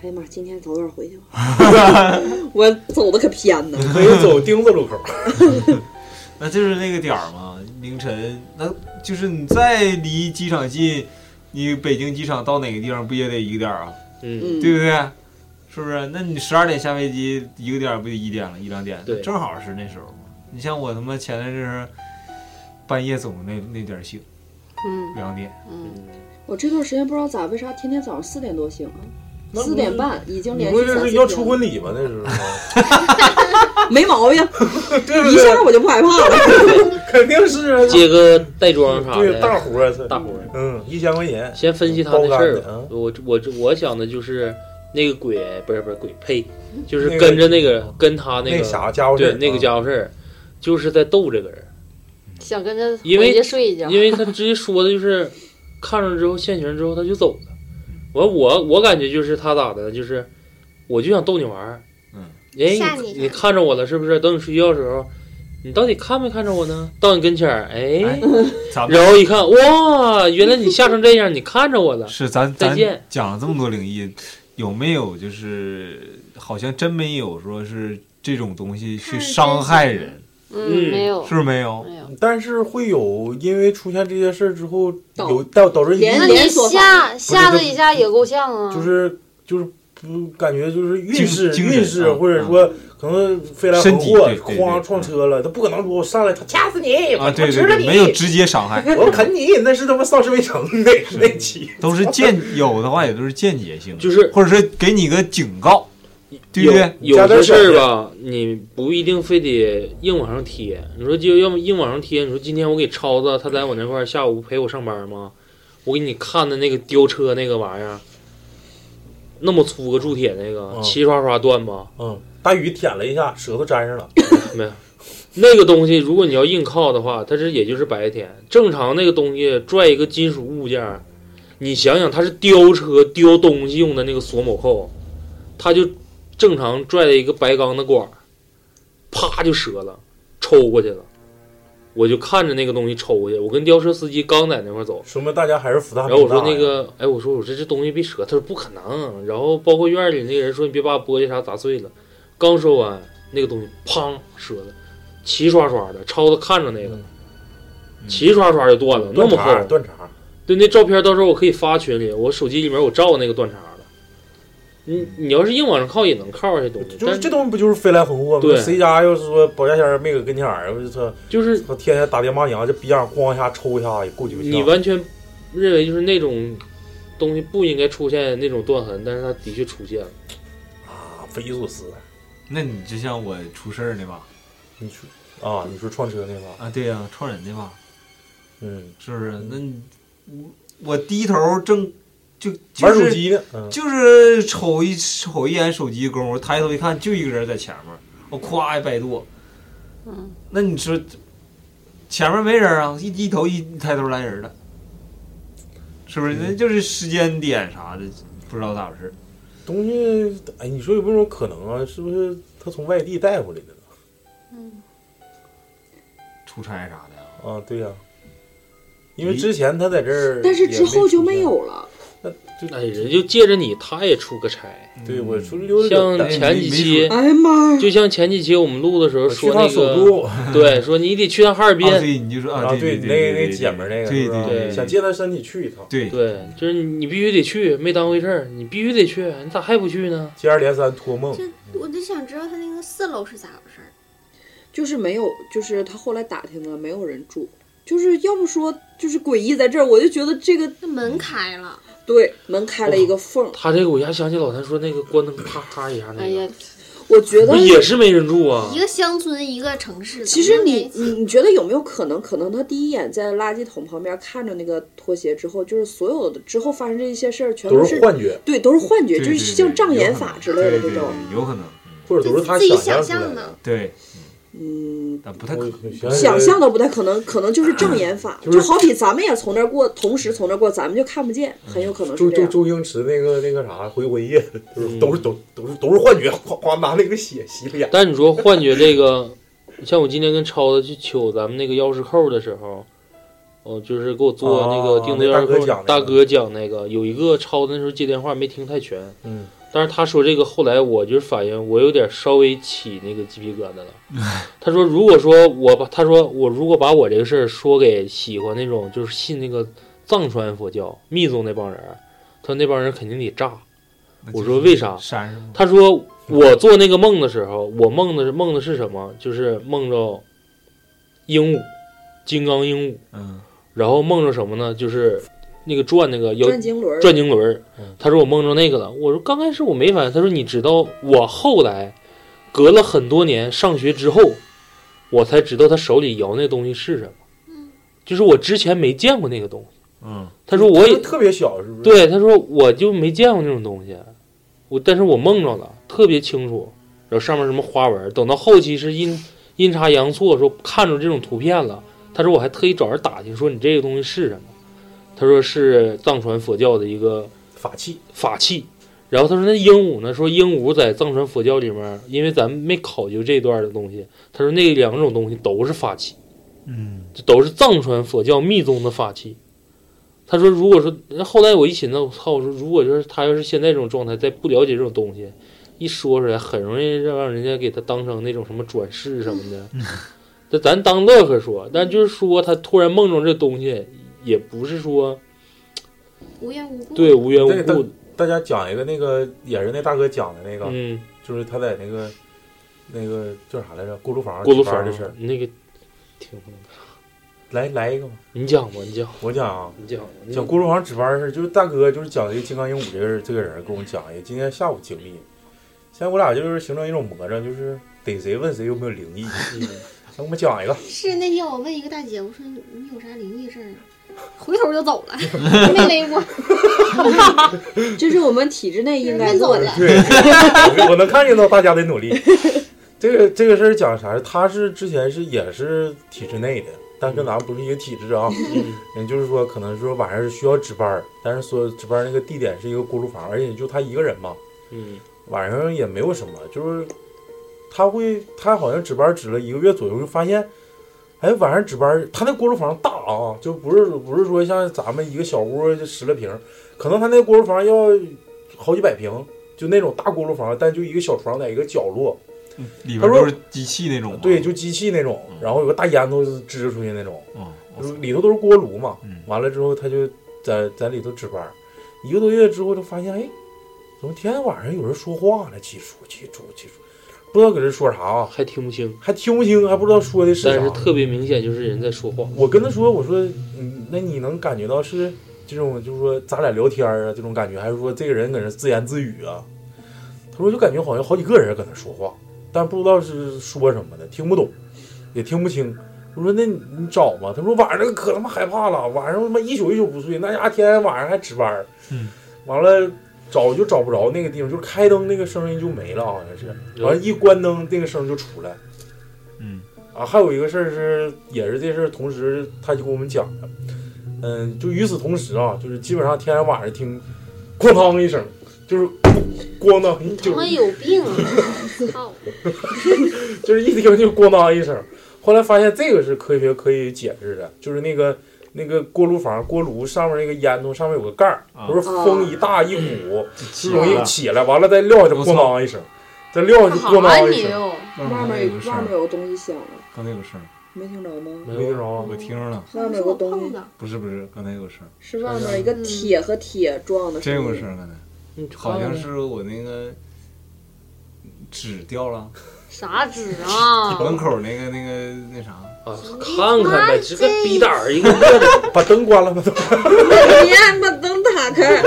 Speaker 7: 哎呀妈，今天早点回去吧，我走的可偏
Speaker 3: (laughs)
Speaker 7: 呢。
Speaker 3: 可以走丁字路口。
Speaker 6: 那就是那个点儿嘛，凌晨，那就是你再离机场近，你北京机场到哪个地方不也得一个点儿啊？
Speaker 4: 嗯，
Speaker 7: 嗯，
Speaker 6: 对不对？是不是？那你十二点下飞机，一个点儿不就一点了，一两点？
Speaker 4: 对
Speaker 6: 正好是那时候嘛。你像我他妈前段时候半夜总那那点儿醒，
Speaker 5: 嗯
Speaker 6: 两点，
Speaker 5: 嗯，
Speaker 7: 我这段时间不知道咋，为啥天天早上四点多醒啊？
Speaker 3: 那
Speaker 7: 四点半已经
Speaker 3: 你
Speaker 7: 连
Speaker 3: 不
Speaker 7: 续
Speaker 3: 这
Speaker 7: 三
Speaker 3: 是哦
Speaker 7: 四天
Speaker 3: 要
Speaker 7: 了
Speaker 3: 出婚礼吗？那 (laughs) 时候
Speaker 7: 没
Speaker 3: (laughs)
Speaker 7: 毛病，
Speaker 3: 对不
Speaker 7: 一
Speaker 3: 对？
Speaker 7: 下我就不害怕了。
Speaker 3: 肯定是啊，
Speaker 4: 接个带妆啥
Speaker 3: 对大
Speaker 4: 的，
Speaker 3: 活儿啊，
Speaker 4: 大活儿。
Speaker 3: 嗯，一千块钱，
Speaker 4: 先分析他的事
Speaker 3: 包干的
Speaker 4: 儿
Speaker 3: 啊，
Speaker 4: 我我我想的就是那个鬼，不是不是鬼，呸，就是
Speaker 3: 那个嗯
Speaker 4: 跟着那个跟他
Speaker 3: 那
Speaker 4: 个
Speaker 3: 啥家伙事
Speaker 4: 对
Speaker 3: 儿，
Speaker 4: 那个
Speaker 3: 啊
Speaker 4: 家伙事儿，就是在逗这个人。
Speaker 5: 想跟着
Speaker 4: 因为
Speaker 5: 回去睡一觉，
Speaker 4: 因为他直接说的就是看上之后现行之后他就走了。我我我感觉就是他咋的呢？就是我就想逗你玩儿，
Speaker 6: 嗯，
Speaker 4: 哎
Speaker 2: 吓，你一下
Speaker 4: 你看着我了是不是？等你睡觉的时候，你到底看没看着我呢？到你跟前儿，哎
Speaker 6: 哎，咱们
Speaker 4: 然后一看，哇，原来你吓成这样，你看着我了。
Speaker 6: 是咱
Speaker 4: 再
Speaker 6: 咱
Speaker 4: 见
Speaker 6: 讲了这么多灵异，有没有就是好像真没有说是这种东西去伤害人，
Speaker 4: 嗯
Speaker 5: 嗯没有
Speaker 6: 是不是没有？
Speaker 5: 没有，
Speaker 3: 但是会有，因为出现这些事儿之后，
Speaker 7: 导
Speaker 3: 有导导致一
Speaker 7: 连
Speaker 5: 那
Speaker 3: 定
Speaker 5: 你
Speaker 7: 连锁
Speaker 5: 吓吓
Speaker 3: 不
Speaker 5: 他
Speaker 3: 是
Speaker 5: 一下也够呛啊，
Speaker 3: 就是就是不感觉就是运
Speaker 6: 精
Speaker 3: 势
Speaker 6: 精神
Speaker 3: 运势，
Speaker 6: 啊
Speaker 3: 或者说可能飞来
Speaker 6: 身
Speaker 3: 横
Speaker 6: 体
Speaker 3: 祸
Speaker 6: 对，对对
Speaker 3: 哐
Speaker 4: 嗯
Speaker 3: 撞车了，他不可能说我上来他掐死你，
Speaker 6: 啊，
Speaker 3: (laughs) 我
Speaker 6: 对对
Speaker 3: 吃了
Speaker 6: 对，
Speaker 3: 你，
Speaker 6: 没有直
Speaker 3: (laughs)
Speaker 6: 接伤害，
Speaker 3: 我啃你，那是他妈丧尸围城那那期，
Speaker 6: 都是间有的话也都是间接性的，
Speaker 4: 就是
Speaker 6: 或者说给你个警告，对不
Speaker 4: 有
Speaker 6: 对？
Speaker 4: 有的事儿吧，你不一定非得硬往上贴。你说就要么硬往上贴，你说今天我给超子，他在我那块儿下午陪我上班吗？我给你看的那个吊车那个玩意儿，那么粗个铸铁那个，
Speaker 3: 嗯
Speaker 4: 齐刷刷断吧，
Speaker 3: 嗯，大雨舔了一下，舌头粘上了，
Speaker 4: 没有。那个东西，如果你要硬靠的话，它是也就是白天。正常那个东西拽一个金属物件儿，你想想它是吊车吊东西用的那个锁某扣，它就正常拽了一个白钢的管儿，啪就折了，抽过去了。我就看着那个东西抽过去，我跟吊车司机刚在那块儿走，
Speaker 3: 说明大家还是福大
Speaker 4: 然
Speaker 3: 命
Speaker 4: 后我说
Speaker 3: 大呀
Speaker 4: 那个，哎，我说我说这东西别折，他说不可能。然后包括院里那个人说你别把玻璃啥砸碎了。刚说完，那个东西砰折了，齐刷刷的，超子看着那个，齐刷刷就断了，那
Speaker 3: 嗯断
Speaker 4: 么
Speaker 3: 茬
Speaker 4: 厚。
Speaker 3: 断茬，
Speaker 4: 对，那照片到时候我可以发群里，我手机里面我照那个断茬了。你你要是硬往上靠也能靠这东西，
Speaker 3: 嗯就是
Speaker 4: 但
Speaker 3: 这东西不就是飞来横祸吗
Speaker 4: 对？
Speaker 3: 谁家要是说保家仙儿没搁跟前儿，我就操，
Speaker 4: 就是
Speaker 3: 他天天打爹骂娘，这逼样咣一下抽一下也够鸡巴呛
Speaker 4: 你完全认为就是那种东西不应该出现那种断痕，但是它的确出现了。
Speaker 3: 啊，匪夷所思。
Speaker 6: 那你就像我出事儿那把
Speaker 3: 你说啊，你说撞车那个，
Speaker 6: 啊，对呀、撞人那把，
Speaker 3: 嗯，
Speaker 6: 是不是？那你我低头正就就
Speaker 3: 玩手
Speaker 6: 是
Speaker 3: 机呢，嗯，
Speaker 6: 就是瞅一瞅一眼手机功夫，抬头一看，就一个人在前面儿，我咵一摆舵，
Speaker 5: 嗯，
Speaker 6: 那你说前面没人啊？一低头一一抬头来人了，是不是？
Speaker 3: 嗯
Speaker 6: 那就是时间点啥的，不知道咋回事儿。
Speaker 3: 东西，哎，你说有没有可能啊？是不是他从外地带回来的呢？
Speaker 6: 出差啥的呀、
Speaker 3: 啊，对呀、因为之前他在这儿，
Speaker 7: 但是之后就没。有了。
Speaker 4: 哎，人就借着你，他也出个差。
Speaker 3: 对，
Speaker 6: 嗯
Speaker 3: 我出去溜达
Speaker 4: 像
Speaker 3: 溜达，
Speaker 4: 前几期，
Speaker 7: 哎呀妈呀！
Speaker 4: 就像前几期我们录的时候
Speaker 3: 我去
Speaker 4: 说
Speaker 3: 趟
Speaker 4: 那
Speaker 3: 首
Speaker 4: 个，
Speaker 3: 都
Speaker 4: 对，说你得去趟哈尔滨
Speaker 6: 啊，，对，你就说啊，
Speaker 3: 啊，
Speaker 6: 对
Speaker 3: 那
Speaker 6: 对
Speaker 3: 那
Speaker 6: 对
Speaker 3: 姐们儿那个，
Speaker 6: 对
Speaker 3: 是吧
Speaker 4: 对对
Speaker 3: 想借他身体去一趟，
Speaker 6: 对对，
Speaker 4: 对，就是你必须得去，没当回事儿，你必须得去，你咋还不去呢？
Speaker 3: 接二连三托梦，
Speaker 2: 这我就想知道他那个四楼是咋回事儿。
Speaker 7: 就是没有，就是他后来打听了，没有人住，就是要不说就是诡异在这儿，我就觉得这个
Speaker 2: 那门开了，
Speaker 7: 对门开了一个缝儿，
Speaker 4: 他这个我一下想起老谭说那个关灯咔咔一下那
Speaker 5: 哎
Speaker 4: 个，
Speaker 5: 呀，
Speaker 7: 我觉得
Speaker 4: 不也是没人住啊
Speaker 2: 一？个乡村，一个城市。
Speaker 7: 其
Speaker 2: 怎
Speaker 7: 实
Speaker 2: 么
Speaker 7: 你
Speaker 2: 能在一
Speaker 7: 你你觉得有没有可能？可能他第一眼在垃圾桶旁边看着那个拖鞋之后，就是所有的之后发生这些事儿，全
Speaker 3: 都
Speaker 7: 都
Speaker 3: 是
Speaker 7: 是
Speaker 3: 幻觉，
Speaker 7: 对，都是幻觉，
Speaker 6: 对
Speaker 7: 就
Speaker 6: 对
Speaker 7: 是
Speaker 6: 对
Speaker 7: 像障眼
Speaker 6: 有可能
Speaker 7: 法之类的这
Speaker 6: 对对
Speaker 7: 种。
Speaker 6: 对有可能，嗯
Speaker 3: 或者都是他
Speaker 2: 自己
Speaker 3: 想
Speaker 2: 想
Speaker 3: 象出来
Speaker 2: 象
Speaker 3: 的
Speaker 2: 的。
Speaker 6: 对，
Speaker 7: 嗯，
Speaker 6: 但不太可能。
Speaker 3: 我
Speaker 7: 想象
Speaker 3: 的
Speaker 7: 都不太可能，可能就是障眼法，
Speaker 3: 就是
Speaker 7: 好比咱们也从那儿过，同时从那儿过，咱们就看不见，很有可能
Speaker 3: 周
Speaker 7: 是这
Speaker 3: 周
Speaker 7: 样。嗯
Speaker 3: 周星驰那个那个啥《回魂夜》，都是 (laughs) 都
Speaker 4: 嗯
Speaker 3: 是都都是都是幻觉，哗哗拿那个血洗脸，
Speaker 4: 但你说幻觉这个， (laughs) 像我今天跟超子去取咱们那个钥匙扣的时候，哦，就是给我做那个
Speaker 3: 啊
Speaker 4: 定
Speaker 3: 那
Speaker 4: 做钥
Speaker 3: 大
Speaker 4: 匙
Speaker 3: 哥
Speaker 4: 扣，
Speaker 3: 讲那
Speaker 4: 大
Speaker 3: 个
Speaker 4: 哥讲那个有一个超子那时候接电话没听太全，
Speaker 3: 嗯，
Speaker 4: 但是他说这个后来我就是反应我有点稍微起那个鸡皮疙瘩了。
Speaker 3: (laughs)
Speaker 4: 他说如果说我把他说我如果把我这个事儿说给喜欢那种就是信那个藏传佛教密宗那帮人儿，他说那帮人肯定得炸。
Speaker 6: 那
Speaker 4: 我
Speaker 6: 就
Speaker 4: 说
Speaker 6: 是
Speaker 4: 为啥
Speaker 6: 山上吗？
Speaker 4: 他说我做那个梦的时候，我梦的是梦的是什么？就是梦着鹦鹉，金刚鹦鹉，
Speaker 6: 嗯，
Speaker 4: 然后梦着什么呢？就是那个转那个有
Speaker 7: 转经轮儿，
Speaker 4: 转经轮儿
Speaker 3: 嗯。
Speaker 4: 他说我梦着那个了。我说刚开始我没反应。他说你知道我后来隔了很多年上学之后，我才知道他手里摇那东西是什么，就是我之前没见过那个东西。
Speaker 6: 嗯，
Speaker 4: 他说我
Speaker 3: 就
Speaker 4: 也
Speaker 3: 特别小，是不是？，
Speaker 4: 对，他说我就没见过那种东西，我但是我梦着了，特别清楚，然后上面什么花纹，等到后期是阴阴差阳错说看着这种图片了，他说我还特意找人打听说你这个东西是什么，他说是藏传佛教的一个
Speaker 3: 法器
Speaker 4: 法器。然后他说那鹦鹉呢？说鹦鹉在藏传佛教里面，因为咱们没考究这段的东西，他说那两种东西都是法器。
Speaker 6: 嗯，
Speaker 4: 这都是藏传佛教密宗的法器。他说，如果说那后来我一寻思，我操，我说如果就是他要是现在这种状态，再不了解这种东西，一说出来很容易让人家给他当成那种什么转世什么的。这咱当乐呵说，但就是说他突然梦中这东西，也不是说
Speaker 2: 无缘无故。
Speaker 4: 对无缘无
Speaker 3: 那
Speaker 4: 故
Speaker 3: 个。大家讲一个那个也是那大哥讲的那个，
Speaker 4: 嗯，
Speaker 3: 就是他在那个那个叫啥来着锅炉房
Speaker 4: 锅炉
Speaker 3: 值班
Speaker 4: 房嗯
Speaker 3: 的事儿，
Speaker 4: 那个挺好的，
Speaker 3: 来来一个吧，
Speaker 4: 你讲吧，你讲，
Speaker 3: 我讲啊。
Speaker 4: 你讲，
Speaker 7: 嗯
Speaker 4: 你
Speaker 3: 讲锅炉房值班的事儿，就是大哥就是讲这个金刚鹦鹉这个人这个人跟我们讲一个今天下午经历。现在我俩就是形成一种魔怔，就是逮谁问谁有没有灵异。
Speaker 4: 嗯
Speaker 3: 那我们讲一个，
Speaker 2: 是那天我问一个大姐，我说你有啥灵异事儿呢？啊回头就走了， (laughs) 没勒
Speaker 7: (laughs)
Speaker 2: 过，
Speaker 7: 这是我们体制内应该
Speaker 2: 没
Speaker 7: 做
Speaker 2: 走
Speaker 7: 的。
Speaker 2: 了。
Speaker 3: 对， (laughs) 我我能看见到大家的努力。这个这个事儿讲啥？他是之前是也是体制内的，但跟咱们不是一个体制啊。也就是说，可能说晚上是需要值班儿，但是说值班儿那个地点是一个锅炉房，而且就他一个人嘛。
Speaker 4: 嗯
Speaker 3: 晚上也没有什么，就是他会，他好像值班值了一个月左右，就发现，哎，晚上值班，他那锅炉房大啊，就不是不是说像咱们一个小屋就十来平，可能他那锅炉房要好几百平，就那种大锅炉房，但就一个小床在一个角落，
Speaker 6: 里
Speaker 3: 他
Speaker 6: 边
Speaker 3: 说
Speaker 6: 都是机器那种吗。
Speaker 3: 对，就机器那种，
Speaker 6: 嗯
Speaker 3: 然后有个大烟囱支出去那种，
Speaker 6: 嗯，我
Speaker 3: 就
Speaker 6: 操
Speaker 3: 是里头都是锅炉嘛，
Speaker 6: 嗯
Speaker 3: 完了之后，他就在在里头值班，一个多月之后就发现，哎，怎么天天晚上有人说话呢？起初，起初，起初，不知道搁这说啥啊，
Speaker 4: 还听不清，
Speaker 3: 还听不清，还不知道说的是
Speaker 4: 但是
Speaker 3: 啥。
Speaker 4: 特别明显就是人在说话。
Speaker 3: 我跟他说，我说，嗯，那你能感觉到是这种，就是说咱俩聊天啊，这种感觉，还是说这个人搁那自言自语啊？他说就感觉好像好几个人搁那说话，但不知道是说什么的，听不懂，也听不清。我说那你你找吧，他说晚上可他妈害怕了，晚上他妈一宿一宿不睡，那家天天晚上还值班儿。
Speaker 6: 嗯，
Speaker 3: 完了找就找不着那个地方，就是开灯那个声音就没了，好像是。完了，一关灯那个声就出来。
Speaker 6: 嗯
Speaker 3: 啊，还有一个事儿是，也是这事儿，同时他就跟我们讲的，嗯，就与此同时啊，就是基本上天天晚上听，哐当一声，就是咣当，
Speaker 5: 他
Speaker 3: 就
Speaker 5: 妈
Speaker 3: 是
Speaker 5: 有
Speaker 4: (laughs)
Speaker 5: 病啊！操！
Speaker 3: 就是一听就咣当一声。后来发现这个是科学可以解释的，就是那个那个锅炉房锅炉上面那个烟囱上面有个盖儿，
Speaker 6: 啊
Speaker 3: 不是风一大一鼓，
Speaker 6: 就起
Speaker 3: 就容易
Speaker 6: 来了
Speaker 3: 起来，完了再撂下咣当一声，再撂下
Speaker 5: 干
Speaker 3: 咣
Speaker 5: 啥
Speaker 3: 当一
Speaker 5: 呀啊你
Speaker 3: 声，
Speaker 5: 又？
Speaker 7: 外
Speaker 6: 外面
Speaker 7: 面
Speaker 6: 有个声
Speaker 7: 外面
Speaker 6: 儿，
Speaker 7: 有东西响了，
Speaker 6: 刚才有声儿，
Speaker 7: 没听着吗？
Speaker 3: 没听着啊？
Speaker 6: 我听着了，
Speaker 7: 外面
Speaker 2: 是
Speaker 7: 有个
Speaker 2: 我
Speaker 7: 东
Speaker 2: 碰嗯
Speaker 7: 西，
Speaker 2: 的，
Speaker 6: 不是不是，刚才有个声儿，
Speaker 7: 是外面一个铁和铁撞的
Speaker 6: 真
Speaker 7: 声
Speaker 6: 有个
Speaker 7: 音
Speaker 6: 声。儿，刚才
Speaker 4: 你看
Speaker 6: 好像
Speaker 4: 看
Speaker 6: 是我那个纸掉了，
Speaker 5: 啥纸啊？
Speaker 6: 门口那个那个那啥，
Speaker 4: 啊，看看呗，这个逼胆儿一个个的。
Speaker 3: 把灯关了吧，
Speaker 7: 别哎把灯打开，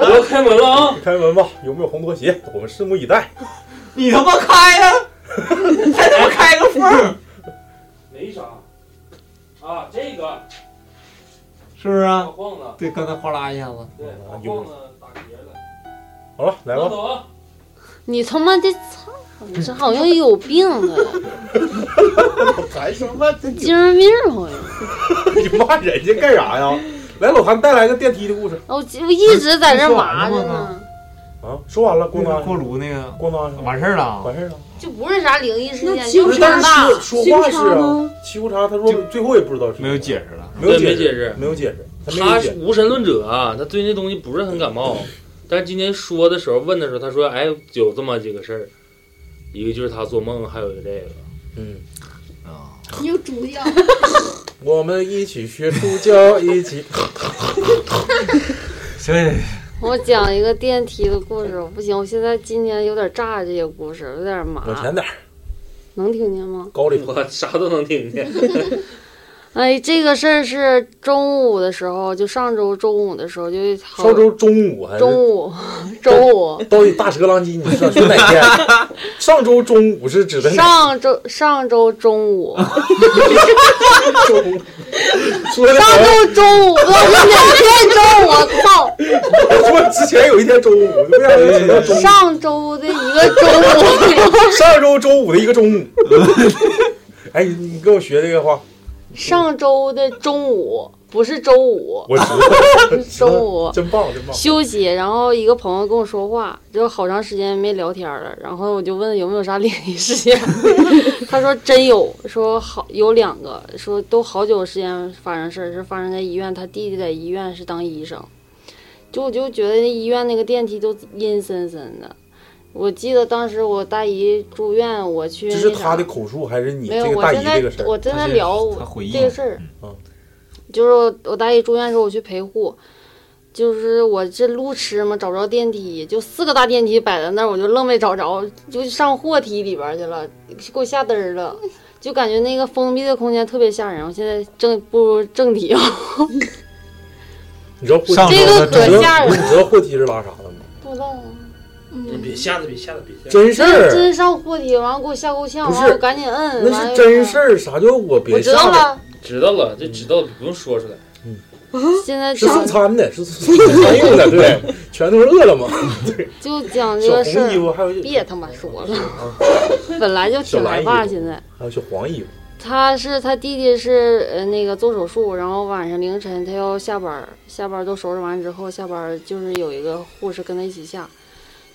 Speaker 4: 我要开门了啊！
Speaker 3: 开门吧，有没有红拖鞋？我们拭目以待。
Speaker 6: (laughs) 你他妈开 (laughs) 呀、还他妈开个缝儿，
Speaker 4: (laughs) 没啥。啊，这个
Speaker 6: (laughs) 是不是啊？
Speaker 4: 晃了，
Speaker 6: 对，刚才哗啦一下子，
Speaker 4: 对
Speaker 3: 打晃
Speaker 4: 了，打结了。
Speaker 3: 好了，来
Speaker 6: 哦
Speaker 3: 吧，
Speaker 4: 走啊！
Speaker 5: 你他妈的操！你这好像有病啊，
Speaker 8: 还什么？这
Speaker 5: 精神病好像。
Speaker 3: 你骂人家干啥呀？来，老谭带来个电梯的故事
Speaker 5: 我我哦一直在这麻着呢，
Speaker 3: 啊！说完了，咣
Speaker 6: 那个锅
Speaker 3: 当，
Speaker 6: 炉那个
Speaker 3: 咣当上，
Speaker 6: 嗯完事儿了。啊
Speaker 3: 完事儿了。
Speaker 5: 就不是啥灵异事件，
Speaker 7: 那
Speaker 5: 就
Speaker 3: 不，
Speaker 7: 就是
Speaker 5: 是
Speaker 3: 但
Speaker 5: 胆
Speaker 3: 是
Speaker 5: 大。
Speaker 3: 说说话是
Speaker 7: 西湖叉
Speaker 3: 啊
Speaker 7: 呢，
Speaker 3: 西湖叉，他说最后也不知道是
Speaker 6: 没有解释了，
Speaker 3: 没有
Speaker 4: 对
Speaker 3: 解
Speaker 4: 没解释
Speaker 3: 没有解释，他没
Speaker 4: 他
Speaker 3: 有
Speaker 4: 是
Speaker 3: 解释。
Speaker 4: 无神论者啊，他对那东西不是很感冒。但是今天说的时候，问的时候，他说：“哎，有这么几个事儿，一个就是他做梦，还有一个这个。
Speaker 3: 嗯，
Speaker 6: 啊，
Speaker 2: 你有主 (laughs) 意啊？
Speaker 3: 我们一起学出教，一起 (laughs)
Speaker 6: 行行行，
Speaker 5: 我讲一个电梯的故事，我不行，我现在今天有点炸这些故事，有点麻，
Speaker 3: 往前点儿，
Speaker 5: 能听见吗？
Speaker 3: 高里”头
Speaker 4: (laughs) 我啥都能听见。
Speaker 5: 哎，这个事儿是中午的时候，就上周中午的时候，就好
Speaker 3: 上周中午还是
Speaker 5: 中午， (laughs) 中午
Speaker 3: 到底大蛇狼藉？你说说哪
Speaker 5: (laughs)
Speaker 3: 天？上周中午是指的哪？
Speaker 5: 上周上周中午，
Speaker 3: 说的
Speaker 5: 上
Speaker 3: 好
Speaker 5: 周 (laughs) 中午，我是哪天中午？操！
Speaker 3: 像说之前有一天中午，为啥要扯到中午？
Speaker 5: 上周的一个中午，
Speaker 3: 上周周五的一个中午。 (laughs) 哎，你你跟我学这个话，
Speaker 5: 上周的中午不是周五，
Speaker 3: 我知道。
Speaker 5: (laughs) 中午
Speaker 3: 真棒，真棒。
Speaker 5: 休息，然后一个朋友跟我说话，就好长时间没聊天了，然后我就问有没有啥灵异
Speaker 3: (laughs)
Speaker 5: 事件，他说真有，说好有两个，说都好久时间发生事儿，是发生在医院，他弟弟在医院是当医生，就我就觉得那医院那个电梯都阴森森的。我记得当时我大姨住院，我去
Speaker 3: 这是
Speaker 5: 那啥
Speaker 3: 他的口述还是你
Speaker 5: 没
Speaker 3: 这
Speaker 5: 有，
Speaker 3: 个
Speaker 5: 我
Speaker 3: 大姨
Speaker 5: 正在
Speaker 3: 这个事儿？
Speaker 5: 我正
Speaker 6: 他
Speaker 5: 在
Speaker 6: 是
Speaker 5: 聊
Speaker 6: 他回忆
Speaker 5: 这个事儿
Speaker 3: 嗯，
Speaker 5: 就是我大姨住院的时候我去陪护，就是我这路痴嘛，找不着电梯，就四个大电梯摆在那儿，我就愣没找着，就上货梯里边去了，给我吓嘚儿了，就感觉那个封闭的空间特别吓人。我现在正步入正题啊，
Speaker 3: 你知道货
Speaker 6: 上
Speaker 3: 梯
Speaker 5: 这个
Speaker 3: 你
Speaker 5: 可
Speaker 3: 知
Speaker 5: 吓
Speaker 3: 道
Speaker 5: 人，
Speaker 3: 你知道货梯是拉啥的吗？
Speaker 5: 不知道啊。
Speaker 4: 你别吓他，别吓他，别吓他。
Speaker 3: 真事
Speaker 5: 真
Speaker 3: 儿，
Speaker 5: 真上货梯，完了给我吓够呛，
Speaker 3: 不是
Speaker 5: 完了我赶紧摁，
Speaker 3: 那
Speaker 5: 完
Speaker 3: 是
Speaker 5: 了
Speaker 3: 真事儿。啥叫我
Speaker 5: 我
Speaker 3: 别
Speaker 5: 知
Speaker 3: 吓
Speaker 5: 道
Speaker 3: 的？
Speaker 5: 了，
Speaker 4: (laughs) 知道了，这知道了，不用说出来。
Speaker 5: 现在
Speaker 3: 是
Speaker 5: 讲
Speaker 3: 送餐的，是送餐用的，对，
Speaker 6: (laughs)
Speaker 3: 全都是饿了么。
Speaker 5: 就讲这
Speaker 3: 小
Speaker 5: 个事
Speaker 3: 红
Speaker 5: 儿
Speaker 3: 衣。服还有
Speaker 5: 别他妈说了，本来就挺害
Speaker 3: 小蓝
Speaker 5: 怕。
Speaker 3: 衣服
Speaker 5: 现在
Speaker 3: 还有小黄衣服。
Speaker 5: 他是他弟弟是呃那个做手术，然后晚上凌晨他要下班儿，下班儿都收拾完之后，下班儿就是有一个护士跟他一起下，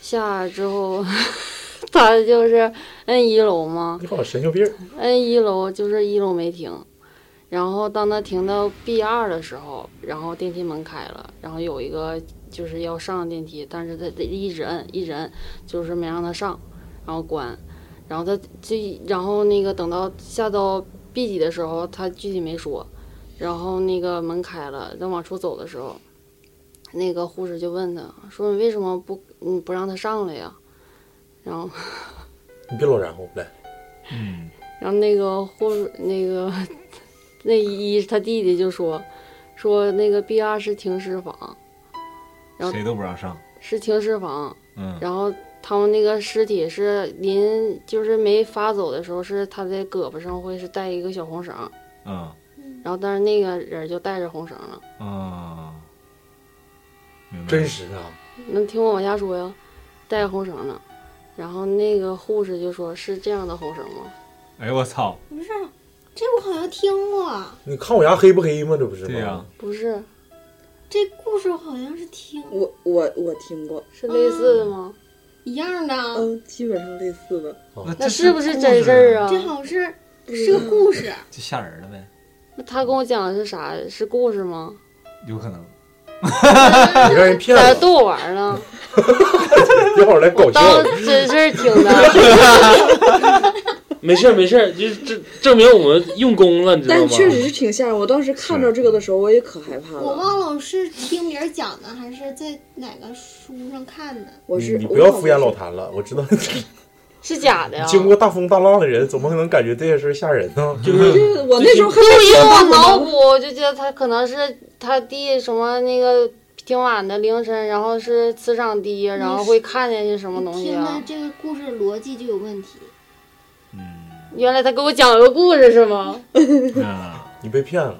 Speaker 5: 下之后 (laughs) 他就是摁一楼嘛，
Speaker 3: 你好像神经病儿。
Speaker 5: 摁一楼就是一楼没停，然后当他停到 B 二的时候，然后电梯门开了，然后有一个就是要上电梯，但是他得一直摁一直摁，就是没让他上，然后关，然后他这然后那个等到下到 B 几的时候，他具体没说，然后那个门开了，等往出走的时候，那个护士就问他说你为什么不你不让他上来呀？然后
Speaker 3: 你别老然后来，
Speaker 6: 嗯，
Speaker 5: 然后那个护士那个那一他弟弟就说说那个 B 二是停尸房，然后
Speaker 6: 嗯谁都不让上，
Speaker 5: 是停尸房，
Speaker 6: 嗯，
Speaker 5: 然后他们那个尸体是临就是没发走的时候，是他的胳膊上会是带一个小红绳，
Speaker 6: 嗯
Speaker 5: 然后但是那个人就带着红绳了。
Speaker 6: 啊，明白
Speaker 3: 真实啊！
Speaker 5: 能听我往下说呀？带着红绳呢。然后那个护士就说：“是这样的红绳吗
Speaker 6: 哎呦我操！
Speaker 2: 不是，这我好像听过，
Speaker 3: 你看我牙黑不黑吗？这不是吗？
Speaker 6: 对呀，？”
Speaker 5: 不是，
Speaker 2: 这故事我好像是听
Speaker 7: 我我我听过，
Speaker 5: 是类似的吗？
Speaker 2: 一样的啊，
Speaker 7: 嗯，基本上类似吧。
Speaker 5: 那
Speaker 6: 这
Speaker 5: 是不是真事儿啊？
Speaker 2: 这好像是是个故事。
Speaker 6: 故事？就吓人了呗，
Speaker 5: 那他跟我讲的是啥？是故事吗？
Speaker 6: 有可能。
Speaker 3: 你让人骗
Speaker 5: 在这
Speaker 3: 了，
Speaker 5: 逗我玩儿呢，
Speaker 3: 一会儿来搞
Speaker 5: 我
Speaker 3: 笑
Speaker 5: 当
Speaker 3: 了。
Speaker 5: 真事儿听的。
Speaker 4: 没事儿没事儿，就是证证明我们用功了，你知道
Speaker 7: 但
Speaker 4: 吗？
Speaker 7: 确实是挺吓人。我当时看到这个的时候，我也可害
Speaker 3: 嗯
Speaker 7: 怕
Speaker 2: 我
Speaker 7: 了。
Speaker 2: 忘了我是听别人讲的，还是在哪个书上看的。
Speaker 7: 我
Speaker 3: 你
Speaker 7: 是
Speaker 3: 你不要敷衍老
Speaker 7: 我
Speaker 3: 谭了，我知道
Speaker 5: 是假哎的呀！
Speaker 3: 经过大风大浪的人，怎么可能感觉这些事儿吓人呢？ (laughs)
Speaker 4: 就是
Speaker 6: 嗯
Speaker 7: 这个我
Speaker 2: (laughs)
Speaker 7: 那时候还
Speaker 5: 因为
Speaker 7: 挺
Speaker 5: 我
Speaker 7: 怕
Speaker 5: 脑
Speaker 7: 的。
Speaker 5: 补，我就觉得他可能是他弟什么那个挺晚的凌晨，然后是磁场低，然后会看见些什么东西
Speaker 9: 听的
Speaker 5: 啊？
Speaker 9: 这个故事逻辑就有问题。
Speaker 6: 嗯
Speaker 5: 原来他给我讲了个故事是吗？
Speaker 6: 啊，
Speaker 3: 你被骗了，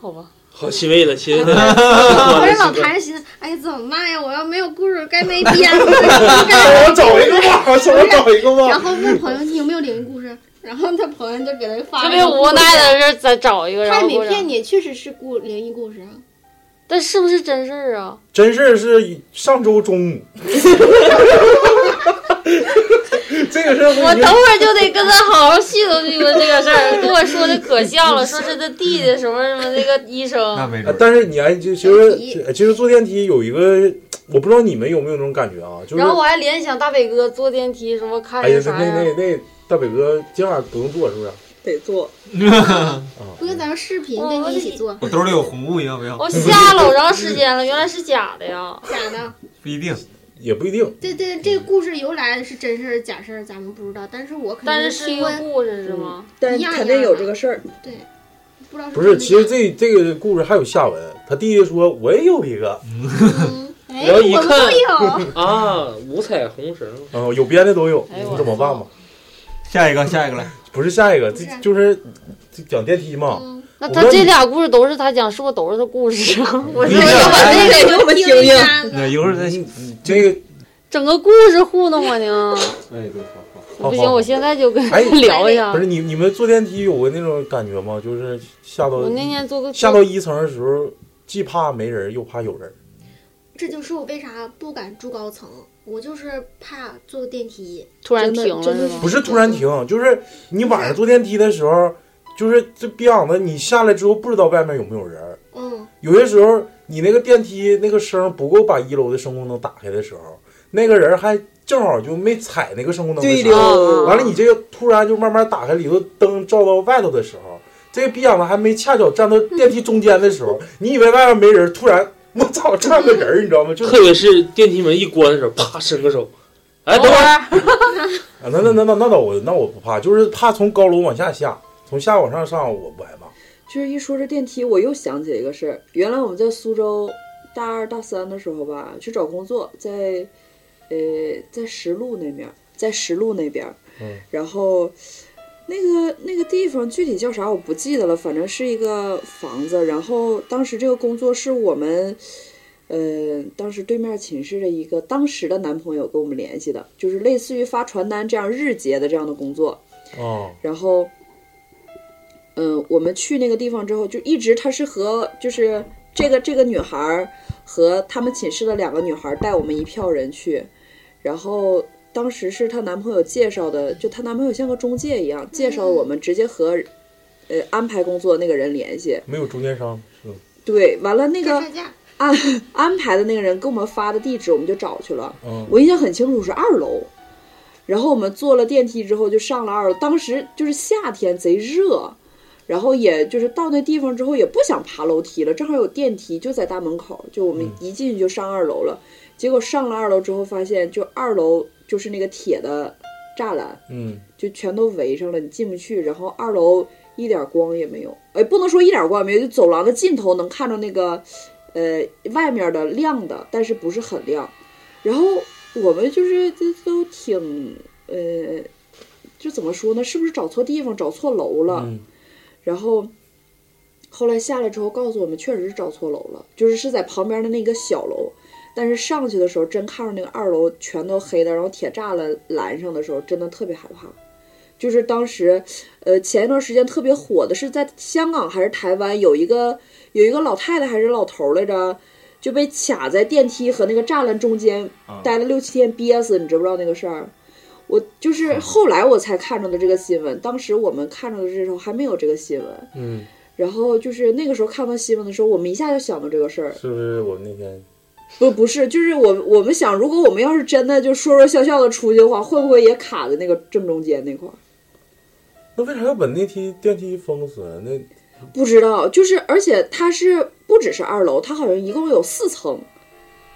Speaker 5: 好吧，
Speaker 4: 好欣慰了，欣慰了。
Speaker 3: 啊
Speaker 2: 我这老谈着寻思，哎，怎么办呀？我要没有故事，该没编了。我
Speaker 3: 哎 (laughs)
Speaker 2: 该
Speaker 8: 我找一个吧，我找一个
Speaker 2: 然
Speaker 8: 吧。
Speaker 2: 后问朋友你有没有灵异故事，然后他朋友就给他发
Speaker 5: 特
Speaker 2: 了
Speaker 5: 别
Speaker 2: 个故事。
Speaker 5: 无奈的是再找一个，然
Speaker 2: 他
Speaker 5: 后
Speaker 2: 也
Speaker 5: 给
Speaker 2: 没
Speaker 5: 我讲
Speaker 2: 骗，你，确实是故灵异故事啊。
Speaker 3: 嗯
Speaker 5: 但是不是真事儿啊？
Speaker 3: 真事儿是上周中午， (laughs)
Speaker 8: 这个事儿
Speaker 5: (laughs) 我
Speaker 8: 我已
Speaker 5: 等
Speaker 8: 经
Speaker 5: 会儿就得跟他好好细数细数这个事儿，跟我说的可笑了，说是他弟弟什么什么那个医
Speaker 6: (laughs) 那
Speaker 5: 生，
Speaker 6: 没
Speaker 3: 呃
Speaker 6: 准儿。
Speaker 3: 但是你还就其实其实坐电梯有一个，我不知道你们有没有那种感觉啊，就是
Speaker 5: 然后我还联想大北哥坐电梯什么看
Speaker 3: 哎呀
Speaker 5: 见，
Speaker 3: 那
Speaker 5: 啥
Speaker 3: 那
Speaker 5: 呀
Speaker 3: 那？那大北哥今晚不用坐是不是？
Speaker 7: 得做。
Speaker 2: 不跟咱们视频
Speaker 5: 我
Speaker 2: 跟
Speaker 5: 我
Speaker 2: 你一起
Speaker 5: 得
Speaker 2: 做，
Speaker 6: (laughs) 我兜里有红布，你要不要？
Speaker 5: 我下老长时间了，原来是假的呀！
Speaker 2: 假的。
Speaker 6: 不一定，
Speaker 3: 也不一定，
Speaker 2: 这这这个故事由来是真事儿假事儿，咱们不知道。但是我肯
Speaker 5: 但
Speaker 2: 定
Speaker 5: 是是一
Speaker 2: 听
Speaker 5: 个
Speaker 2: 闻，
Speaker 5: 故事是吗？
Speaker 3: 嗯
Speaker 7: 但
Speaker 2: 一样
Speaker 7: 肯
Speaker 2: 一样
Speaker 7: 定有
Speaker 2: 的
Speaker 7: 这个事儿，
Speaker 2: 不知道
Speaker 3: 不是。
Speaker 2: 真的
Speaker 3: 其实
Speaker 2: 假的
Speaker 3: 这这个故事还有下文，他弟弟说我也有一个，
Speaker 2: 嗯哎，
Speaker 4: 然后一
Speaker 2: 我们
Speaker 4: 看
Speaker 2: 都有。
Speaker 4: (laughs) 啊，五彩红绳，
Speaker 3: 嗯、有编的都有，
Speaker 5: 哎呦
Speaker 3: 你怎么办吧？
Speaker 6: 下一个，下一个来。
Speaker 3: 不是下一个，这
Speaker 2: 不是
Speaker 3: 就是这讲电梯嘛。
Speaker 2: 嗯，
Speaker 5: 那他这俩故事都是他讲，是不是都是他故事啊？
Speaker 3: 哎
Speaker 5: (laughs) 我
Speaker 6: 你
Speaker 5: 这
Speaker 6: 俩
Speaker 5: 把那个
Speaker 7: 给我们
Speaker 2: 嗯
Speaker 7: 听
Speaker 2: 一
Speaker 7: 听。
Speaker 2: 下子
Speaker 6: 那一会儿再。
Speaker 3: 这个
Speaker 5: 整个故事糊弄我呢。
Speaker 6: 哎，对，好好。
Speaker 3: 好好
Speaker 5: 不行，我现在就跟他
Speaker 3: 哎
Speaker 5: (laughs) 聊一下
Speaker 3: 不。是你你们坐电梯有过那种感觉吗？就是下到
Speaker 5: 我那天做个
Speaker 3: 下到一层的时候，既怕没人又怕有人。
Speaker 2: 这就是我为啥不敢住高层，我就是怕坐电梯。
Speaker 5: 突然停了
Speaker 7: 真的
Speaker 5: 是吗
Speaker 3: 不？是突然
Speaker 7: 嗯
Speaker 3: 停，就是你晚上坐电梯的时候，就是这逼样子，你下来之后不知道外面有没有人儿。
Speaker 2: 嗯，
Speaker 3: 有些时候你那个电梯那个声不够把一楼的声控灯打开的时候，那个人还正好就没踩那个声控灯的
Speaker 7: 对
Speaker 3: 时候，
Speaker 5: 啊
Speaker 7: 溜，
Speaker 3: 完了你这个突然就慢慢打开里头灯照到外头的时候，这个逼样子还没恰巧站到电梯中间的时候，你以为外面没人，突然我操站个人儿，你知道吗？就是
Speaker 4: 特别是电梯门一关的时候，啪伸个手，哎，等会儿，
Speaker 5: 儿，
Speaker 3: 啊，那那那那那倒我那我不怕，就是怕从高楼往下下，从下往上上我不害怕。
Speaker 7: 就是一说这电梯，我又想起一个事儿。原来我们在苏州大二大三的时候吧，去找工作，在呃在石路那面儿，在石路那边，
Speaker 3: 嗯，
Speaker 7: 然后那个那个地方具体叫啥我不记得了，反正是一个房子。然后当时这个工作是我们。呃，当时对面寝室的一个当时的男朋友跟我们联系的，就是类似于发传单这样日结的这样的工作。
Speaker 3: 哦，
Speaker 7: 然后，嗯、我们去那个地方之后，就一直他是和就是这个这个女孩儿和他们寝室的两个女孩儿带我们一票人去，然后当时是她男朋友介绍的，就她男朋友像个中介一样介绍我们，直接和呃安排工作那个人联系。
Speaker 3: 没有中间商，嗯，
Speaker 7: 对，完了那个
Speaker 2: 干架。
Speaker 7: 安安排的那个人给我们发的地址，我们就找去了。
Speaker 3: 嗯
Speaker 7: 我印象很清楚是二楼，然后我们坐了电梯之后就上了二楼，当时就是夏天贼热，然后也就是到那地方之后也不想爬楼梯了，正好有电梯就在大门口，就我们一进去就上二楼了，结果上了二楼之后发现就二楼就是那个铁的栅栏，
Speaker 3: 嗯，
Speaker 7: 就全都围上了，你进不去。然后二楼一点光也没有，哎，不能说一点光也没有，就走廊的尽头能看到那个，呃，外面的亮的，但是不是很亮。然后我们就是这都挺，呃，就怎么说呢？是不是找错地方，找错楼了？
Speaker 3: 嗯
Speaker 7: 然后后来下来之后告诉我们，确实是找错楼了，就是是在旁边的那个小楼。但是上去的时候，真看着那个二楼全都黑的，然后铁栅栏拦上的时候，真的特别害怕。就是当时，呃，前一段时间特别火的是在香港还是台湾，有一个有一个老太太还是老头儿来着，就被卡在电梯和那个栅栏中间
Speaker 6: 啊
Speaker 7: 待了六七天，憋死，你知不知道那个事儿？我
Speaker 3: 嗯
Speaker 7: 就是后来我才看着的这个新闻，当时我们看着的时候还没有这个新闻。
Speaker 3: 嗯，
Speaker 7: 然后就是那个时候看到新闻的时候，我们一下就想到这个事儿。
Speaker 3: 是不是我们那天
Speaker 7: 不，不是，就是我我们想，如果我们要是真的就说说笑笑的出去的话，会不会也卡在那个正中间那块儿？
Speaker 3: 那为啥要把那梯电梯封死啊？那
Speaker 7: 不知道，就是而且它是不只是二楼，它好像一共有四层。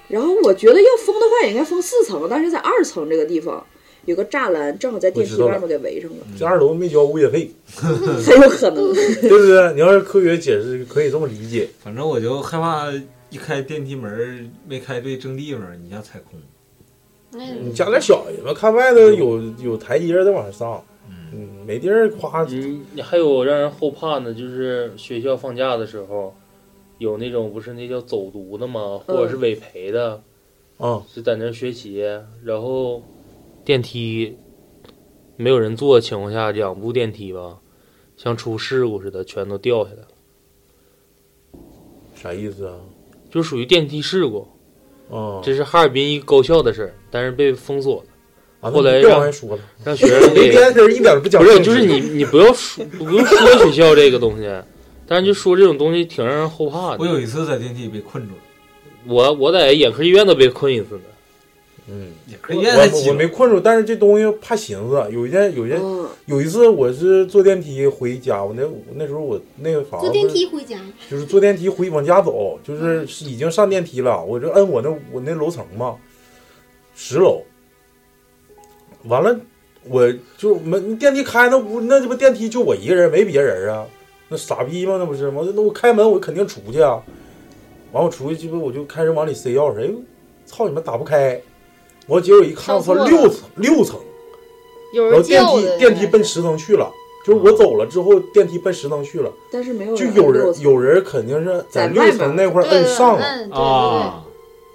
Speaker 7: 然后我觉得要封的话，也应该封四层，但是在二层这个地方有个栅栏，正好在电
Speaker 3: 我
Speaker 7: 梯
Speaker 3: 知道
Speaker 7: 外
Speaker 3: 了
Speaker 7: 面给围上了，
Speaker 3: 这二楼没交物业费， (laughs)
Speaker 7: 很有可能。
Speaker 3: 嗯对不对？你要是科学解释，可以这么理解。
Speaker 6: 反正我就害怕一开电梯门儿没开对正地方，你家踩空。
Speaker 5: 那
Speaker 3: 你加点小心吧，看外头有有台阶儿再往上，
Speaker 6: 嗯，
Speaker 3: 嗯，没地儿夸
Speaker 4: 你你还有让人后怕呢，就是学校放假的时候，有那种不是那叫走读的吗？或者是委培的，
Speaker 3: 啊，
Speaker 4: 就在那儿学习，然后电梯没有人坐的情况下，两部电梯吧，像出事故似的，全都掉下来了，
Speaker 3: 啥意思啊？
Speaker 4: 就属于电梯事故。
Speaker 3: 啊，
Speaker 4: 这是哈尔滨一个高校的事儿，但是被封锁了，
Speaker 3: 啊
Speaker 4: 后来
Speaker 3: 别往
Speaker 4: 让
Speaker 3: 外说了，
Speaker 4: 让学生
Speaker 3: 一 (laughs)
Speaker 4: 给
Speaker 3: 天人一点儿不讲
Speaker 4: 不
Speaker 3: 正事，
Speaker 4: 是，就是你，你不要说，不用说学校这个东西，但是就说这种东西挺让人后怕
Speaker 6: 我
Speaker 4: 的。
Speaker 6: 有一次在电梯被困住了，
Speaker 4: 我我在眼科医院都被困一次呢。
Speaker 3: 嗯，
Speaker 6: 也可
Speaker 5: 啊
Speaker 6: 以在
Speaker 3: 我我没困住，但是这东西怕寻思。有一天，有一天，
Speaker 7: 嗯，
Speaker 3: 有一次我是坐电梯回家，我那我那时候我那个房
Speaker 9: 坐
Speaker 3: 子
Speaker 9: 电梯回家，
Speaker 3: 就是坐电梯回往家走，就是
Speaker 5: 嗯
Speaker 3: 已经上电梯了，我就摁我那我那楼层嘛，十楼。完了，我就门电梯开那屋那这不电梯就我一个人没别人啊，那傻逼吗？那不是吗？那我开门我肯定出去啊。完我出去鸡巴我就开始往里塞钥匙，哎呦，操你妈打不开！我结果一看，我操
Speaker 5: 上错了
Speaker 3: 六层六层，
Speaker 5: 有
Speaker 3: 然后
Speaker 5: 人
Speaker 3: 电
Speaker 5: 叫
Speaker 3: 梯
Speaker 5: 的，嗯
Speaker 3: 电梯奔十层去了，就是我走了之后电梯奔十层去了。
Speaker 7: 但是没有
Speaker 3: 就
Speaker 7: 人
Speaker 3: 有
Speaker 7: 摁六
Speaker 3: 人
Speaker 7: 层
Speaker 3: 有人肯定是在
Speaker 7: 在
Speaker 3: 六
Speaker 7: 外
Speaker 3: 层
Speaker 7: 面
Speaker 3: 那块儿
Speaker 5: 对
Speaker 3: 摁
Speaker 5: 对
Speaker 3: 上了。
Speaker 2: 嗯
Speaker 3: 啊
Speaker 5: 摁，对
Speaker 6: 啊，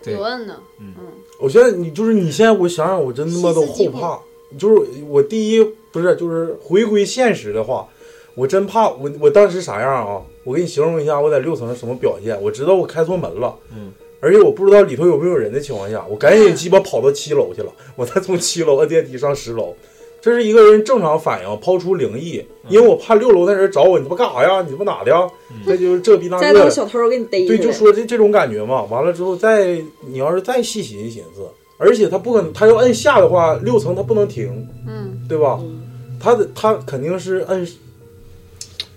Speaker 5: 对对，
Speaker 6: 对
Speaker 5: 有，摁的，
Speaker 6: 嗯
Speaker 5: 嗯，
Speaker 3: 我现在你就是你现在我想想，我真他妈都后怕。就是我第一不是就是回归现实的话，我真怕我我当时啥样啊？我给你形容一下我在六层是什么表现。我知道我开错门了，
Speaker 6: 嗯，
Speaker 3: 而且我不知道里头有没有人的情况下，我赶紧鸡巴跑到七楼去了，我再从七楼摁电梯上十楼。这是一个人正常反应，抛出灵异，因为我怕六楼那人找我，你他妈干啥呀？你他妈哪的呀？这就是这逼那
Speaker 7: 再
Speaker 3: 个
Speaker 7: 等
Speaker 3: 的
Speaker 7: 小偷儿给你逮起
Speaker 3: 对，
Speaker 7: 来，
Speaker 3: 就说这这种感觉嘛。完了之后再，你要是再细寻寻思，而且他不可能，他要摁下的话，六层他不能停，
Speaker 5: 嗯，
Speaker 3: 对吧？
Speaker 7: 嗯
Speaker 3: 他的他肯定是摁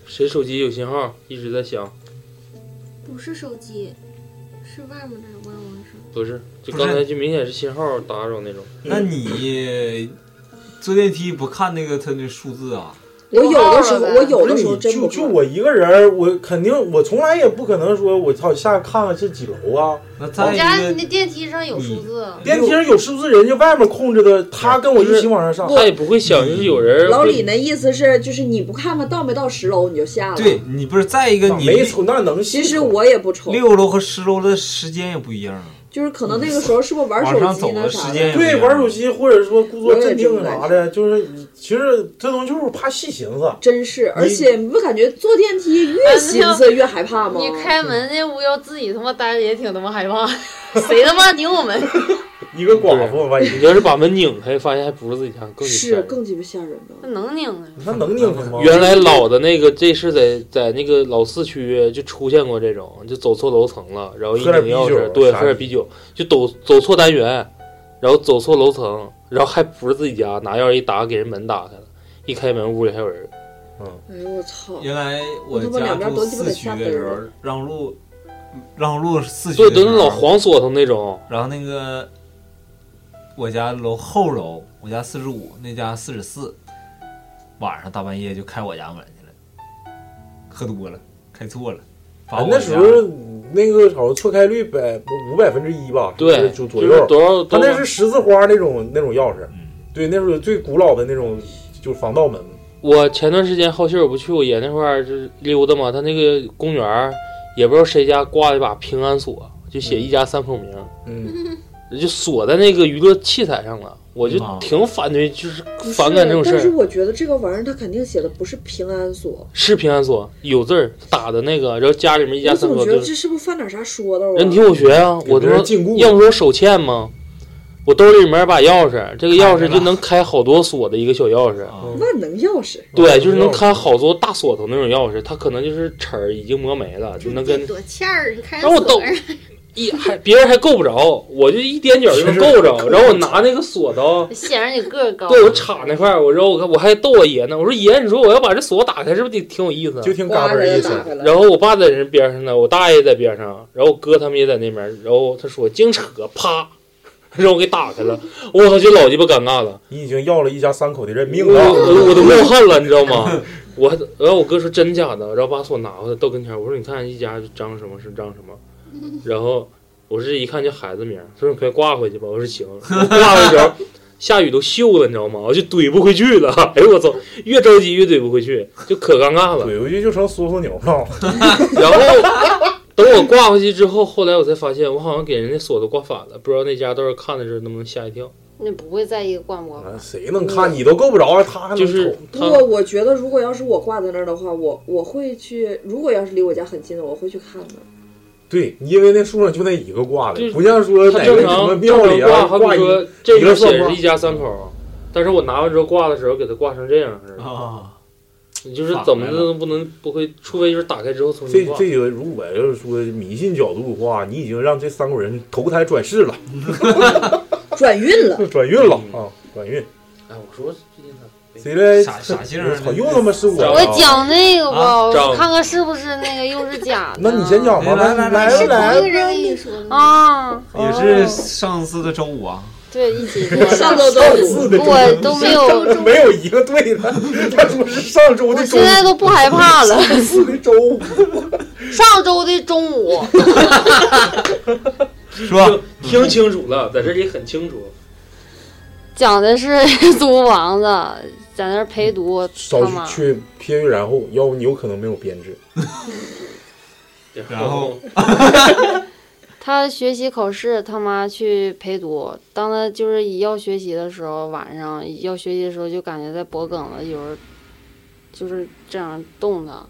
Speaker 4: 谁手机有信号一直在响？
Speaker 9: 不是手机，是外面的嗡嗡声。
Speaker 4: 不是，就
Speaker 6: 不是
Speaker 4: 刚才就明显是信号打扰那种。
Speaker 6: 那你坐电梯不看那个它的数字啊？
Speaker 7: 我有的
Speaker 5: 溜号
Speaker 7: 时候
Speaker 5: 了呗
Speaker 7: 我有
Speaker 3: 不是
Speaker 7: 的时候
Speaker 3: 你
Speaker 7: 真
Speaker 3: 就
Speaker 7: 不
Speaker 3: 就
Speaker 7: 看
Speaker 3: 我一个人儿，我肯定我从来也不可能说我操下看看是几楼啊，
Speaker 6: 那
Speaker 5: 我
Speaker 6: 再一
Speaker 5: 家
Speaker 6: 个
Speaker 5: 那电梯上有数字，
Speaker 7: 啊
Speaker 3: 电梯上有是不是人家外面控制的，他跟我一起往上上。
Speaker 4: 他也不会想，就是有人
Speaker 7: 老李
Speaker 4: 会，
Speaker 7: 那意思是，就是你不看看到没到十楼你就下了。
Speaker 6: 对，你不是再一个
Speaker 3: 那
Speaker 6: 你
Speaker 3: 没瞅那能细
Speaker 7: 其实
Speaker 3: 瞅
Speaker 7: 我也不瞅，
Speaker 6: 六楼和十楼的时间也不一样啊，
Speaker 7: 就是可能那个时候是不是玩
Speaker 6: 往上
Speaker 7: 手
Speaker 6: 走
Speaker 7: 机
Speaker 6: 的
Speaker 7: 呢
Speaker 6: 时
Speaker 7: 啥
Speaker 6: 间
Speaker 7: 的。
Speaker 6: 也不一
Speaker 3: 对
Speaker 6: 样
Speaker 3: 玩手机或者说故作
Speaker 7: 我也
Speaker 3: 镇
Speaker 7: 这么
Speaker 3: 定啥的，就是其实这东西就是怕细寻思。
Speaker 7: 真是，而且你不感觉坐电梯越寻思越害怕吗？
Speaker 5: 你开门那屋要自己他妈待着也挺他妈害怕， (laughs) 谁他妈拧我门？
Speaker 3: 一个寡妇万一
Speaker 4: 你要是把门拧开，发现还不是自己家，更吓
Speaker 7: 是
Speaker 4: 人
Speaker 7: 更鸡巴吓人的。
Speaker 5: 能拧啊！
Speaker 3: 他能拧开吗？
Speaker 4: 原来老的那个，这是在在那个老四区就出现过这种，就走错楼层了，然后一拧
Speaker 3: 喝点啤
Speaker 4: 钥匙，
Speaker 3: 酒啊
Speaker 4: 对，
Speaker 3: 啥
Speaker 4: 喝点啤酒，就走走错单元，然后走错楼层，然后还不是自己家，拿钥匙一打给人门打开了，一开门屋里还有人，
Speaker 7: 哎呦我操！
Speaker 6: 原来我
Speaker 7: 我他妈
Speaker 6: 家
Speaker 7: 两边
Speaker 6: 住
Speaker 7: 都鸡巴
Speaker 6: 四
Speaker 7: 得
Speaker 6: 区
Speaker 7: 下
Speaker 6: 的
Speaker 7: 嘚儿
Speaker 6: 时候，让路，让路四区
Speaker 4: 对，
Speaker 6: 的
Speaker 4: 都
Speaker 6: 时
Speaker 4: 是
Speaker 6: 候
Speaker 4: 老黄锁头那种，
Speaker 6: 然后那个我家楼后楼，我家四十五，那家四十四，晚上大半夜就开我家门去了，喝多了，开错了，把
Speaker 3: 啊
Speaker 6: 我，
Speaker 3: 那
Speaker 6: 家
Speaker 3: 时候那个好像错开率百五百分之一吧，
Speaker 4: 对，
Speaker 3: 就
Speaker 4: 就
Speaker 3: 左
Speaker 4: 是
Speaker 3: 右。
Speaker 4: 多少
Speaker 3: 他
Speaker 4: 多
Speaker 3: 那
Speaker 4: 少
Speaker 3: 是。十字花那种那种钥匙，
Speaker 6: 嗯
Speaker 3: 对，那时候最古老的那种就是防盗门，
Speaker 4: 我前段时间好心儿我不去我爷那块儿就是溜达嘛，他那个公园儿也不知道谁家挂了一把平安锁，就写一家三口名。
Speaker 3: 嗯，
Speaker 4: 就锁在那个娱乐器材上了，我就
Speaker 6: 嗯
Speaker 4: 挺反对，就是
Speaker 7: 不是
Speaker 4: 反感这种事
Speaker 7: 但是
Speaker 4: 儿。
Speaker 7: 我觉得这个玩意儿它肯定写的不是平安锁，
Speaker 4: 是平安锁，有字儿打的那个，然后家里面一家
Speaker 7: 我
Speaker 4: 三
Speaker 7: 总
Speaker 4: 口
Speaker 7: 觉
Speaker 4: 就
Speaker 7: 得这是不是犯点啥说道啊？
Speaker 4: 人听我学啊，
Speaker 3: 给
Speaker 4: 我他
Speaker 3: 别
Speaker 4: 妈
Speaker 3: 人禁锢
Speaker 4: 要不说手欠吗？我兜里面有把钥匙，这个钥匙就能开好多锁的一个小钥匙，
Speaker 6: 啊，
Speaker 3: 嗯
Speaker 7: 万能钥匙，
Speaker 4: 对，就是能开好多大锁头那种钥匙，它可能就是齿儿已经磨没了，就能
Speaker 9: 这
Speaker 4: 跟
Speaker 9: 多欠儿，你看
Speaker 4: 让我抖
Speaker 9: 锁儿
Speaker 4: 一还别人还够不着，我就一踮脚就能够着，然后我拿那个锁头。
Speaker 5: 显然你个儿高，
Speaker 4: 对我插那块儿，我说我看我还逗我爷呢，我说爷，你说我要把这锁打开，是不是得挺有意思啊？
Speaker 3: 就听嘎
Speaker 7: 呱
Speaker 3: 嘣
Speaker 7: 人
Speaker 3: 一
Speaker 7: 打
Speaker 3: 声，
Speaker 7: 开了。
Speaker 4: 然后我爸在人边上呢，我大爷在边上，然后我哥他们也在那边，然后他说净扯，啪， (laughs) 让我给打开了，我操，就老鸡巴尴尬了，
Speaker 3: 你已经要了一家三口的人
Speaker 4: 我
Speaker 3: 命了。
Speaker 4: 哦我我都冒汗 (laughs) 了，你知道吗？
Speaker 7: (laughs)
Speaker 4: 我然后我哥说真假的，然后把锁拿过来到跟前儿，我说你看一家张什么是张什么，然后我是一看就孩子名儿，他说你快挂回去吧。我说行，我挂回去
Speaker 7: (laughs)
Speaker 4: 的时候下雨都锈了，你知道吗？我就怼不回去了。哎呦我操，越着急越怼不回去，就可尴尬了。
Speaker 3: 怼回去就成缩缩牛了。
Speaker 4: 然后等我挂回去之后，后来我才发现我好像给人家锁都挂反了，不知道那家到时候看的时候能不能吓一跳。
Speaker 5: 那不会在意挂不挂。
Speaker 3: 啊谁能看你都够不着，啊他还能
Speaker 4: 就是
Speaker 3: 瞅
Speaker 7: 不
Speaker 4: 他
Speaker 7: 过我觉得，如果要是我挂在那儿的话，我我会去。如果要是离我家很近的，我会去看的。
Speaker 3: 对，因为那树上就那一个挂
Speaker 4: 就
Speaker 3: 的，不像说
Speaker 4: 他
Speaker 3: 哪
Speaker 4: 正
Speaker 3: 个什么
Speaker 4: 常
Speaker 3: 庙里
Speaker 4: 正
Speaker 3: 啊
Speaker 4: 常挂，好
Speaker 3: 挂
Speaker 4: 比
Speaker 3: 一
Speaker 4: 说这
Speaker 3: 一个
Speaker 4: 个
Speaker 3: 算
Speaker 4: 显
Speaker 3: 法
Speaker 4: 示一家三口，但是我拿完之后挂的时候给它挂成这样似的，
Speaker 6: 啊，
Speaker 4: 你就是怎么都不能不会，除非就是打开之后重
Speaker 3: 这
Speaker 4: 新挂。
Speaker 3: 这个，如果要是说迷信角度的话，你已经让这三口人投胎转世了，
Speaker 7: 转运
Speaker 3: (laughs)
Speaker 7: 了，
Speaker 3: 转运了
Speaker 4: 嗯
Speaker 3: 啊，转运。
Speaker 4: 哎，我说最近他
Speaker 3: 谁来？
Speaker 6: 傻傻性儿
Speaker 3: 我操，又他妈是我！
Speaker 4: 我
Speaker 5: 我讲那个吧，
Speaker 6: 啊
Speaker 4: 找
Speaker 5: 我看看是不是那个又是假的。
Speaker 3: 那你先讲吧，
Speaker 6: 来来
Speaker 3: 来
Speaker 6: 来
Speaker 3: 来
Speaker 9: 同一个
Speaker 3: 来，
Speaker 9: 人跟你说的
Speaker 3: (laughs)
Speaker 9: 吗？
Speaker 5: 啊，
Speaker 6: 也是上次的周五啊，
Speaker 5: 对，一起做的。
Speaker 7: 上周周五
Speaker 3: 四的
Speaker 5: 我都没有，
Speaker 3: 没有一个对的。他说是上周
Speaker 5: 我
Speaker 3: 的周
Speaker 5: 现在都不害怕了。
Speaker 3: 四的周五，
Speaker 5: 上周的中午，
Speaker 6: 说
Speaker 4: 听清楚了，在这里很清楚。
Speaker 5: 讲的是 (laughs) 租房子，在那儿陪读他
Speaker 3: 少
Speaker 5: 妈。
Speaker 3: 去去偏于然后，要不你有可能没有编制。
Speaker 6: 然后
Speaker 5: 他学习考试，他妈去陪读。当他就是一要学习的时候，晚上一要学习的时候，就感觉在脖梗子有人就是这样动他，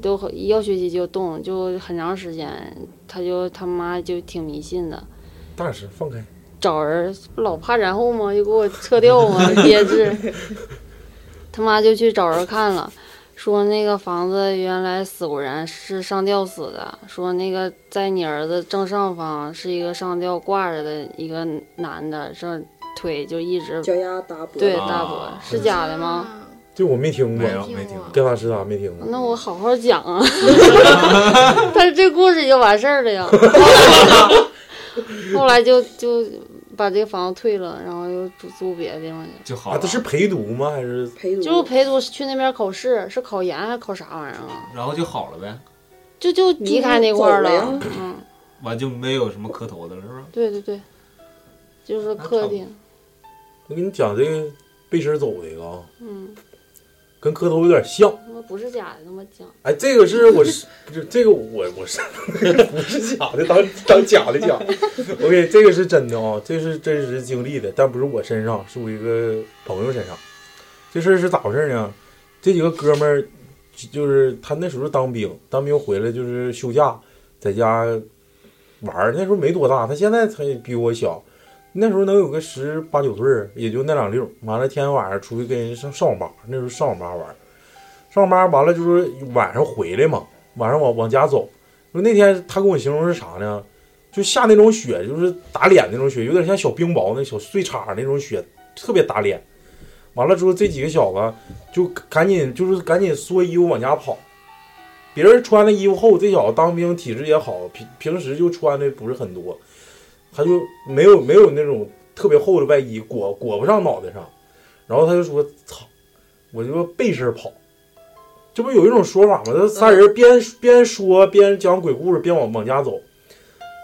Speaker 5: 都很一要学习就动，就很长时间。他就他妈就挺迷信的，
Speaker 3: 大师放开，
Speaker 5: 找人老怕然后吗？就给我撤掉吗？劣质，他妈就去找人看了，说那个房子原来死过人，是上吊死的。说那个在你儿子正上方是一个上吊挂着的一个男的，这腿就一直
Speaker 7: 脚丫打脖。
Speaker 5: 对
Speaker 6: 啊
Speaker 5: 大伯是假的吗？
Speaker 9: 啊？
Speaker 3: 这我没听过
Speaker 6: 没，有没听过，
Speaker 3: 盖法师达没听过。
Speaker 5: 那我好好讲啊，但是这故事就完事儿了呀。后来就就把这个房子退了，然后又租租别的地方去了。
Speaker 6: 就好
Speaker 3: 啊，
Speaker 6: 了
Speaker 3: 这是陪读吗？还是
Speaker 7: 陪读
Speaker 5: 就是陪读去那边考试，是考研还是考啥玩意儿啊？
Speaker 6: 然后就好了呗，
Speaker 5: 就就离开那块儿了。嗯，
Speaker 6: 完就没有什么磕头的了，是吧？
Speaker 5: 对对对，就是客厅。
Speaker 3: 我给你讲这个背身走这个啊，
Speaker 5: 嗯，
Speaker 3: 跟磕头有点像。
Speaker 5: 他妈不是假的，他妈讲。
Speaker 3: 哎，这个是我是不是这个我我是 (laughs) 不是假的？当当假的讲。OK，这个是真的啊、这是真实经历的，但不是我身上，是我一个朋友身上。这事儿是咋回事呢？这几个哥们儿就就是他那时候当兵，当兵回来就是休假，在家玩儿。那时候没多大，他现在才比我小。那时候能有个十八九岁儿，也就那两溜儿。完了，天天晚上出去跟人上上网吧，那时候上网吧玩儿。上班完了就是晚上回来嘛，晚上往往家走。就那天他跟我形容是啥呢？就下那种雪，就是打脸那种雪，有点像小冰雹那小碎碴那种雪，特别打脸。完了之后，这几个小子就赶紧就是赶紧缩衣服往家跑。别人穿的衣服厚，这小子当兵体质也好，平平时就穿的不是很多，他就没有没有那种特别厚的外衣裹裹不上脑袋上。然后他就说：“操！”我就说背身跑。这不有一种说法吗？他仨人边边说边讲鬼故事，边往往家走。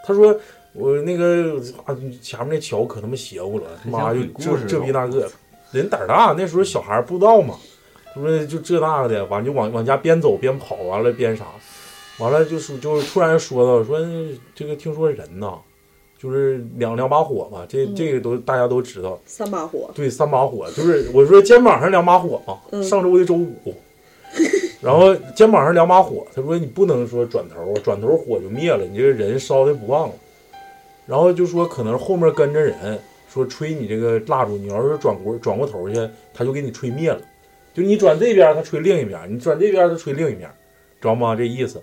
Speaker 3: 他说：“我那个啊，前面那桥可他妈邪乎了，他妈就
Speaker 6: 很像鬼故
Speaker 3: 这
Speaker 6: 事
Speaker 3: 这逼
Speaker 6: 都
Speaker 3: 那个，人胆儿大。那时候小孩儿不知道嘛，就是就这那个的，完就往往家边走边跑，完了边啥，完了就说就突然说到说这个听说人呐，就是两两把火嘛，这
Speaker 7: 嗯
Speaker 3: 这个都大家都知道。
Speaker 7: 三把火，
Speaker 3: 对，三把火，就是我说肩膀上两把火嘛，
Speaker 7: 嗯
Speaker 3: 上周的周五，然后肩膀上两把火，他说你不能说转头，转头火就灭了，你这个人烧的不旺了。然后就说可能后面跟着人说吹你这个蜡烛，你要是转过转过头去，他就给你吹灭了。就你转这边，他吹另一边；你转这边，他吹另一边，知道吗？这意思。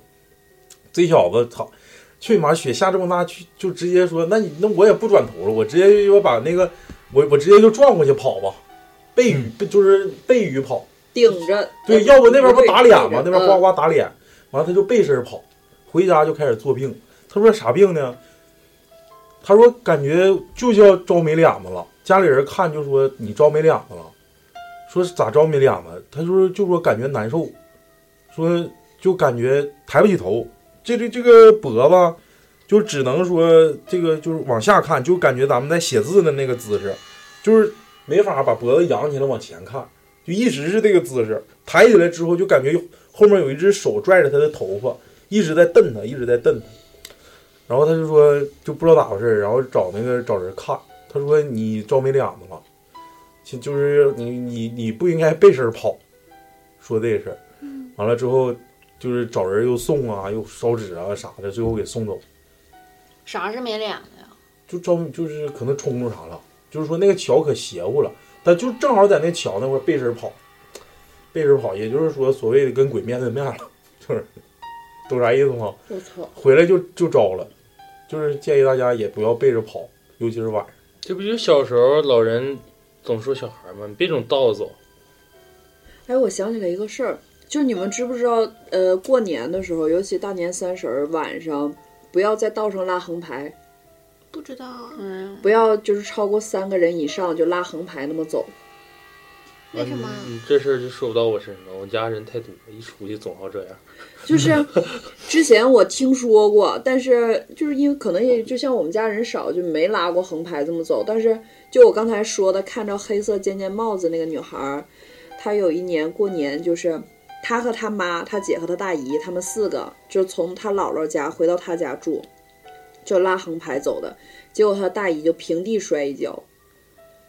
Speaker 3: 这小子操，去你妈雪下这么大，去就直接说，那你那我也不转头了，我直接就把那个我我直接就转过去跑吧，背雨、就是背雨跑。
Speaker 7: 顶着。
Speaker 3: 对，要不那边不打脸吗？那
Speaker 7: 对
Speaker 3: 边呱
Speaker 7: 嗯
Speaker 3: 呱打脸，完了他就背身跑，回家就开始做病。他说啥病呢？他说感觉就叫招没脸子了，家里人看就说你招没脸子了，说是咋招没脸子？他说就说感觉难受，说就感觉抬不起头，这这这个脖子就只能说这个就是往下看，就感觉咱们在写字的那个姿势，就是没法把脖子扬起来往前看，就一直是这个姿势。抬起来之后，就感觉后面有一只手拽着他的头发，一直在蹬他，一直在蹬他。然后他就说就不知道咋回事儿，然后找那个找人看，他说你招没脸子了，就就是你你你不应该背身跑，说这事儿。完了之后就是找人又送啊，又烧纸啊啥的，最后给送走。
Speaker 5: 啥是没脸的呀？
Speaker 3: 就招就是可能冲着啥了，就是说那个桥可邪乎了，但就正好在那桥那块儿背身跑，背身跑，也就是说所谓的跟鬼面对面了，就是懂啥意思吗？
Speaker 7: 我操！
Speaker 3: 回来就就招了，就是建议大家也不要背着跑，尤其是晚上。
Speaker 4: 这不就小时候老人总说小孩吗？你别总倒着走，
Speaker 7: 哎，我想起来一个事儿，就是你们知不知道，呃，过年的时候，尤其大年三十儿晚上，不要在道上拉横排，
Speaker 2: 不知道啊
Speaker 5: 嗯，
Speaker 7: 不要就是超过三个人以上就拉横排那么走。
Speaker 2: 为什么啊？
Speaker 4: 嗯这事儿就说不到我身上，我家人太多，一出去总好这样。
Speaker 7: 就是之前我听说过，但是就是因为可能也就像我们家人少，就没拉过横排这么走。但是就我刚才说的，看着黑色尖尖帽子那个女孩儿，她有一年过年就是。她和她妈、她姐和她大姨，她们四个就从她姥姥家回到她家住，就拉横排走的。结果她大姨就平地摔一跤，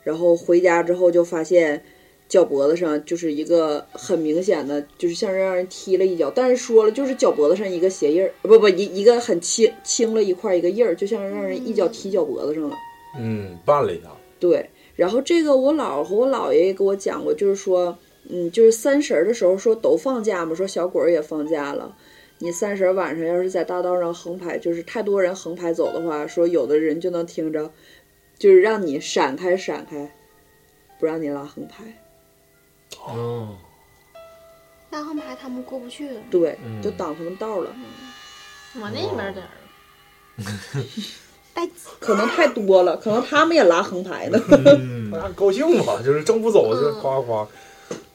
Speaker 7: 然后回家之后就发现脚脖子上就是一个很明显的，就是像是让人踢了一脚，但是说了就是脚脖子上一个鞋印儿，不不一一个很轻轻了一块一个印儿，就像是让人一脚踢脚脖子上了。
Speaker 3: 嗯，绊了一下，
Speaker 7: 对，然后这个我姥和我姥爷也给我讲过，就是说，嗯，就是三十儿的时候说都放假嘛，说小鬼儿也放假了。你三十儿晚上要是在大道上横排，就是太多人横排走的话，说有的人就能听着，就是让你闪开闪开，不让你拉横排。
Speaker 6: 哦，
Speaker 2: 拉横排他们过不去，
Speaker 7: 对，
Speaker 6: 嗯
Speaker 7: 就挡他们道了。
Speaker 9: 嗯往那边点儿。
Speaker 5: 哦
Speaker 2: 带
Speaker 7: 可能太多了，可能他们也拉横排呢。
Speaker 6: 嗯
Speaker 3: 大家高兴嘛，就是正不走
Speaker 2: 嗯
Speaker 3: 就是夸夸，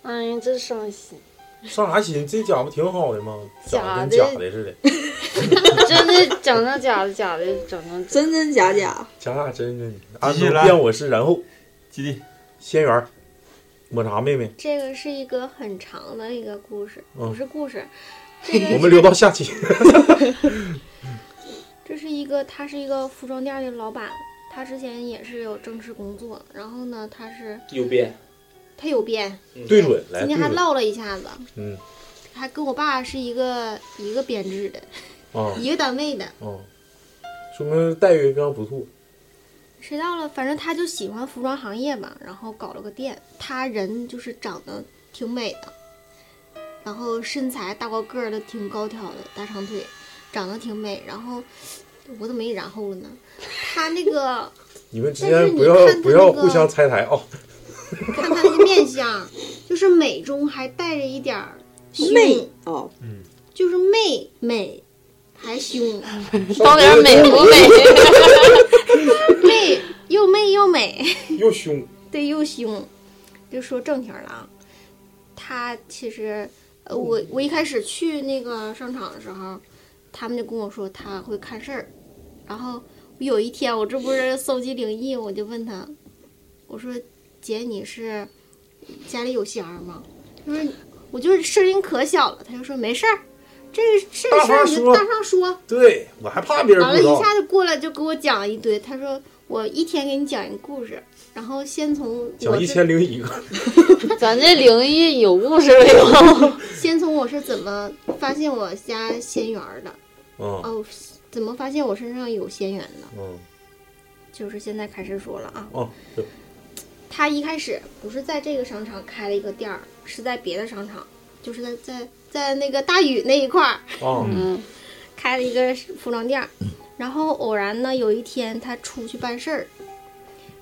Speaker 5: 哎呀，真伤心，
Speaker 3: 上啥心？这家伙挺好的嘛，
Speaker 5: 假
Speaker 3: 长得
Speaker 5: 的
Speaker 3: 跟假的似的，
Speaker 5: (laughs) 真的整成假的，假的整成真。
Speaker 7: 真真假假，
Speaker 3: 假假真真。安
Speaker 6: 继续
Speaker 3: 东
Speaker 6: 来
Speaker 3: 变我是，然后
Speaker 6: 基地，
Speaker 3: 仙缘儿，抹茶妹妹，
Speaker 2: 这个是一个很长的一个故事，
Speaker 3: 嗯
Speaker 2: 不是故事，这个
Speaker 3: (laughs) 我们留到下期。
Speaker 2: 这是一个，他是一个服装店的老板，他之前也是有正式工作，然后呢，他是
Speaker 4: 右边，
Speaker 2: 他有编，
Speaker 3: 对准来，
Speaker 2: 今
Speaker 3: 对
Speaker 2: 天还
Speaker 3: 准
Speaker 2: 唠了一下子，
Speaker 3: 嗯，
Speaker 2: 还跟我爸是一个一个编制的，
Speaker 3: 啊
Speaker 2: 一个单位的，
Speaker 3: 啊，说明待遇非常不错。
Speaker 2: 谁到了，反正他就喜欢服装行业嘛，然后搞了个店。他人就是长得挺美的，然后身材大高个儿的，挺高挑的，大长腿，长得挺美。然后我怎么没然后了呢？他那个
Speaker 3: 你们之
Speaker 2: 但是
Speaker 3: 间
Speaker 2: 你
Speaker 3: 不要
Speaker 2: 看他
Speaker 3: 不要
Speaker 2: 那个
Speaker 3: 互相拆台啊！
Speaker 2: 看他那面相，就是美中还带着一点儿凶
Speaker 7: 媚，哦，
Speaker 2: 就是媚美，还凶，
Speaker 5: 包点美不美？
Speaker 2: 媚又媚又美。
Speaker 3: (laughs) 又凶，
Speaker 2: 对，又凶。就说正题儿了啊，他其实，呃，我我一开始去那个商场的时候，他们就跟我说他会看事儿，然后有一天我这不是搜集灵异，我就问他，我说姐你是家里有仙儿吗？他说我就是声音可小了，他就说没事儿，这个这个
Speaker 3: 大
Speaker 2: 事儿
Speaker 3: 方
Speaker 2: 你就
Speaker 3: 说
Speaker 2: 大方说，
Speaker 3: 对我还怕别人
Speaker 2: 完
Speaker 3: 不
Speaker 2: 了，
Speaker 3: 知道
Speaker 2: 一。下就过来就给我讲一堆。他说我一天给你讲一个故事，然后先从我
Speaker 3: 讲一
Speaker 2: 是
Speaker 3: 千零一个，
Speaker 5: (laughs) 咱这灵异有故事没有？
Speaker 2: 先从我是怎么发现我家仙缘儿的
Speaker 3: 嗯
Speaker 2: 哦，怎么发现我身上有仙缘的，
Speaker 3: 嗯
Speaker 2: 就是现在开始说了啊。
Speaker 3: 嗯，对，
Speaker 2: 他一开始不是在这个商场开了一个店儿，是在别的商场，就是在在在那个大宇那一块儿
Speaker 3: 啊，
Speaker 5: 嗯，
Speaker 2: 开了一个服装店儿，然后偶然呢有一天他出去办事儿，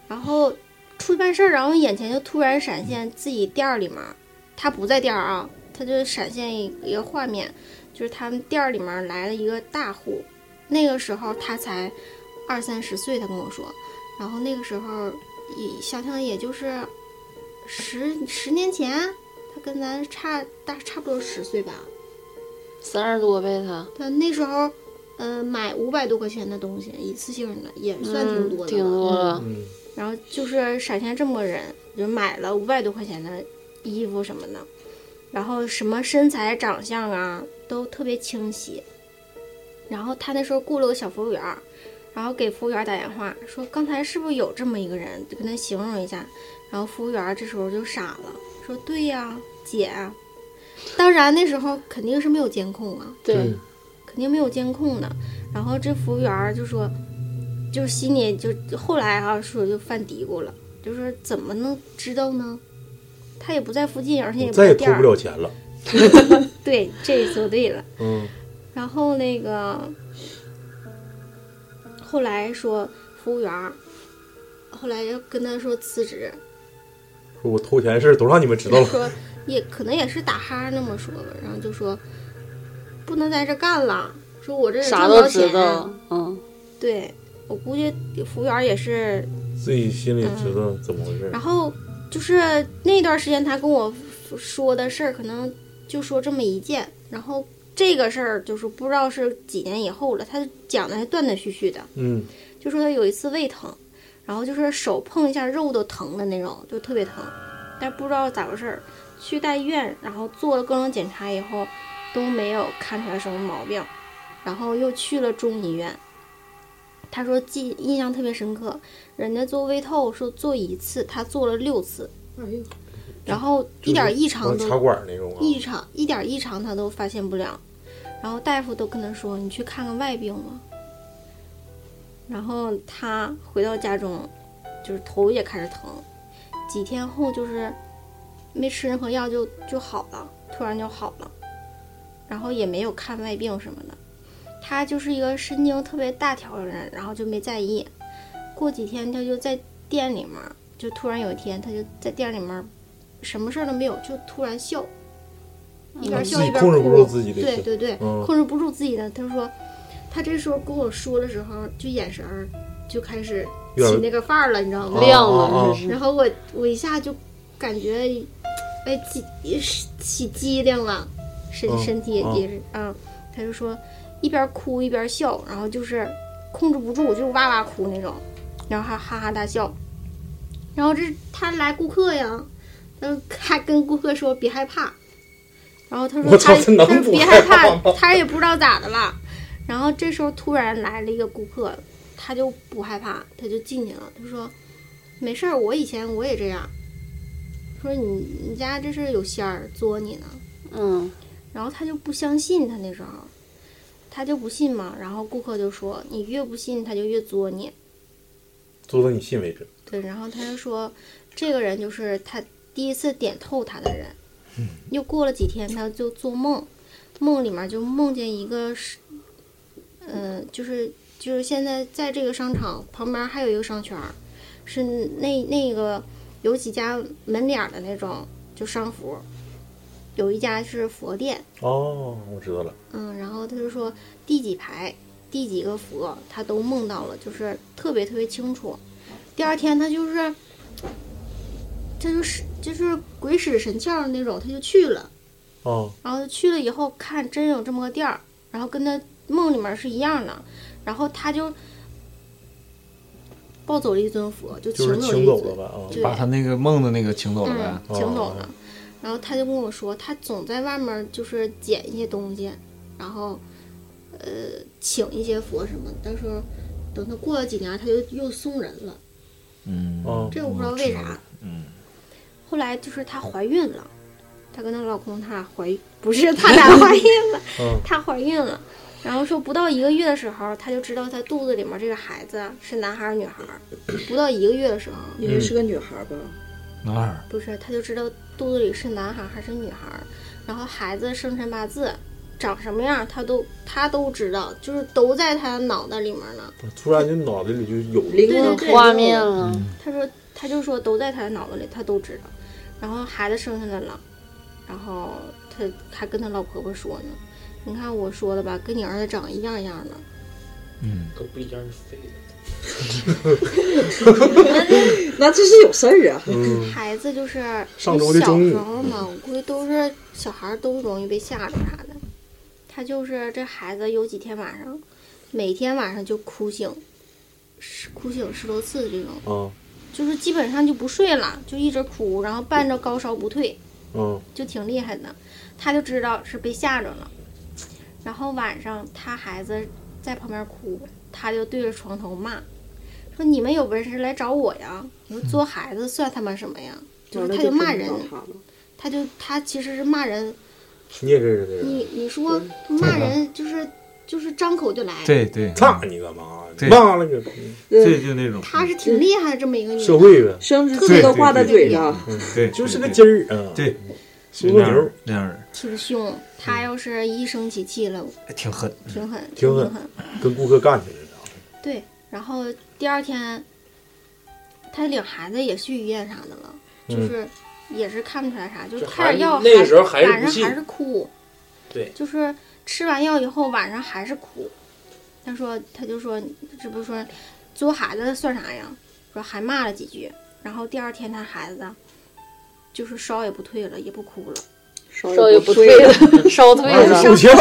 Speaker 2: 然后出去办事儿，然后眼前就突然闪现自己店儿里面儿，他不在店儿啊，他就闪现一一个画面，就是他们店儿里面儿来了一个大户，那个时候他才二三十岁，他跟我说，然后那个时候也想想也就是十十年前，啊他跟咱差大差不多十岁吧，
Speaker 5: 三十多呗，他
Speaker 2: 但那时候呃，买五百多块钱的东西，一次性的也算挺多的了。
Speaker 5: 嗯挺多了，
Speaker 3: 嗯，
Speaker 2: 然后就是闪现这么个人，就买了五百多块钱的衣服什么的，然后什么身材长相啊都特别清晰。然后他那时候雇了个小服务员儿，然后给服务员儿打电话说刚才是不是有这么一个人，就跟他形容一下。然后服务员儿这时候就傻了，说对呀、姐啊。当然那时候肯定是没有监控啊，
Speaker 3: 嗯
Speaker 5: 对，
Speaker 2: 肯定没有监控的。然后这服务员儿就说，就是心里就后来啊说就犯嘀咕了，就说怎么能知道呢？他也不在附近，而且也
Speaker 3: 我
Speaker 2: 不
Speaker 3: 再
Speaker 2: 在
Speaker 3: 也
Speaker 2: 店
Speaker 3: 偷
Speaker 2: 儿
Speaker 3: 不。了钱了。
Speaker 2: 对，这说对了。
Speaker 3: 嗯，
Speaker 2: 然后那个后来说服务员儿，后来又跟他说辞职，
Speaker 3: 说我偷钱的事儿都让你们知道
Speaker 2: 就说
Speaker 3: 了。
Speaker 2: 也可能也是打哈儿那么说吧，然后就说不能在这干了，说我这也
Speaker 5: 啥
Speaker 2: 挣不
Speaker 5: 都
Speaker 2: 着
Speaker 5: 知
Speaker 2: 钱。
Speaker 5: 道，嗯，
Speaker 2: 对我估计服务员儿也是
Speaker 3: 自己心里知道怎么回事儿
Speaker 2: 然。后就是那段时间，他跟我说的事儿，可能就说这么一件。然后这个事儿就是不知道是几年以后了，他讲的还断断续续的，
Speaker 3: 嗯，
Speaker 2: 就说他有一次胃疼，然后就是手碰一下肉都疼的那种，就特别疼，但不知道咋回事儿。去大医院，然后做了各种检查以后都没有看出来什么毛病，然后又去了中医院。他说记印象特别深刻，人家做胃透说做一次，他做了六次，
Speaker 7: 哎呦，
Speaker 2: 然后一点异常
Speaker 3: 往
Speaker 2: 都
Speaker 3: 茶馆儿那种啊。
Speaker 2: 异常一点异常他都发现不了，然后大夫都跟他说你去看看外病吧。然后他回到家中，就是头也开始疼，几天后就是没吃任何药就就好了，突然就好了，然后也没有看外病什么的。他就是一个神经特别大条的人，然后就没在意。过几天他就在店里面儿，就突然有一天他就在店里面儿什么事儿都没有，就突然笑，一边笑
Speaker 3: 嗯自己
Speaker 2: 一边
Speaker 3: 控制
Speaker 2: 哭
Speaker 3: 不住自己的
Speaker 2: 对
Speaker 3: 情
Speaker 2: 对对，
Speaker 3: 嗯
Speaker 2: 控制不住自己的。他说，他这时候跟我说的时候，就眼神儿就开始
Speaker 3: 越来
Speaker 2: 起
Speaker 3: 越
Speaker 2: 那个范儿了，你知道吗？
Speaker 5: 亮
Speaker 3: 啊啊
Speaker 5: 了，
Speaker 3: 啊
Speaker 5: 是是
Speaker 2: 然后我我一下就感觉，哎起起机灵了，身
Speaker 3: 嗯
Speaker 2: 身体也
Speaker 3: 嗯
Speaker 2: 也是啊，他就说一边哭一边笑，然后就是控制不住就哇哇哭那种，然后还哈哈大笑，然后这他来顾客呀，他还跟顾客说别害怕，然后他说
Speaker 8: 我操
Speaker 2: 他
Speaker 8: 这能
Speaker 2: 他说
Speaker 8: 不
Speaker 2: 别
Speaker 8: 害
Speaker 2: 害
Speaker 8: 怕
Speaker 2: 怕
Speaker 8: 吗，
Speaker 2: 他也不知道咋的了，然后这时候突然来了一个顾客，他就不害怕，他就进去了，他说。没事儿，我以前我也这样。说你你家这是有仙儿作你呢，
Speaker 5: 嗯，
Speaker 2: 然后他就不相信，他那时候，他就不信嘛。然后顾客就说你越不信，他就越作你。
Speaker 3: 做到你信为止。
Speaker 2: 对，然后他就说这个人就是他第一次点透他的人。又过了几天，他就做梦，梦里面就梦见一个是，呃，就是就是现在在这个商场旁边还有一个商圈儿，是那那个有几家门脸儿的那种就商服，有一家是佛店，
Speaker 3: 哦，我知道了。
Speaker 2: 嗯，然后他就说第几排、第几个佛，他都梦到了，就是特别特别清楚。第二天他就是，他就是就是鬼使神窍的那种，他就去了。
Speaker 3: 哦，
Speaker 2: 然后去了以后看真有这么个店儿，然后跟他梦里面是一样的，然后他就抱走了一尊佛，就
Speaker 3: 就是
Speaker 2: 请走
Speaker 3: 请
Speaker 2: 一
Speaker 3: 走了
Speaker 2: 尊，
Speaker 3: 吧啊。
Speaker 2: 对
Speaker 6: 把他那个梦的那个请走了呗。
Speaker 2: 嗯，请走
Speaker 3: 哦
Speaker 2: 了。然后他就跟我说，他总在外面就是捡一些东西，然后呃请一些佛什么的。到时候等他过了几年，他就又送人了。
Speaker 6: 嗯，
Speaker 3: 哦
Speaker 2: 这我不知道为啥。
Speaker 6: 嗯，
Speaker 2: 后来就是她怀孕了，她跟她老公她俩怀孕，不是她俩 (laughs) 怀孕了，
Speaker 3: 嗯
Speaker 2: 她怀孕了。然后说不到一个月的时候，她就知道她肚子里面这个孩子是男孩儿女孩儿。不到一个月的时候，
Speaker 7: 因为是个女孩儿吧？
Speaker 2: 嗯
Speaker 6: 男孩
Speaker 3: 嗯
Speaker 6: 儿
Speaker 2: 不是，他就知道肚子里是男孩儿还是女孩儿，然后孩子生辰八字长什么样儿，他都他都知道，就是都在他脑袋里面儿呢。
Speaker 3: 哦突然就脑袋里就有
Speaker 7: 灵
Speaker 2: 对对
Speaker 7: 光开
Speaker 2: 对
Speaker 7: 悟
Speaker 5: 画面了，
Speaker 2: 他说，他就说都在他的脑子里，他都知道。然后孩子生下来了，然后他还跟他老婆婆说呢，你看我说的吧，跟你儿子长一样一样的。
Speaker 6: 嗯，
Speaker 4: 都不一样是废的。
Speaker 7: 那这是有事儿啊！
Speaker 3: 嗯，
Speaker 2: 孩子就是
Speaker 3: 上周的中午
Speaker 2: 小时候嘛，我估计都是小孩儿都容易被吓着啥的。他就是这孩子有几天晚上，每天晚上就哭醒，十哭醒十多次这种，
Speaker 3: 嗯
Speaker 2: 就是基本上就不睡了，就一直哭，然后伴着高烧不退，
Speaker 3: 嗯
Speaker 2: 就挺厉害的。他就知道是被吓着了，然后晚上他孩子在旁边哭，他就对着床头骂，说你们有本事来找我呀！你说作孩子算他妈什么呀？就是他就骂
Speaker 7: 嗯
Speaker 2: 人，他就他其实是骂人。
Speaker 3: 你也认识这人？
Speaker 2: 你你说骂人就是就是张口就来，
Speaker 6: 对对，
Speaker 3: 操你干嘛？
Speaker 6: 对
Speaker 3: 忘了你
Speaker 6: 这就那种
Speaker 2: 她是挺厉害的这么一个女
Speaker 3: 社
Speaker 2: 的，
Speaker 3: 会呗，
Speaker 7: 生殖器都挂在嘴上，
Speaker 6: 对，
Speaker 3: 就是个
Speaker 6: 对
Speaker 3: 筋儿啊。
Speaker 6: 对，
Speaker 3: 苏州
Speaker 6: 那样
Speaker 3: 牛
Speaker 6: 那样人
Speaker 2: 挺凶。她要是一生起气了，
Speaker 6: 哎挺狠，
Speaker 2: 挺狠，
Speaker 3: 挺狠
Speaker 2: 狠。
Speaker 3: 跟顾客干去了，
Speaker 2: 对，然后第二天，她领孩子也去医院啥的了，就
Speaker 3: 嗯
Speaker 2: 是也是看不出来啥，就是
Speaker 4: 这
Speaker 2: 开
Speaker 4: 还
Speaker 2: 点药，
Speaker 4: 那个时候
Speaker 2: 还
Speaker 4: 还是
Speaker 2: 晚
Speaker 4: 不
Speaker 2: 上
Speaker 4: 信
Speaker 2: 是哭，
Speaker 4: 对
Speaker 2: 就是吃完药以后晚上还是哭。她说，她就说，这不是说作孩子算啥呀？说还骂了几句，然后第二天她孩子就是烧也不退了，也不哭了。
Speaker 4: (laughs)
Speaker 5: 烧
Speaker 7: 烧
Speaker 5: 也
Speaker 7: 也
Speaker 5: 不
Speaker 7: 不
Speaker 5: 退
Speaker 7: 退了，
Speaker 5: 了，烧退
Speaker 3: 哎
Speaker 5: 了，
Speaker 3: 手枪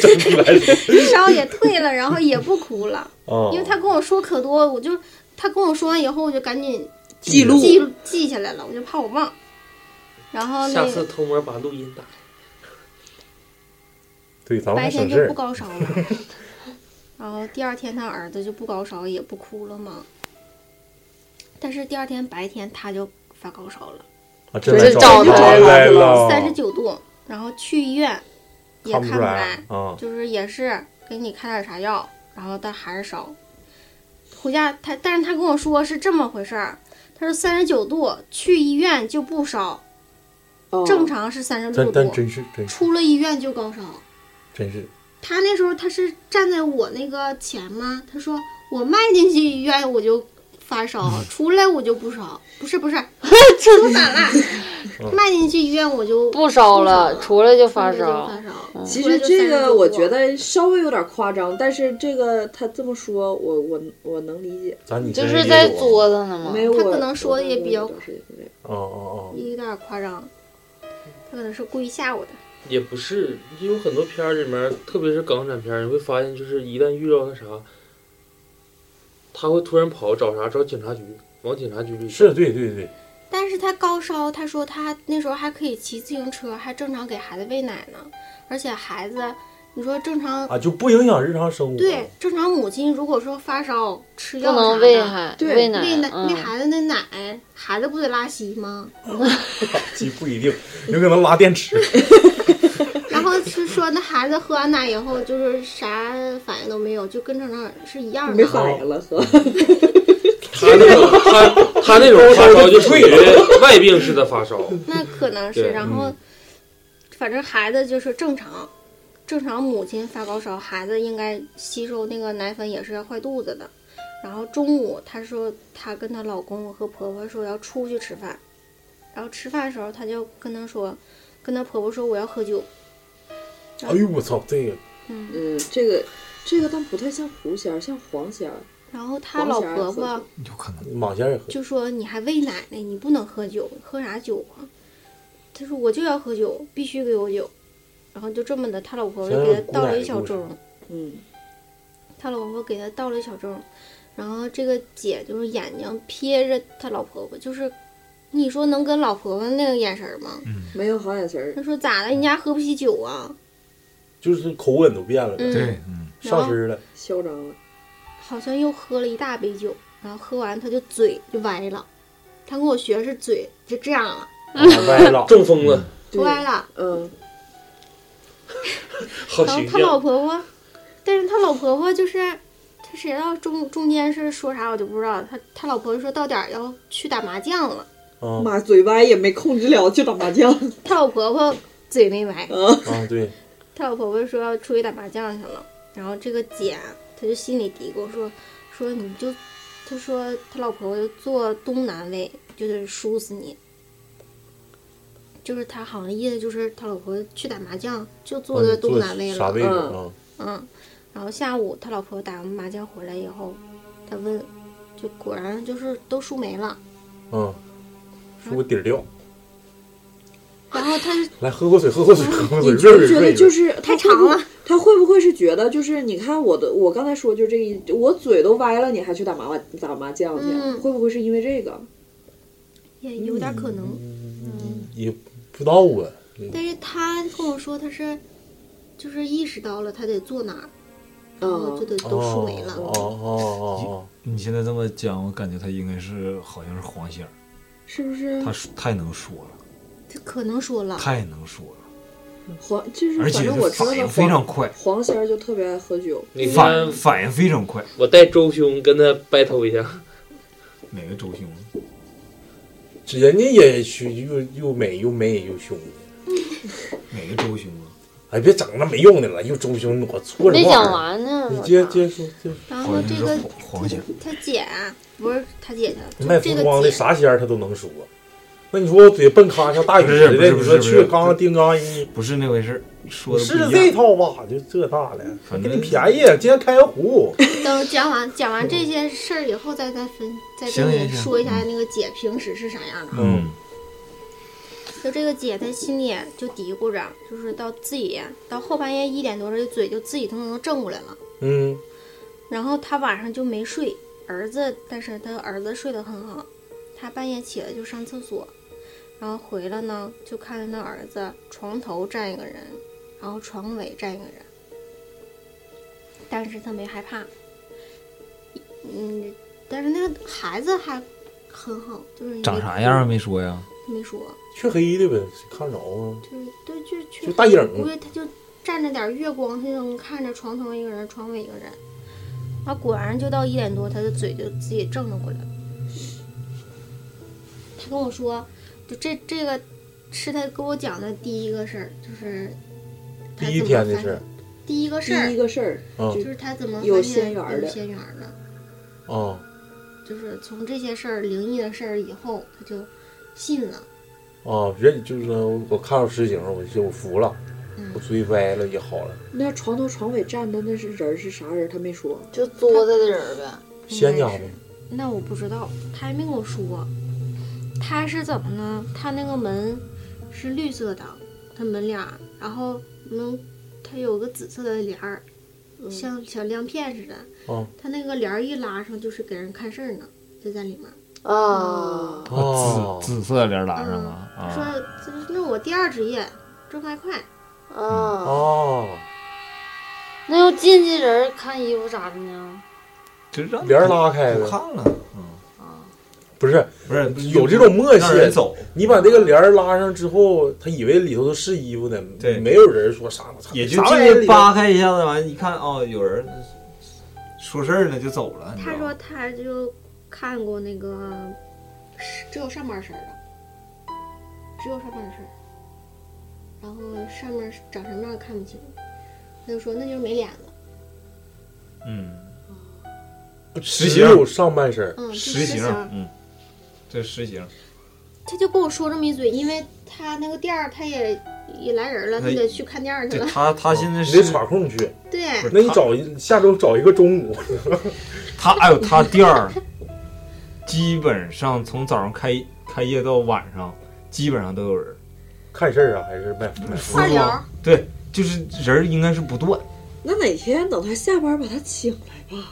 Speaker 3: 整出来了
Speaker 2: 烧也退了，然后也不哭了，
Speaker 3: 啊！
Speaker 2: 因为他跟我说可多，我就他跟我说完以后，我就赶紧
Speaker 7: 记录
Speaker 2: 记记下来了，我就怕我忘。然后
Speaker 4: 下
Speaker 2: 哦那
Speaker 4: 次
Speaker 2: 个
Speaker 4: 偷摸把录音打。
Speaker 3: 对，咱们
Speaker 2: 白
Speaker 3: 还
Speaker 2: 天
Speaker 3: 省
Speaker 2: 就
Speaker 3: 事
Speaker 2: 不
Speaker 3: 儿。
Speaker 2: 高烧了，然后第二天他儿子就不高烧也不哭了嘛。但是第二天白天他就发高烧了，
Speaker 3: 啊，真
Speaker 5: 是
Speaker 3: 来
Speaker 5: 找
Speaker 3: 你
Speaker 5: 他
Speaker 3: 找
Speaker 5: 来
Speaker 3: 来了，
Speaker 2: 三十九度，然后去医院也
Speaker 3: 哦
Speaker 2: 看不
Speaker 3: 看不出
Speaker 2: 出
Speaker 3: 来
Speaker 2: 来，
Speaker 3: 啊。
Speaker 2: 就是也是给你开点啥药，然后但还是烧。回家他，但是他跟我说是这么回事儿，他说三十九度去医院就不烧，
Speaker 5: 嗯
Speaker 2: 正常是三十六
Speaker 3: 哦但但
Speaker 2: 度，
Speaker 3: 真是真是
Speaker 2: 出了医院就高烧。
Speaker 3: 真是，
Speaker 2: 他那时候他是站在我那个前嘛，他说我迈进去医院我就发烧，
Speaker 3: 嗯
Speaker 2: 出来我就不烧，不是不
Speaker 3: (laughs)
Speaker 2: 是，说反了，
Speaker 3: 嗯
Speaker 2: 迈进去医院我就
Speaker 5: 不烧了，
Speaker 2: 不烧了
Speaker 5: 出来就发
Speaker 2: 出来就
Speaker 5: 烧
Speaker 2: 发。烧。
Speaker 7: 其
Speaker 2: 出来
Speaker 7: 实
Speaker 2: 就
Speaker 7: 这个我
Speaker 2: 39度
Speaker 7: 觉得稍微有点夸张，但是这个他这么说，我我我能理解。
Speaker 3: 咱你
Speaker 5: 就
Speaker 3: 真
Speaker 5: 是
Speaker 3: 理
Speaker 5: 在
Speaker 3: 解我
Speaker 5: 作他呢嘛，
Speaker 7: 没有
Speaker 2: 他
Speaker 7: 我
Speaker 2: 可能说的也比较
Speaker 7: 我是这样
Speaker 3: 哦哦哦，
Speaker 2: 有点夸张，他可能是故意吓我的。
Speaker 4: 也不是，就有很多片儿里面，特别是港产片儿，你会发现，就是一旦遇到那啥，他会突然跑找啥？找警察局，往警察局里
Speaker 3: 是对对对，
Speaker 2: 但是他高烧，他说他那时候还可以骑自行车，还正常给孩子喂奶呢，而且孩子，你说正常、
Speaker 3: 啊，就不影响日常生活。
Speaker 2: 对正常母亲如果说发烧吃
Speaker 5: 不
Speaker 2: 药啥
Speaker 5: 能
Speaker 2: 的
Speaker 5: 喂孩
Speaker 7: 对
Speaker 5: 喂奶，
Speaker 2: 喂奶喂
Speaker 5: 嗯，
Speaker 2: 孩子那奶，孩子不得拉稀吗？
Speaker 3: 这不一定，有可能拉电池。 (laughs)
Speaker 2: 然后是说那孩子喝完奶以后就是啥反应都没有，就跟正常是一样
Speaker 7: 没
Speaker 2: 的。
Speaker 7: 反应了，
Speaker 6: 哦
Speaker 7: 呵，
Speaker 4: 他那种 (laughs) 他他那种发烧就属于外病式的发烧， (laughs)
Speaker 2: 那可能
Speaker 4: 对
Speaker 2: 是，然后反正孩子就是正常，正常母亲发高烧，孩子应该吸收那个奶粉也是要坏肚子的。然后中午，她说她跟她老公和婆婆说要出去吃饭，然后吃饭的时候，她就跟她说，跟她婆婆说我要喝酒，
Speaker 3: 哎呦我操，这个
Speaker 2: 嗯，
Speaker 7: 嗯，这个这个倒不太像狐仙儿，像黄仙儿。
Speaker 2: 然后她老
Speaker 7: 黄小
Speaker 2: 婆
Speaker 7: 二喝
Speaker 2: 婆
Speaker 7: 酒
Speaker 6: 有可能
Speaker 3: 马仙儿也喝，
Speaker 2: 就说你还喂奶呢，你不能喝酒，喝啥酒啊？她说我就要喝酒，必须给我酒。然后就这么的，她老婆就给她倒了一小盅儿，
Speaker 7: 嗯，
Speaker 2: 她老婆给她倒了一小盅儿，然后这个姐就是眼睛瞥着她老婆婆，就是你说能跟老婆婆那个眼神儿吗？
Speaker 7: 没有好眼神儿。
Speaker 2: 她说咋的？你家喝不起酒啊？
Speaker 3: 就是口吻都变了，
Speaker 2: 嗯，
Speaker 6: 对，嗯，
Speaker 2: 然
Speaker 3: 上
Speaker 2: 后
Speaker 3: 身了。
Speaker 7: 嚣张了，
Speaker 2: 好像又喝了一大杯酒，然后喝完她就嘴就歪了，她跟我学是嘴就这样了，
Speaker 3: 歪了，
Speaker 4: 中风了，
Speaker 7: 对
Speaker 2: 歪了。
Speaker 7: 嗯，
Speaker 4: 好
Speaker 2: 然后
Speaker 4: 形
Speaker 2: 他老
Speaker 4: 象。
Speaker 2: 婆婆，但是他老婆婆就是，他谁知道中中间是说啥我就不知道。他他老婆婆说到点儿要去打麻将了，
Speaker 3: 啊
Speaker 6: 哦
Speaker 7: 妈，嘴歪也没控制了，去打麻将。
Speaker 2: 他老婆婆嘴没歪，
Speaker 7: 嗯，
Speaker 3: 啊，对，
Speaker 2: 他老婆婆说要出去打麻将去了。然后这个姐啊，她就心里嘀咕说说你就，她说她老婆婆就坐东南位，就得输死你。就是他好像意思就是他老婆去打麻将就坐在
Speaker 3: 啊
Speaker 2: 东南位了，
Speaker 3: 啥位置
Speaker 7: 嗯
Speaker 3: 啊？
Speaker 2: 嗯，然后下午他老婆打完麻将回来以后，他问，就果然就是都输没了
Speaker 3: 嗯，输个底儿掉，
Speaker 2: 啊，然后他
Speaker 3: 来喝口水，喝口
Speaker 2: 嗯
Speaker 3: 水，喝口水，
Speaker 7: 你
Speaker 3: 润
Speaker 7: 就
Speaker 3: 润
Speaker 7: 觉得
Speaker 3: 润
Speaker 7: 就
Speaker 3: 润。
Speaker 7: 是他
Speaker 2: 太
Speaker 7: 会
Speaker 2: 长
Speaker 7: 不
Speaker 2: 了，
Speaker 7: 他会不会是觉得就是你看我的，我刚才说就这一，我嘴都歪了，你还去打麻打麻将去，啊
Speaker 2: 嗯
Speaker 7: 会不会是因为这个？
Speaker 2: 也有点可能。
Speaker 3: 嗯也不知道啊，
Speaker 2: 但是他跟我说他是，就是意识到了他得坐哪儿，然后
Speaker 7: 嗯
Speaker 2: 就，得都输没了。
Speaker 3: 哦哦哦
Speaker 6: 你现在这么讲，我感觉他应该是好像是黄仙儿，
Speaker 7: 是不是
Speaker 2: 嗯
Speaker 6: 他说太能说了，
Speaker 2: 他可能说了，
Speaker 6: 太能说了，
Speaker 7: 黄？就是
Speaker 6: 而
Speaker 7: 反
Speaker 6: 且
Speaker 7: 正我
Speaker 6: 这
Speaker 7: 知道
Speaker 6: 反
Speaker 7: 的
Speaker 6: 应非
Speaker 7: 黄
Speaker 6: 常快，
Speaker 7: 黄仙儿就特别爱喝酒，
Speaker 4: 那天
Speaker 6: 反反应非常快。
Speaker 4: 我带周兄跟他 battle 一下，
Speaker 6: 哪个周兄？
Speaker 3: 哦，这人家也去又又美又美又凶的，
Speaker 6: 哪个周兄啊？
Speaker 3: 哎，别整那没用的了，又周兄，我错什
Speaker 5: 没
Speaker 3: 么
Speaker 5: 讲
Speaker 3: 玩意儿？
Speaker 5: 完呢，
Speaker 3: 你
Speaker 5: 我
Speaker 3: 接
Speaker 5: 操
Speaker 3: 接说，接说
Speaker 2: 然
Speaker 6: 好
Speaker 2: 后
Speaker 6: 像
Speaker 2: 这
Speaker 6: 是
Speaker 2: 个
Speaker 6: 黄黄仙儿。
Speaker 2: 他姐啊不是他姐去了，
Speaker 3: 卖
Speaker 2: 就这
Speaker 3: 服
Speaker 2: 个
Speaker 3: 装的
Speaker 2: 姐
Speaker 3: 啥仙儿他都能说。那你说我嘴笨咖像大禹似
Speaker 6: 不是
Speaker 3: 的，
Speaker 6: 不
Speaker 3: 你
Speaker 6: 是
Speaker 3: 说
Speaker 6: 不是
Speaker 3: 去
Speaker 6: 不是
Speaker 3: 刚叮刚一，
Speaker 6: 不是那回事儿，说的不
Speaker 3: 是
Speaker 6: 一样
Speaker 3: 这。套吧？就这大的，
Speaker 6: 反
Speaker 3: 给
Speaker 6: 正
Speaker 3: 你便宜。今天开个壶，
Speaker 2: 等讲完讲完这些事儿以后，再再分再
Speaker 6: 行
Speaker 2: 跟你
Speaker 6: 行行
Speaker 2: 说一下那个姐平时是啥样的。
Speaker 6: 嗯，
Speaker 2: 就这个姐，她心里就嘀咕着，就是到自己到后半夜一点多，这嘴就自己都能正过来了。
Speaker 3: 嗯
Speaker 2: 然后她晚上就没睡，儿子，但是她儿子睡得很好，她半夜起来就上厕所，然后回来呢，就看见她儿子床头站一个人，然后床尾站一个人，但是她没害怕，嗯，但是那个孩子还很好，就是也
Speaker 6: 长啥样儿没说呀？
Speaker 2: 没说，
Speaker 3: 黢黑的呗，谁看着啊？
Speaker 2: 就是对，就是确
Speaker 3: 就大影儿
Speaker 2: 不对，他就站着点儿月光，他就能看着床头一个人，床尾一个人。啊，果然就到一点多，他的嘴就自己正了过来了。他跟我说，就这这个是他跟我讲的第一个事儿，就是他
Speaker 3: 第一
Speaker 2: 怎么
Speaker 3: 天的
Speaker 2: 发
Speaker 3: 事儿
Speaker 2: 第一个事
Speaker 7: 第
Speaker 2: 儿
Speaker 7: 一个事儿
Speaker 3: 啊
Speaker 6: 嗯
Speaker 2: 就是他怎么
Speaker 7: 有
Speaker 2: 发
Speaker 7: 仙
Speaker 2: 现
Speaker 7: 缘儿
Speaker 2: 有
Speaker 7: 的
Speaker 2: 仙缘儿了，
Speaker 3: 啊
Speaker 2: 就是从这些事儿灵异的事儿以后，他就信了。
Speaker 3: 啊！人就是说我看着实景，我就我服了，
Speaker 2: 嗯
Speaker 3: 我嘴歪了也好了，
Speaker 7: 那床头床尾站的那是人是啥人？他没说。
Speaker 5: 就作他的人儿呗。
Speaker 3: 仙
Speaker 2: 应
Speaker 3: 家
Speaker 2: 该
Speaker 3: 呗
Speaker 2: 是。那我不知道，他还没跟我说。他是怎么呢？他那个门是绿色的，他门帘儿，然后门它有个紫色的帘儿，
Speaker 5: 嗯
Speaker 2: 像小亮片似的。
Speaker 3: 哦
Speaker 2: 他那个帘儿一拉上，就是给人看事儿呢，就在里面。
Speaker 7: 嗯
Speaker 5: 啊，
Speaker 2: 嗯
Speaker 3: 啊
Speaker 6: 紫紫色帘儿拉上啊
Speaker 2: 说
Speaker 6: 啊！
Speaker 2: 这那我第二职业挣外快，
Speaker 5: 啊，
Speaker 3: 啊！
Speaker 5: 那要进去人看衣服啥的呢？
Speaker 6: 就让
Speaker 3: 帘儿拉开
Speaker 6: 不
Speaker 3: 了，
Speaker 6: 看了。嗯，
Speaker 3: 不是
Speaker 6: 不是
Speaker 3: 有这种默契
Speaker 6: 让人走，
Speaker 3: 你把这个帘儿拉上之后，他以为里头都是衣服呢，
Speaker 6: 对
Speaker 3: 没有人说啥，我操，
Speaker 6: 也就
Speaker 3: 啥
Speaker 6: 进
Speaker 3: 玩意儿
Speaker 6: 去
Speaker 3: 里头
Speaker 6: 扒开一下子，完一看哦，有人说事儿呢，就走了。你知
Speaker 2: 他
Speaker 6: 道
Speaker 2: 说
Speaker 6: 吗
Speaker 2: 他就看过那个是只有上半身儿的，只有上半身儿，然后上面是长什么样看不清，他就说那就是没脸了，
Speaker 6: 嗯，
Speaker 3: 只有上半身儿，
Speaker 2: 嗯，就
Speaker 6: 实
Speaker 2: 形
Speaker 6: 行
Speaker 2: 儿。，
Speaker 6: 嗯，这实行，
Speaker 2: 他就跟我说这么一嘴，因为他那个店儿他也也来人了，他
Speaker 6: 哎
Speaker 2: 得去看店儿去
Speaker 6: 对
Speaker 2: 了，
Speaker 6: 他他现在
Speaker 3: 你得
Speaker 6: 是
Speaker 3: 场控去。
Speaker 2: 对，
Speaker 6: 不是
Speaker 3: 那你
Speaker 6: 他
Speaker 3: 找一下周找一个中午， (laughs)
Speaker 6: 他哎呦，他店儿基本上从早上开开业到晚上，基本上都有人。
Speaker 3: 看事儿啊，还是卖服卖服
Speaker 2: 二
Speaker 6: 服
Speaker 2: 聊
Speaker 6: 对，就是人儿应该是不断。
Speaker 7: 那哪天等他下班把他请来吧。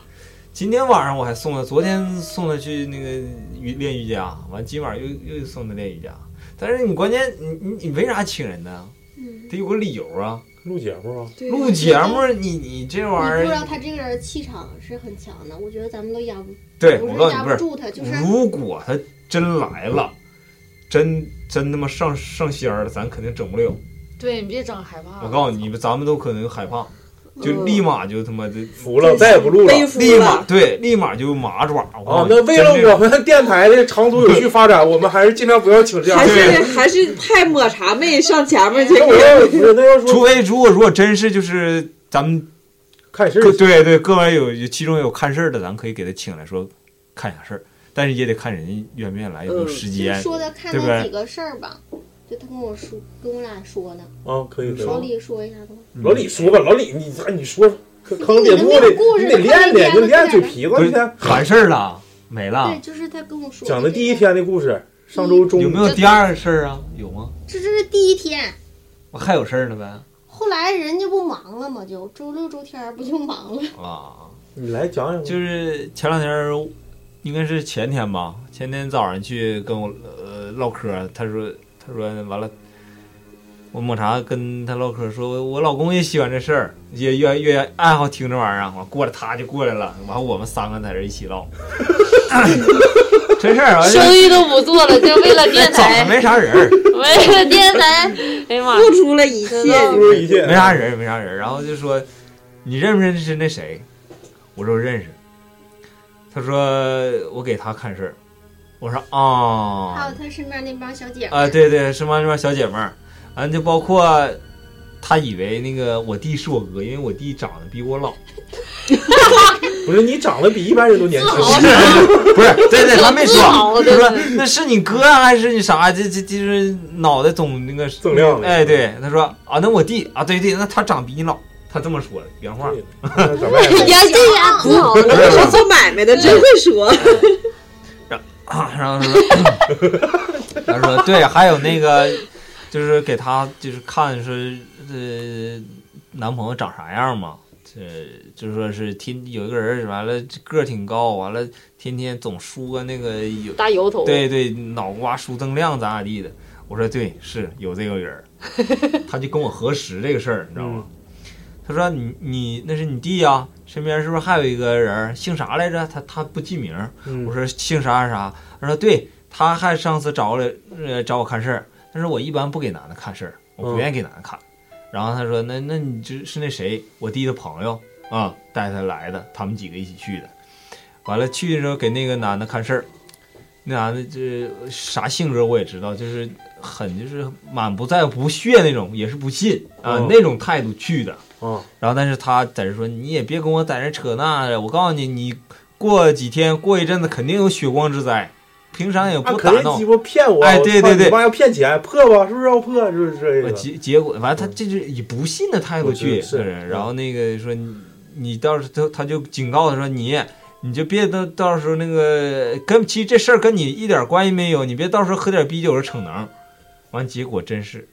Speaker 6: 今天晚上我还送他，昨天送他去那个瑜练瑜伽，完今晚又又送他练瑜伽。但是你关键你你你为啥请人呢？
Speaker 2: 嗯，
Speaker 6: 得有个理由啊！
Speaker 3: 录节目啊？
Speaker 7: 对
Speaker 6: 录节目你你这
Speaker 2: 你
Speaker 6: 玩
Speaker 2: 不
Speaker 6: 意
Speaker 2: 知道
Speaker 6: 儿，
Speaker 2: 他这个人气场是很强的，我觉得咱们都压不，
Speaker 6: 对
Speaker 2: 不
Speaker 6: 我
Speaker 2: 是
Speaker 6: 告诉你
Speaker 2: 压不
Speaker 6: 不是，
Speaker 2: 住他，就是
Speaker 6: 如果他真来了，真真他妈上上仙儿了，咱肯定整不了。
Speaker 10: 对你别整害
Speaker 2: 啊
Speaker 10: 怕。
Speaker 6: 我告诉你，咱们都可能害怕，就
Speaker 7: 嗯
Speaker 6: 立马就他妈的
Speaker 3: 服了，再也不录了
Speaker 7: 背服
Speaker 6: 立马
Speaker 7: 了。
Speaker 6: 对，立马就麻爪。我告
Speaker 3: 啊！
Speaker 6: 诉你
Speaker 3: 那为
Speaker 6: 嗯真
Speaker 3: 了
Speaker 6: 这
Speaker 3: 我
Speaker 6: 种
Speaker 3: 们电台的长足有序发展，我们还是尽量不要请这样
Speaker 7: 还
Speaker 3: 的
Speaker 7: 是
Speaker 3: 人。
Speaker 7: 还是派抹茶妹上前面去
Speaker 3: 那我要不是那要
Speaker 6: 除
Speaker 3: 说
Speaker 6: 非如果如果真是就是咱们
Speaker 3: 看事
Speaker 6: 各
Speaker 3: 儿，
Speaker 6: 对对各位有有其中有看事儿的，咱可以给他请来说看一下事儿，但是也得看人家愿不愿意来，有没有
Speaker 7: 嗯
Speaker 6: 时
Speaker 2: 就
Speaker 6: 间。
Speaker 2: 说他看
Speaker 6: 对不对
Speaker 2: 到几个事儿吧，就他跟我说，跟我俩说呢。
Speaker 3: 啊，可以可以
Speaker 2: 老李说一下吧。
Speaker 6: 嗯
Speaker 3: 老李说吧，老李你啊你说坑坑别
Speaker 2: 你
Speaker 3: 目
Speaker 2: 没有
Speaker 3: 的
Speaker 2: 故，事
Speaker 3: 你得练
Speaker 2: 快点
Speaker 3: 练，你
Speaker 2: 快
Speaker 3: 练
Speaker 2: 点
Speaker 3: 嘴皮子
Speaker 6: 不
Speaker 3: 去
Speaker 6: 是。完事儿了，没了
Speaker 2: 对，。就是他跟我说
Speaker 3: 讲的第一，天的故事，上周中午
Speaker 6: 有没有第二个事儿啊？有吗？
Speaker 2: 这这是第一天，
Speaker 6: 我还有事儿呢呗。
Speaker 2: 后来人家不忙了吗？就周六周天儿不就忙了？
Speaker 6: 啊，
Speaker 3: 你来讲讲吧，
Speaker 6: 就是前两天儿，应该是前天吧，前天早上去跟我呃唠嗑儿，他说他说完了，我抹茶跟他唠嗑儿说，我老公也喜欢这事儿，也越越爱好听这玩意儿啊，完过来他就过来了，完我们三个在这一起唠， (coughs) 真事儿啊，
Speaker 5: 生意都不做了，就为了电
Speaker 6: (laughs) 早上
Speaker 5: 台，
Speaker 6: 没啥人儿。
Speaker 5: (laughs) 为了电台，哎呀妈，
Speaker 7: 付出了一切，
Speaker 3: 不如一见
Speaker 6: 没啥人，没啥人。然后就说你认不认识那谁？我说认识。他说我给他看事儿。我说
Speaker 2: (laughs) 还
Speaker 6: 啊
Speaker 2: 有他身边那帮小姐们
Speaker 6: 啊，，对对，是吗？这帮小姐妹儿，完就包括他以为那个我弟是我哥，因为我弟长得比我老，
Speaker 3: 不是你长得比一般人都年轻，
Speaker 6: (laughs) 不是，对对，他没说
Speaker 5: 自豪，
Speaker 6: 他
Speaker 5: 对
Speaker 6: 说那是你哥啊还是你啥？这这就是脑袋总那个
Speaker 3: 锃亮了
Speaker 6: 哎，对，他说啊，那我弟啊，对对，那他长比你老，他这么说的原话。 (laughs)
Speaker 3: 那咱们也
Speaker 5: 呀，这俩自豪了，
Speaker 7: (laughs) 我
Speaker 3: 嗯
Speaker 7: 是做买卖的，真会说。
Speaker 6: 啊，然后说， (clears throat) 他说对，还有那个就是给他就是看说呃男朋友长啥样嘛，这就说是天有一个人完了个儿挺高，完了天天总梳个那个有
Speaker 5: 大油头，
Speaker 6: 对对脑瓜梳锃亮咋咋地的，我说对是有这个人儿，他就跟我核实这个事儿，你知道
Speaker 3: 嗯
Speaker 6: 吗？他说你你那是你弟呀、啊身边是不是还有一个人儿姓啥来着？他他不记名儿。
Speaker 3: 嗯
Speaker 6: 我说姓啥啥啊啥，他说对，他还上次找我来，呃，找我看事儿，但是我一般不给男的看事儿，我不
Speaker 3: 嗯
Speaker 6: 愿意给男的看。然后他说那那你这是那谁，我弟的朋友啊、带他来的，他们几个一起去的。完了去的时候给那个男的看事儿，那男的这啥性格我也知道，就是很就是满不在乎不屑那种，也是不信啊、
Speaker 3: 嗯
Speaker 6: 那种态度去的。
Speaker 3: 啊，
Speaker 6: 然后但是他在这说，你也别跟我在这扯那的，我告诉你，你过几天过一阵子肯定有血光之灾，平常也
Speaker 3: 他
Speaker 6: 不打
Speaker 3: 肯定
Speaker 6: 闹
Speaker 3: 鸡。巴骗我，
Speaker 6: 哎对对
Speaker 3: 我操
Speaker 6: 对哎
Speaker 3: 你妈要骗钱，破吧，是不是要破？是不是这
Speaker 6: 我
Speaker 3: 个？
Speaker 6: 呃
Speaker 3: 嗯
Speaker 6: 结结果，完了他这就是以不信的态度去
Speaker 3: 我知道是
Speaker 6: 那人
Speaker 3: 嗯
Speaker 6: 然后那个说你你到时候他他就警告他说你。你就别到到时候那个跟其实这事儿跟你一点关系没有，你别到时候喝点啤酒是逞能，完结果真是，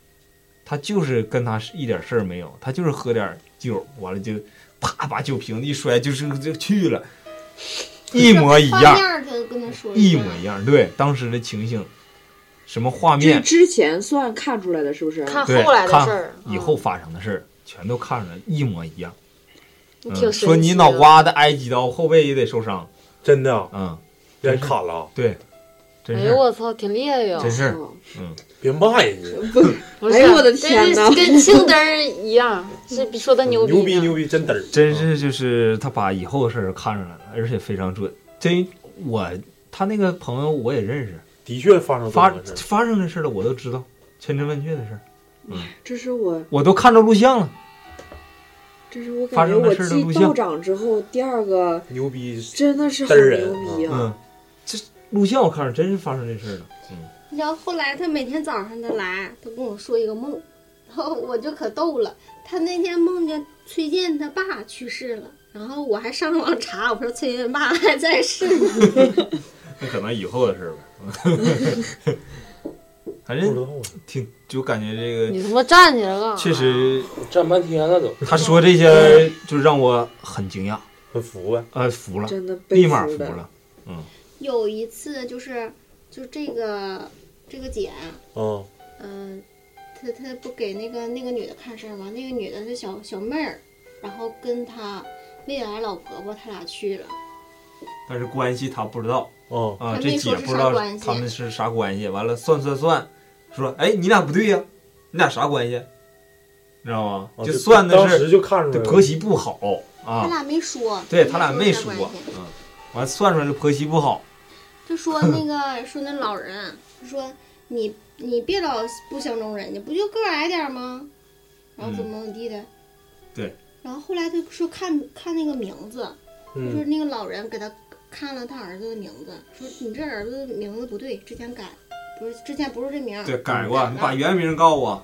Speaker 6: 他就是跟他是一点事儿没有，他就是喝点酒，完了就啪把酒瓶子一摔，就是就去了，一模一
Speaker 2: 画
Speaker 6: 样
Speaker 2: 面，儿他都跟他说
Speaker 6: 一模
Speaker 2: 样。
Speaker 6: 一样，对当时的情形，什么画
Speaker 7: 这
Speaker 6: 面，
Speaker 7: 之前算看出来的，是不是？
Speaker 5: 看
Speaker 6: 对
Speaker 5: 后来的
Speaker 6: 看
Speaker 5: 事儿，
Speaker 6: 以后发生的事儿全都看着一模一样。
Speaker 5: 嗯
Speaker 6: 嗯，
Speaker 5: 挺
Speaker 6: 说
Speaker 5: 神
Speaker 6: 你
Speaker 5: 奇
Speaker 6: 脑
Speaker 5: 的
Speaker 6: 瓜子挨几刀，后背也得受伤。
Speaker 3: 真的啊
Speaker 6: 嗯，
Speaker 3: 让人砍了，啊
Speaker 6: 对，真
Speaker 5: 哎
Speaker 6: 是、
Speaker 5: 呦我操，挺厉害呀！
Speaker 6: 真是
Speaker 7: 嗯
Speaker 3: 别骂人家，
Speaker 5: 不是，
Speaker 7: 哎呦我的天哪
Speaker 5: 这
Speaker 7: (laughs)
Speaker 5: 是跟庆灯儿一样，是比说的牛逼
Speaker 3: 牛逼
Speaker 5: 呢
Speaker 3: 牛逼，真嘚儿，啊
Speaker 6: 真是就是他把以后的事儿看出来了，而且非常准。真我他那个朋友我也认识，
Speaker 3: 的确发生这
Speaker 6: 发
Speaker 3: 种事儿
Speaker 6: 发生的事儿了我都知道，千真万确的事儿，
Speaker 7: 这是我，
Speaker 6: 我都看着录像了。
Speaker 7: 这是我
Speaker 6: 发
Speaker 7: 感觉
Speaker 6: 生的
Speaker 7: 我
Speaker 6: 事儿的
Speaker 7: 继
Speaker 6: 录像
Speaker 7: 道长之后第二个，
Speaker 3: 牛逼，
Speaker 7: 真的是
Speaker 3: 嘚
Speaker 7: 很
Speaker 3: 儿人
Speaker 7: 牛逼啊！
Speaker 6: 嗯，这录像我看着真是发生这事儿了。
Speaker 2: 你知道后来他每天早上他来，他跟我说一个梦，然后我就可逗了。他那天梦见崔健他爸去世了，然后我还上网查，我说崔健爸还在世呢。
Speaker 6: (laughs)
Speaker 2: (laughs)
Speaker 6: 那可能以后的事儿吧。 (laughs) 反
Speaker 3: 不知
Speaker 6: 正
Speaker 3: 道啊
Speaker 6: 挺就感觉这个
Speaker 5: 你他啊妈站起来干啥？
Speaker 6: 确实，
Speaker 4: (laughs) 站半天了都。
Speaker 6: 他说这些
Speaker 5: (laughs)
Speaker 6: 就让我很惊讶，
Speaker 3: 很服呗，
Speaker 6: 呃，服了，
Speaker 7: 真的被
Speaker 6: 立马
Speaker 7: 服
Speaker 6: 服
Speaker 7: 的，
Speaker 6: 了。
Speaker 2: 有一次就是，就这个这个姐啊，
Speaker 3: 嗯，
Speaker 2: 嗯、她她不给那个那个女的看事儿吗？那个女的是小小妹儿，然后跟她未来老婆婆，她俩去了。
Speaker 6: 但是关系他不知道
Speaker 3: 嗯，
Speaker 6: 啊，
Speaker 2: 还
Speaker 6: 这
Speaker 2: 没
Speaker 6: 姐
Speaker 2: 说
Speaker 6: 不
Speaker 2: 是
Speaker 6: 知
Speaker 2: 啥
Speaker 6: 道
Speaker 2: 关系
Speaker 6: 他们是啥关系。完了算算算，说哎，你俩不对呀、你俩啥关系？你知道吗？
Speaker 3: 啊
Speaker 6: 就算的
Speaker 3: 当
Speaker 6: 是
Speaker 3: 时就看出
Speaker 6: 这
Speaker 3: 来
Speaker 6: 婆
Speaker 3: 了，
Speaker 6: 媳不好
Speaker 2: 他
Speaker 6: 啊，
Speaker 2: 俩没说，
Speaker 6: 对他俩没
Speaker 2: 啥
Speaker 6: 说
Speaker 2: 关系，
Speaker 6: 嗯，完算出来这婆媳不好，
Speaker 2: 就说那
Speaker 6: (laughs)
Speaker 2: 个说那老人说你你别老不相中人家，不就个儿矮点儿吗？然后怎么怎么地的。
Speaker 6: 嗯对。
Speaker 2: 然后后来他说看看那个名字，就
Speaker 3: 嗯
Speaker 2: 是那个老人给他看了他儿子的名字，说你这儿子名字不对，之前改，不是之前不是这名儿。
Speaker 6: 对，改
Speaker 2: 改
Speaker 6: 过，
Speaker 2: 了
Speaker 6: 你把原名告我，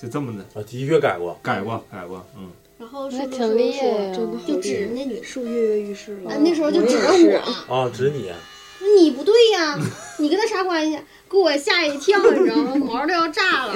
Speaker 6: 就这么的，
Speaker 3: 啊，的确改过，
Speaker 6: 改过，改过，嗯。
Speaker 2: 然后是
Speaker 5: 那
Speaker 2: 不是
Speaker 5: 挺厉害
Speaker 2: 说
Speaker 5: 呀，
Speaker 7: 真的好
Speaker 2: 就
Speaker 7: 厉
Speaker 2: 指
Speaker 7: 害
Speaker 2: 啊那女的，
Speaker 7: 是不是跃跃欲试了
Speaker 6: 嗯
Speaker 2: 啊？那时候就指着
Speaker 7: 也是
Speaker 2: 我，
Speaker 3: 啊，指你，
Speaker 2: 你不对呀，你跟他啥关系？啊给我吓一跳，你知道吗？毛都要炸了。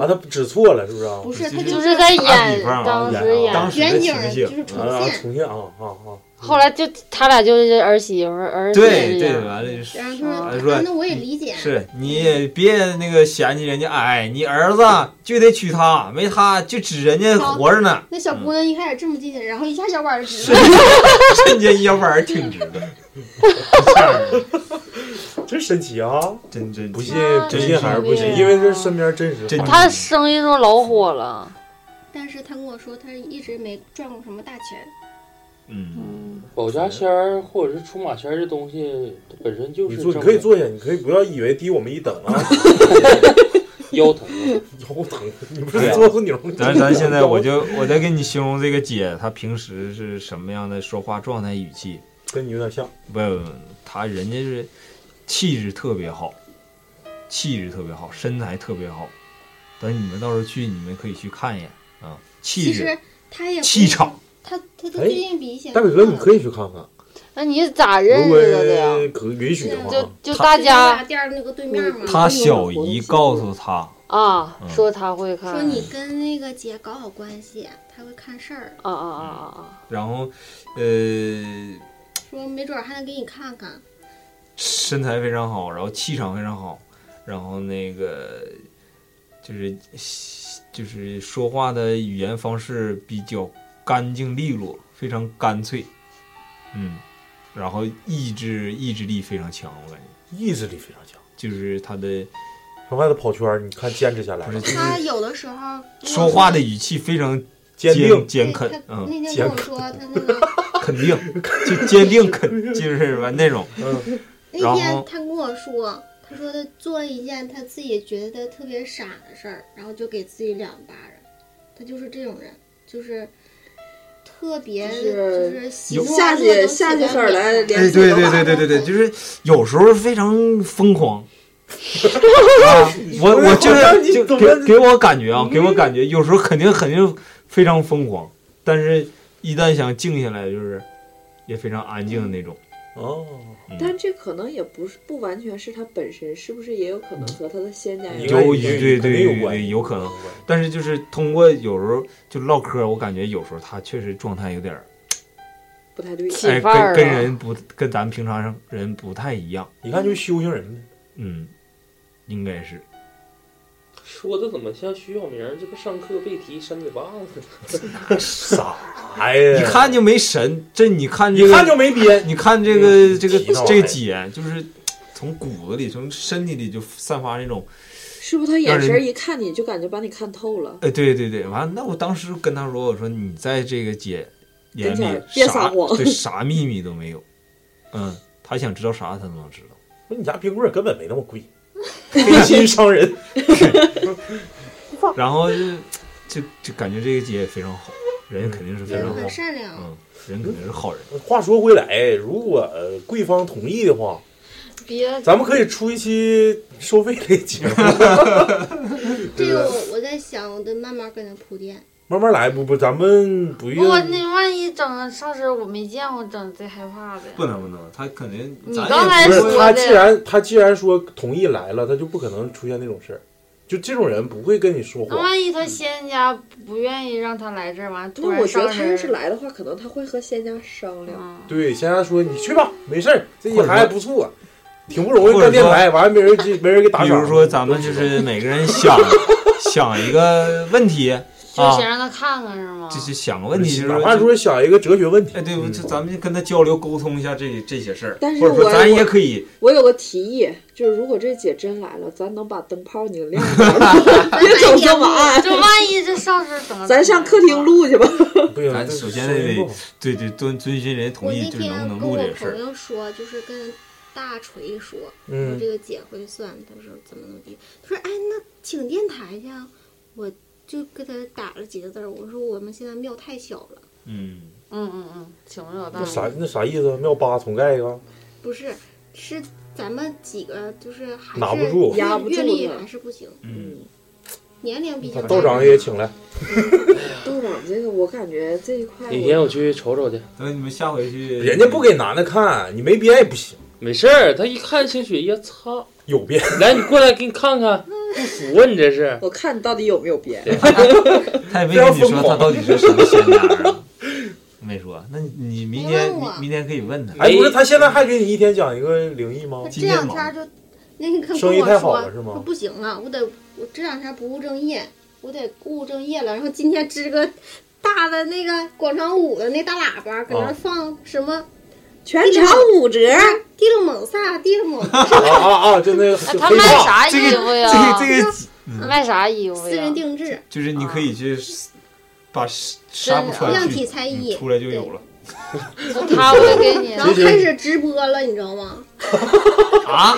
Speaker 3: 啊，他指错了是不是啊？
Speaker 2: 不是，他
Speaker 11: 就是是在
Speaker 6: 打比
Speaker 11: 演
Speaker 6: 方啊
Speaker 11: 当
Speaker 3: 演
Speaker 11: 时
Speaker 3: 啊
Speaker 11: 演，
Speaker 6: 当时
Speaker 2: 远
Speaker 6: 的
Speaker 2: 景儿
Speaker 6: 情
Speaker 2: 就
Speaker 6: 形，
Speaker 2: 是重
Speaker 3: 啊，
Speaker 2: 现。
Speaker 3: 重现啊啊啊！
Speaker 11: 后来就他俩就是儿媳妇儿儿子
Speaker 6: 对对，
Speaker 11: 这样
Speaker 6: 完了就是
Speaker 2: 然后他
Speaker 6: 哎
Speaker 2: 说：“
Speaker 6: 说
Speaker 2: 啊那我也理解。”
Speaker 6: 是你也别那个嫌弃人家矮，你儿子就得娶她，没她就指人家活着呢，
Speaker 2: 那小姑娘一开始这么进去，然后一下小板儿就直
Speaker 6: 是
Speaker 2: 了。
Speaker 6: 瞬间腰板儿挺直的，吓人
Speaker 3: 真神奇啊！
Speaker 6: 真真
Speaker 3: 不信
Speaker 11: 啊
Speaker 3: 不信还是不
Speaker 11: 真
Speaker 3: 信，
Speaker 11: 是
Speaker 3: 因为这身边真实啊
Speaker 6: 真
Speaker 3: 发生
Speaker 11: 他生意中老火了，
Speaker 2: 但是他跟我说，他一直没赚过什么大钱。
Speaker 6: 嗯，
Speaker 4: 保家仙儿或者是出马仙儿这东西，它本身就
Speaker 3: 你
Speaker 4: 是
Speaker 3: 坐，你
Speaker 4: 正
Speaker 3: 可以
Speaker 4: 能
Speaker 3: 坐下，你可以不要以为低我们一等啊， (laughs)
Speaker 4: 腰疼啊。
Speaker 3: 腰疼，你不是坐坐牛？
Speaker 6: 啊咱咱现在我就我再给你形容这个姐，她平时是什么样的说话状态语气，
Speaker 3: 跟你有点像，
Speaker 6: 不不不，她人家是气质特别好，气质特别好，身材特别好，等你们到时候去，你们可以去看一眼啊，气
Speaker 2: 其
Speaker 6: 质
Speaker 2: 实他也不
Speaker 6: 气场，
Speaker 2: 他他他最近比以前
Speaker 3: 大伟哥，你可以去看看，
Speaker 11: 那你咋认
Speaker 3: 如
Speaker 11: 识
Speaker 3: 果
Speaker 11: 的呀？
Speaker 3: 可允许的话
Speaker 11: 就
Speaker 3: 啊，
Speaker 11: 就
Speaker 6: 嗯他
Speaker 11: 大
Speaker 2: 大
Speaker 11: 家
Speaker 2: 店儿那个对面嘛，
Speaker 6: 她小姨告诉她，
Speaker 11: 啊
Speaker 6: 嗯
Speaker 11: 说他会看，
Speaker 2: 说你跟那个姐搞好关系，他会看事儿，
Speaker 11: 啊啊啊啊
Speaker 6: 然后呃
Speaker 2: 说没准儿还能给你看看。
Speaker 6: 身材非常好，然后气场非常好，然后那个就是就是说话的语言方式比较干净利落，非常干脆，嗯，然后意志意志力非常强，我感觉
Speaker 3: 意志力非常强。
Speaker 6: 就是他的
Speaker 3: 往外头跑圈儿，你看坚持下来
Speaker 6: 不，是就
Speaker 2: 他
Speaker 6: 是
Speaker 2: 有的时候
Speaker 6: 说话的语气非常
Speaker 3: 坚定，
Speaker 6: 坚
Speaker 2: 对
Speaker 6: 肯
Speaker 2: 他，
Speaker 6: 嗯，
Speaker 2: 那天
Speaker 3: 坚
Speaker 2: 跟我说他那
Speaker 6: (laughs)
Speaker 2: 个
Speaker 6: 肯定就坚定肯，就是完那种，
Speaker 3: 嗯，
Speaker 2: 那
Speaker 6: 然
Speaker 2: 天
Speaker 6: 后
Speaker 2: 他跟我说，他说他做了一件他自己觉得特别傻的事儿，然后就给自己两巴掌。他就是这种人，就是特别
Speaker 7: 就
Speaker 2: 就是是喜怒
Speaker 7: 下
Speaker 2: 哀乐
Speaker 7: 去
Speaker 2: 都
Speaker 7: 下
Speaker 2: 喜
Speaker 7: 去
Speaker 2: 欢
Speaker 7: 事儿
Speaker 2: 表
Speaker 7: 来
Speaker 2: 达
Speaker 7: 连
Speaker 6: 哎，
Speaker 7: 锁
Speaker 6: 对
Speaker 7: 都
Speaker 6: 对对
Speaker 7: 打开
Speaker 6: 对对对，就是有时候非常疯狂。啊，我
Speaker 3: 不是
Speaker 6: 我就
Speaker 3: 好像你
Speaker 6: 是就
Speaker 3: 怎么
Speaker 6: 给给我感觉啊，给我感觉有时候肯定肯定非常疯狂，但是一旦想静下来，就是也非常安静的那种。
Speaker 3: 哦，
Speaker 7: 但这可能也不是不完全是他本身，是不是也有可能和他的仙家
Speaker 3: 应
Speaker 7: 有
Speaker 3: 该
Speaker 7: 关？
Speaker 6: 有
Speaker 3: 也
Speaker 6: 对对
Speaker 3: 肯定
Speaker 6: 对
Speaker 3: 有关系
Speaker 6: 有可能
Speaker 3: 有关系
Speaker 6: 但是就是通过有时候就唠嗑，我感觉有时候他确实状态有点儿，
Speaker 7: 不太对，
Speaker 11: 起
Speaker 6: 哎，
Speaker 11: 范儿
Speaker 6: 跟
Speaker 11: 了
Speaker 6: 跟人不跟咱们平常人不太一样。
Speaker 3: 一看就是修行人
Speaker 6: (laughs)
Speaker 3: 呢。
Speaker 6: 嗯，应该是。
Speaker 4: 说的怎么像徐小明儿这不上课背题扇嘴巴子？
Speaker 6: (laughs)
Speaker 3: 啥呀？
Speaker 6: 一看就没神，这你看这
Speaker 3: 一
Speaker 6: 个
Speaker 3: 看就没编，
Speaker 6: 你看这个
Speaker 3: 嗯
Speaker 6: 这个
Speaker 3: 提到
Speaker 6: 这
Speaker 3: 哎
Speaker 6: 个姐，就是从骨子里、从身体里就散发那种，
Speaker 7: 是不是他眼
Speaker 6: 让人
Speaker 7: 神一看你就感觉把你看透了？
Speaker 6: 哎，对对对，完了，那我当时跟她说，我说你在这个姐眼
Speaker 7: 跟前
Speaker 6: 里
Speaker 7: 儿别
Speaker 6: 啥
Speaker 7: 撒谎
Speaker 6: 对啥秘密都没有，嗯，她想知道啥她都能知道。
Speaker 3: 不是你家冰棍儿根本没那么 (laughs) 贵，黑心商人。
Speaker 6: 然后就就就感觉这个姐非常好，人肯定是非
Speaker 2: 人
Speaker 6: 常好
Speaker 2: 很，善良，
Speaker 6: 嗯，人肯定是好人。
Speaker 3: 话说回来，如果呃贵方同意的话，
Speaker 11: 别
Speaker 3: 咱们可以出一期收费类节目，
Speaker 2: 这个我我在想，我得慢慢跟他铺垫。
Speaker 3: 慢慢来。不不，咱们不用。
Speaker 5: 我那万一整上身我没见过，整贼害怕的。
Speaker 6: 不能不能，她肯定
Speaker 5: 你
Speaker 6: 咱也
Speaker 5: 刚才
Speaker 3: 不是
Speaker 5: 说
Speaker 3: 他，
Speaker 5: 的
Speaker 3: 既然他既然说同意来了，他就不可能出现那种事儿。就这种人不会跟你说
Speaker 5: 那
Speaker 3: 谎，
Speaker 5: 万一他仙家不愿意让他来这儿，完了突
Speaker 7: 那我
Speaker 5: 然
Speaker 7: 觉
Speaker 5: 上
Speaker 7: 得他
Speaker 5: 身
Speaker 7: 要
Speaker 5: 儿，
Speaker 7: 是来的话，可能他会和仙家商量。
Speaker 5: 嗯，
Speaker 3: 对，现在说你去吧，没事儿，这女
Speaker 6: 或者说
Speaker 3: 孩还不错，挺不容易干电台，完了没人接没人给打
Speaker 6: 比
Speaker 3: 赏。
Speaker 6: 如说，咱们就是每个人想想一个问题
Speaker 5: 就是
Speaker 6: 啊
Speaker 5: 想，让他看看是吗？
Speaker 6: 就是想个问题，就是
Speaker 3: 哪怕
Speaker 6: 说，
Speaker 3: 说想一个哲学问题，
Speaker 6: (laughs) 哎，对，
Speaker 3: 嗯
Speaker 6: 就咱们就跟他交流沟通一下这这些事儿，
Speaker 7: 但是
Speaker 6: 或者说
Speaker 7: 我
Speaker 6: 咱也可以，
Speaker 7: 我有个提议，就是如果这姐真来了，咱能把灯泡拧亮点 (laughs) 儿吗，
Speaker 6: (laughs)
Speaker 7: 别整这么暗。
Speaker 5: 就万一这上身整个，
Speaker 7: 咱上客厅录去吧。
Speaker 3: 不行，
Speaker 6: 咱
Speaker 3: 这
Speaker 6: 首先
Speaker 3: 声音
Speaker 6: 得
Speaker 3: 不好
Speaker 6: 对对，遵遵循人家
Speaker 2: 我
Speaker 6: 同
Speaker 2: 那
Speaker 6: 意，就是
Speaker 2: 天
Speaker 6: 能不能
Speaker 2: 跟
Speaker 6: 录这
Speaker 2: 我
Speaker 6: 个事
Speaker 2: 朋
Speaker 6: 儿。
Speaker 2: 友说，就是跟大锤说，我
Speaker 3: 嗯
Speaker 2: 这，个姐会算，他说怎么怎么地，他说哎，那请电台去啊，我就给他打了几个字儿，我说我们现在庙太小了，
Speaker 6: 嗯，
Speaker 5: 嗯嗯嗯，请不了大
Speaker 3: 那。啥那啥意思啊？庙八重盖一个，
Speaker 2: 不是，是咱们几个就是还
Speaker 3: 拿不
Speaker 2: 是
Speaker 3: 住
Speaker 7: 压不
Speaker 2: 阅
Speaker 7: 住
Speaker 2: 阅历
Speaker 7: 的
Speaker 2: 还是不行，
Speaker 6: 嗯，
Speaker 2: 年龄毕
Speaker 3: 把
Speaker 2: 竟
Speaker 3: 道
Speaker 2: 大
Speaker 3: 长也请来。
Speaker 6: 嗯
Speaker 7: 道长，这个我感觉这一块
Speaker 4: 哪天
Speaker 7: 我
Speaker 4: 我去瞅瞅去。
Speaker 6: 等你们下回去，
Speaker 3: 人家不给男的看，你没编也不行。
Speaker 4: 没事儿，他一看清雪夜，操，
Speaker 3: 有变，
Speaker 4: 来你过来给你看看，不服啊你这是？
Speaker 7: 我看你到底有没有变。
Speaker 6: 他也没跟你说他到底是什么仙家
Speaker 4: (laughs)
Speaker 6: 啊，没说。那你明天
Speaker 9: 没问我
Speaker 6: 明明天可以问他。
Speaker 3: 哎，不是，他现在还给你一天讲一个灵异吗
Speaker 9: 他？
Speaker 6: 今
Speaker 9: 这
Speaker 6: 天
Speaker 9: 两
Speaker 6: 忙
Speaker 9: 天就那个跟
Speaker 3: 生意
Speaker 9: 我
Speaker 3: 太
Speaker 9: 说，
Speaker 3: 好了是吗
Speaker 9: 说不行了，我得我这两天不务正业，我得不务正业了。然后今天支个大的那个广场舞的那大喇叭，搁那
Speaker 3: 啊
Speaker 9: 放什么
Speaker 7: 全场五折，
Speaker 9: 蒂勒蒙萨、蒂勒蒙
Speaker 3: (laughs) 啊啊啊！就那个
Speaker 5: 哎
Speaker 3: 黑
Speaker 5: 他卖
Speaker 3: 化，
Speaker 5: 啥
Speaker 6: 这
Speaker 5: 衣
Speaker 6: 个
Speaker 5: 服
Speaker 6: 这
Speaker 5: 呀？
Speaker 6: 个这个，嗯
Speaker 5: 卖啥衣服
Speaker 9: 私
Speaker 5: 呀
Speaker 9: 人？定制，
Speaker 6: 就是你可以去把纱布穿
Speaker 9: 量
Speaker 6: 去
Speaker 9: 体裁
Speaker 6: 嗯
Speaker 9: 衣。
Speaker 6: 出来就有了
Speaker 5: 他会给你
Speaker 6: (laughs)
Speaker 9: 然后开始直播了，你知道吗？
Speaker 6: 啊！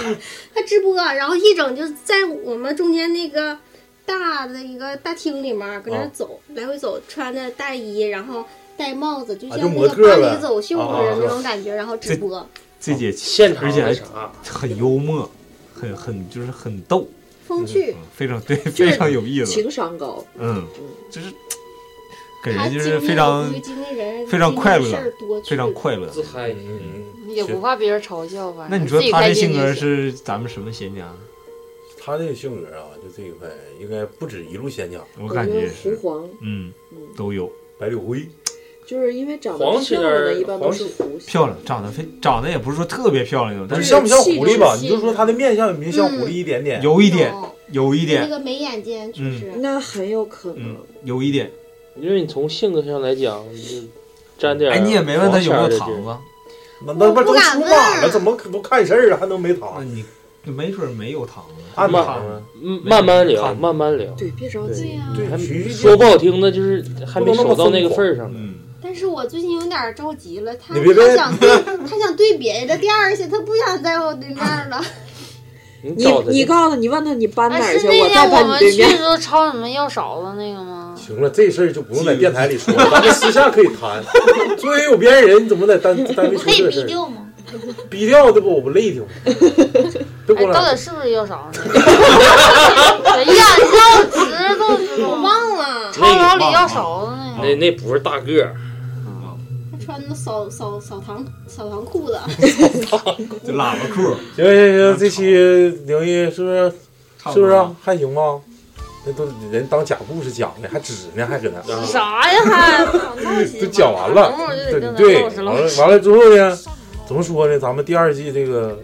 Speaker 9: 他直播，然后一整就在我们中间那个大的一个大厅里面，搁那
Speaker 6: 哦
Speaker 3: 啊
Speaker 9: 走，来回走，穿着大衣，然后戴帽子，就
Speaker 3: 啊
Speaker 9: 像
Speaker 3: 就模
Speaker 9: 那
Speaker 3: 特
Speaker 9: 个巴
Speaker 3: 呗
Speaker 9: 黎走秀
Speaker 3: 啊
Speaker 9: 似
Speaker 3: 啊
Speaker 9: 的那
Speaker 3: 啊
Speaker 9: 种感觉，然后直
Speaker 6: 哦这
Speaker 9: 播。
Speaker 6: 这姐
Speaker 4: 哦现场
Speaker 6: 而且还
Speaker 4: 那啥，
Speaker 6: 很幽默，很很就是很逗，
Speaker 9: 风趣
Speaker 6: 嗯， (laughs) 非常对，非常有意思。
Speaker 7: 情商高，
Speaker 6: 嗯，就是给
Speaker 9: 他
Speaker 6: 人就
Speaker 9: 经
Speaker 6: 是
Speaker 9: 历
Speaker 6: 非常
Speaker 9: 无余经历人
Speaker 6: 非常
Speaker 9: 经历
Speaker 6: 快
Speaker 9: 的
Speaker 6: 乐
Speaker 9: 事儿多
Speaker 6: 非常
Speaker 9: 去
Speaker 6: 快乐。
Speaker 4: 自
Speaker 3: 嗯
Speaker 4: 嗨，
Speaker 5: 也不怕别人嘲笑，反正
Speaker 6: 那你说
Speaker 5: 自己
Speaker 6: 他
Speaker 5: 开
Speaker 6: 这
Speaker 5: 心
Speaker 6: 性
Speaker 5: 就
Speaker 6: 格
Speaker 5: 行。
Speaker 6: 是咱们什么啊仙家？
Speaker 3: 他这个性格啊，就这一块应该不止一路仙家，
Speaker 6: 我感觉
Speaker 7: 觉
Speaker 6: 也
Speaker 7: 狐
Speaker 6: 是，
Speaker 7: 黄，
Speaker 6: 嗯，
Speaker 7: 嗯，
Speaker 6: 都有
Speaker 3: 白柳灰
Speaker 7: 就是因为长得
Speaker 4: 黄
Speaker 7: 漂亮的，
Speaker 4: 仙儿
Speaker 7: 一般都
Speaker 4: 黄
Speaker 7: 是狐仙
Speaker 6: 漂亮，长得非长得也不是说特别漂亮那种，但
Speaker 3: 就是像不像狐狸吧？
Speaker 7: 气质
Speaker 3: 你就说他的面相有没有像狐狸一点点？
Speaker 6: 有一点，
Speaker 9: 哦
Speaker 6: 有一
Speaker 9: 那
Speaker 6: 点，
Speaker 9: 个眉眼间确
Speaker 6: 嗯
Speaker 9: 实。
Speaker 7: 那很有可能
Speaker 6: 嗯，有一点。
Speaker 4: 因为你从性格上来讲，你就沾点儿
Speaker 6: 哎，你也没问他有没有
Speaker 4: 黄
Speaker 6: 糖
Speaker 4: 色的
Speaker 6: 子，
Speaker 3: 那那不
Speaker 9: 我
Speaker 3: 都
Speaker 9: 不敢
Speaker 3: 出马了，
Speaker 9: 问
Speaker 3: 怎么可不看事儿啊？还能没
Speaker 6: 那
Speaker 3: 糖？
Speaker 6: 你没准没有糖子，
Speaker 3: 按
Speaker 6: 你
Speaker 4: 慢
Speaker 6: 看看
Speaker 3: 糖，
Speaker 4: 这嗯，慢慢聊，
Speaker 6: 看
Speaker 4: 慢慢聊。
Speaker 7: 对，别着急。
Speaker 3: 对，
Speaker 4: 还
Speaker 3: 徐
Speaker 4: 说不好听的，就是还没熟到那个份儿上呢。
Speaker 6: 嗯，
Speaker 9: 但是我最近有点着急了，他
Speaker 3: 你别
Speaker 9: 他
Speaker 3: 别
Speaker 9: 想对他想对别人的店儿去，他不想在我对面儿
Speaker 6: (laughs)
Speaker 9: 了。
Speaker 4: 你
Speaker 7: 你
Speaker 4: 找他
Speaker 7: 你
Speaker 4: 去，
Speaker 7: 告诉你问他你搬哪
Speaker 5: 哎，
Speaker 7: 儿
Speaker 5: 是
Speaker 7: 去，
Speaker 5: 那
Speaker 7: 我
Speaker 5: 天
Speaker 7: 再
Speaker 5: 我
Speaker 7: 搬你
Speaker 5: 们
Speaker 7: 对
Speaker 5: 去的
Speaker 7: 面。
Speaker 5: 时候抄你们要勺子那个吗？
Speaker 3: 行了，这事儿就不用在电台里说了，咱们私下可以谈。作为有别人，你怎么在单单
Speaker 10: 我
Speaker 3: 位说
Speaker 10: 可以
Speaker 3: 这
Speaker 10: 逼
Speaker 3: 事儿？
Speaker 10: 掉吗？
Speaker 3: 逼掉这不我不累挺吗？对
Speaker 5: 哎
Speaker 3: 不，
Speaker 5: 到
Speaker 3: 啦？
Speaker 5: 底是不是要勺
Speaker 6: (laughs)
Speaker 5: 呢？哎呀，你让我知道知道，
Speaker 9: 我忘了，
Speaker 5: 抄勺里要勺子呢。
Speaker 4: 那那不是大个儿，
Speaker 9: 他穿的扫扫扫堂扫堂裤子，啊
Speaker 6: 就喇叭裤，
Speaker 3: 行行行，这期灵异是不是
Speaker 6: 差
Speaker 3: 是不
Speaker 6: 多
Speaker 3: 是
Speaker 6: 了
Speaker 3: 啊还行吧？那都人当假故事讲呢，还指呢，还搁那。
Speaker 5: 啥呀还？
Speaker 3: 都讲完了
Speaker 5: 等会儿，嗯
Speaker 3: 对
Speaker 5: 就得跟他
Speaker 3: 对，
Speaker 5: 唠是
Speaker 3: 完
Speaker 5: 唠
Speaker 3: 了完了之后呢，怎么说呢？咱们第二季这个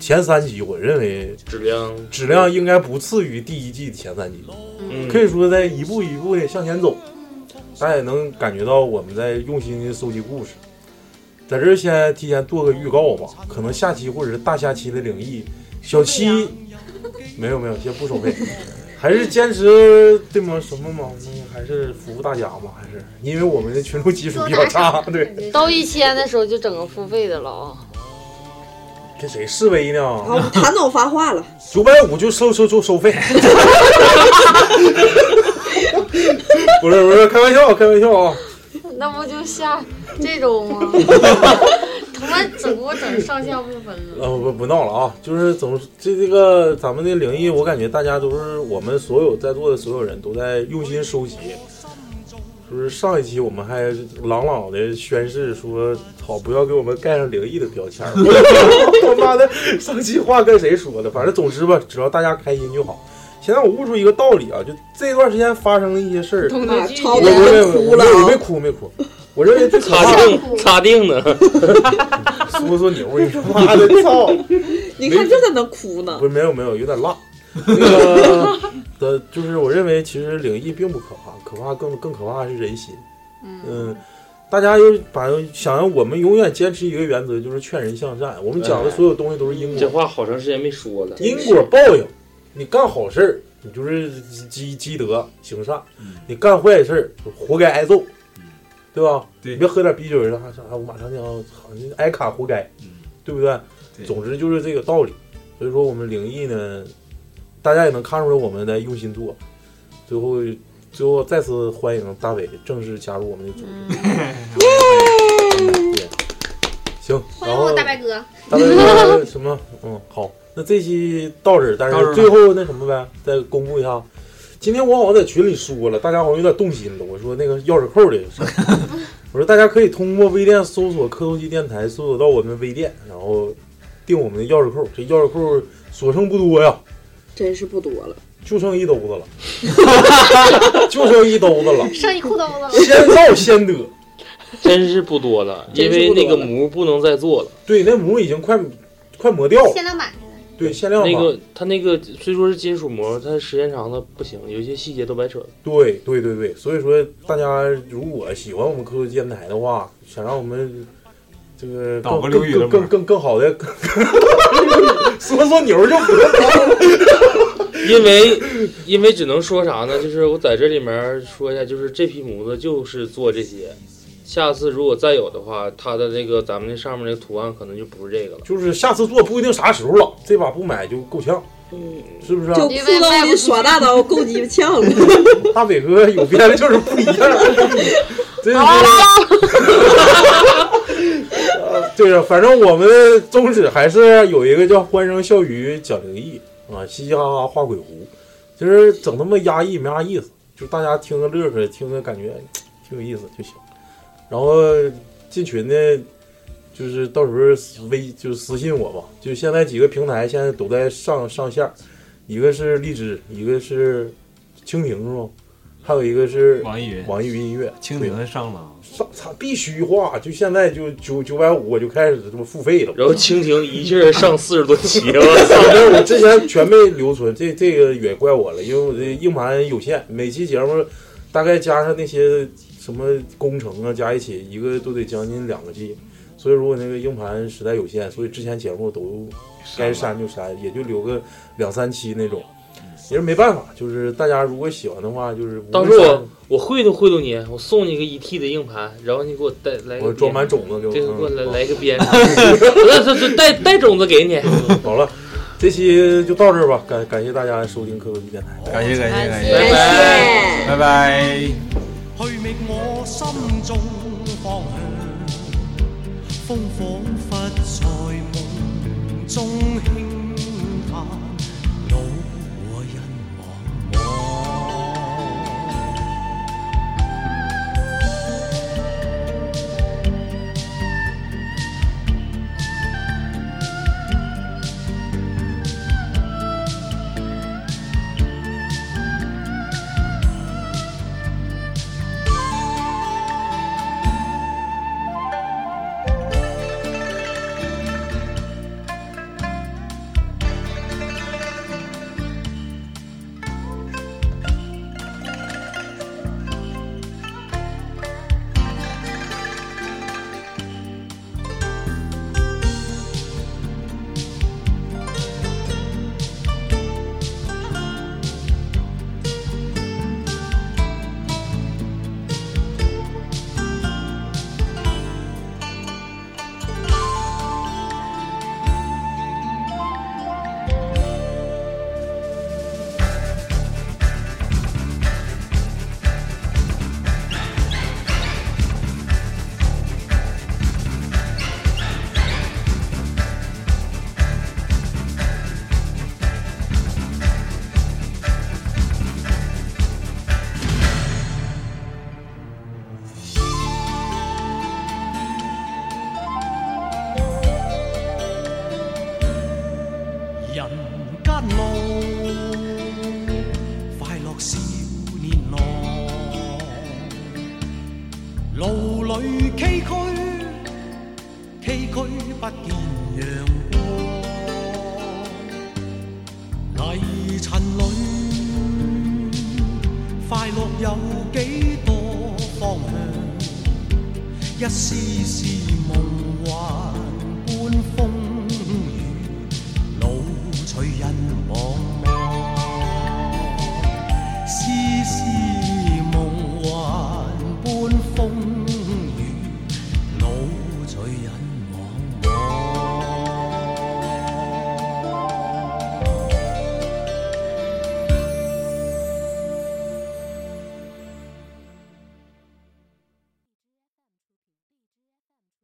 Speaker 3: 前三集，我认为
Speaker 4: 质量
Speaker 3: 质量应该不次于第一季的前三集，
Speaker 4: 嗯
Speaker 3: 可以说在一步一步的向前走，大家也能感觉到我们在用心的搜集故事。在这儿先提前做个预告吧，可能下期或者是大下期的灵异小七，没有没有，先不收费，还是坚持对吗？什么嘛，嗯还是服务大家嘛，还是因为我们的群众基础比较差，对。
Speaker 5: 到一千的时候就整个付费的了啊！
Speaker 3: 跟谁示威
Speaker 7: 啊，
Speaker 3: 呢？
Speaker 7: 我们 (laughs) 谈到发话了，
Speaker 3: 九百五就收收收收费， (laughs) 不是不是，开玩笑开玩笑啊！
Speaker 5: 那不就下这周 (laughs) 吗？
Speaker 10: 他妈整给我整上下不分了。
Speaker 3: 呃不不闹了啊，就是怎么这这个咱们的灵异，我感觉大家都是我们所有在座的所有人都在用心收集。就是上一期我们还朗朗的宣誓说，好不要给我们盖上灵异的标签儿。 (laughs) 我妈的，上期话跟谁说的？反正总之吧，只要大家开心就好。现在我悟出一个道理啊，就这段时间发生的一些事儿，
Speaker 7: 啊，
Speaker 3: 我
Speaker 7: 超
Speaker 3: 我
Speaker 7: 哥
Speaker 3: 认为
Speaker 7: 都哭
Speaker 3: 我
Speaker 7: 了
Speaker 3: 没有没
Speaker 7: 啊！
Speaker 3: 哭没哭，我认为最可
Speaker 4: 擦
Speaker 3: 怕
Speaker 4: (laughs)
Speaker 3: 的
Speaker 4: 腚擦腚呢，
Speaker 3: 说说牛，你他妈的操！
Speaker 7: 你看这咋能哭呢
Speaker 3: 不？是没有没有，有点辣。那个 (laughs) 的，就是我认为其实灵异并不可怕，可怕更更可怕的是人心。嗯，大家又把想要我们永远坚持一个原则，就是劝人向善。我们讲的所有东西都是因
Speaker 4: 这
Speaker 3: 果，
Speaker 4: 话好长时间没说了。
Speaker 3: 因果报应。你干好事儿，你就是积积德行善；
Speaker 6: 嗯
Speaker 3: 你干坏事儿，活该挨揍，对吧？
Speaker 6: 对
Speaker 3: 你别喝点啤酒啥啥，我马上就要好像挨砍活该，对不对？
Speaker 6: 嗯对
Speaker 3: 总之就是这个道理。所以说我们灵异呢，大家也能看出来我们在用心做。最后，最后再次欢迎大伟正式加入我们的组织。 (laughs) 对行，
Speaker 9: 嗯欢
Speaker 3: 然
Speaker 9: 迎
Speaker 3: 后
Speaker 9: 我大白哥。
Speaker 3: 大白哥什么？嗯，好，那这期到这儿，但
Speaker 6: 到这儿
Speaker 3: 是
Speaker 6: 吧
Speaker 3: 最后那什么呗，再公布一下。今天我好像在群里说了，大家好像有点动心了。我说那个钥匙扣的事
Speaker 6: (laughs)
Speaker 3: 儿，我说大家可以通过微店搜索“磕头机电台”，搜索到我们微店，然后订我们的钥匙扣，这钥匙扣所剩不多
Speaker 6: (laughs)
Speaker 3: 呀，
Speaker 7: 真是不多了。
Speaker 3: 就剩一兜子了， (laughs) 就剩一兜子了，
Speaker 9: 剩一裤兜子
Speaker 3: (laughs)
Speaker 9: 了。
Speaker 3: 先造先得。
Speaker 4: 真是不多了，因为那个膜不能再做了。
Speaker 3: 对，那膜已经快快磨掉了，
Speaker 9: 限量版似的，
Speaker 3: 对，限量版。
Speaker 4: 那个它那个虽说是金属膜，它时间长了不行，有一些细节都白扯了。
Speaker 3: 对对对对，所以说大家如果喜欢我们科学电台的话，想让我们这个
Speaker 6: 导
Speaker 3: 更
Speaker 6: 个刘宇了
Speaker 3: 更
Speaker 6: 吗
Speaker 3: 更更更好的，说说牛就不
Speaker 4: 因为因为只能说啥呢？就是我在这里面说一下，就是这批模子就是做这些。下次如果再有的话，它的那个咱们那上面那个图案可能就不是这个
Speaker 3: (laughs)
Speaker 4: 了。
Speaker 3: 就是下次做不一定啥时候了，这把不买就够呛，
Speaker 7: 嗯，
Speaker 3: 是不是、
Speaker 7: 就
Speaker 3: 啊？
Speaker 7: 裤兜里耍大刀，够鸡巴呛了。
Speaker 3: 大北哥有编的就是不一样，真是。呃 (laughs) 对啊，反正我们的宗旨还是有一个叫“欢声笑语讲灵异”啊，嘻嘻哈哈画鬼狐，就是整他妈压抑没啥意思，就大家听个乐呵，听个感觉挺有意思就行。然后进群呢，就是到时候私微就是私信我吧。就现在几个平台现在都在上上线儿，一个是荔枝，一个是蜻蜓是吗？还有一个是
Speaker 6: 网易云、
Speaker 3: 网易云音乐。
Speaker 6: 蜻蜓上了，啊
Speaker 3: 上操必须画，就现在就九九百五我就开始这么付费了。
Speaker 4: 然后蜻蜓一气儿上四十多期，我操！
Speaker 3: 但是我之前 (laughs) 全没留存，这这个也怪我了，因为我这硬盘有限，每期节目大概加上那些什么工程啊，加一起一个都得将近两个 G，所以说我那个硬盘实在有限，所以之前节目都该删就删，也就留个两三期那种。也是没办法，就是大家如果喜欢的话，就是无论
Speaker 4: 到时候
Speaker 3: 删
Speaker 4: 我我贿赂贿赂你，我送你个一 T 的硬盘，然后你给我带来个
Speaker 3: 我装满
Speaker 4: 鞭
Speaker 3: 种子给我，
Speaker 4: 对，给我
Speaker 3: 嗯
Speaker 4: 来来个鞭， (laughs) 这这这带带种子给你。
Speaker 3: 好了，这期就到这儿吧，感感谢大家收听科技电台。
Speaker 6: 感谢感谢感
Speaker 4: 拜
Speaker 6: 谢，
Speaker 4: 拜。
Speaker 6: 拜拜。
Speaker 12: 去觅我心中方向，風彷彿在夢中輕嘆，老我人茫茫。人間路，快樂少年郎。路裏崎嶇，崎嶇不見陽光。泥塵裏，快樂有幾多方向？一絲絲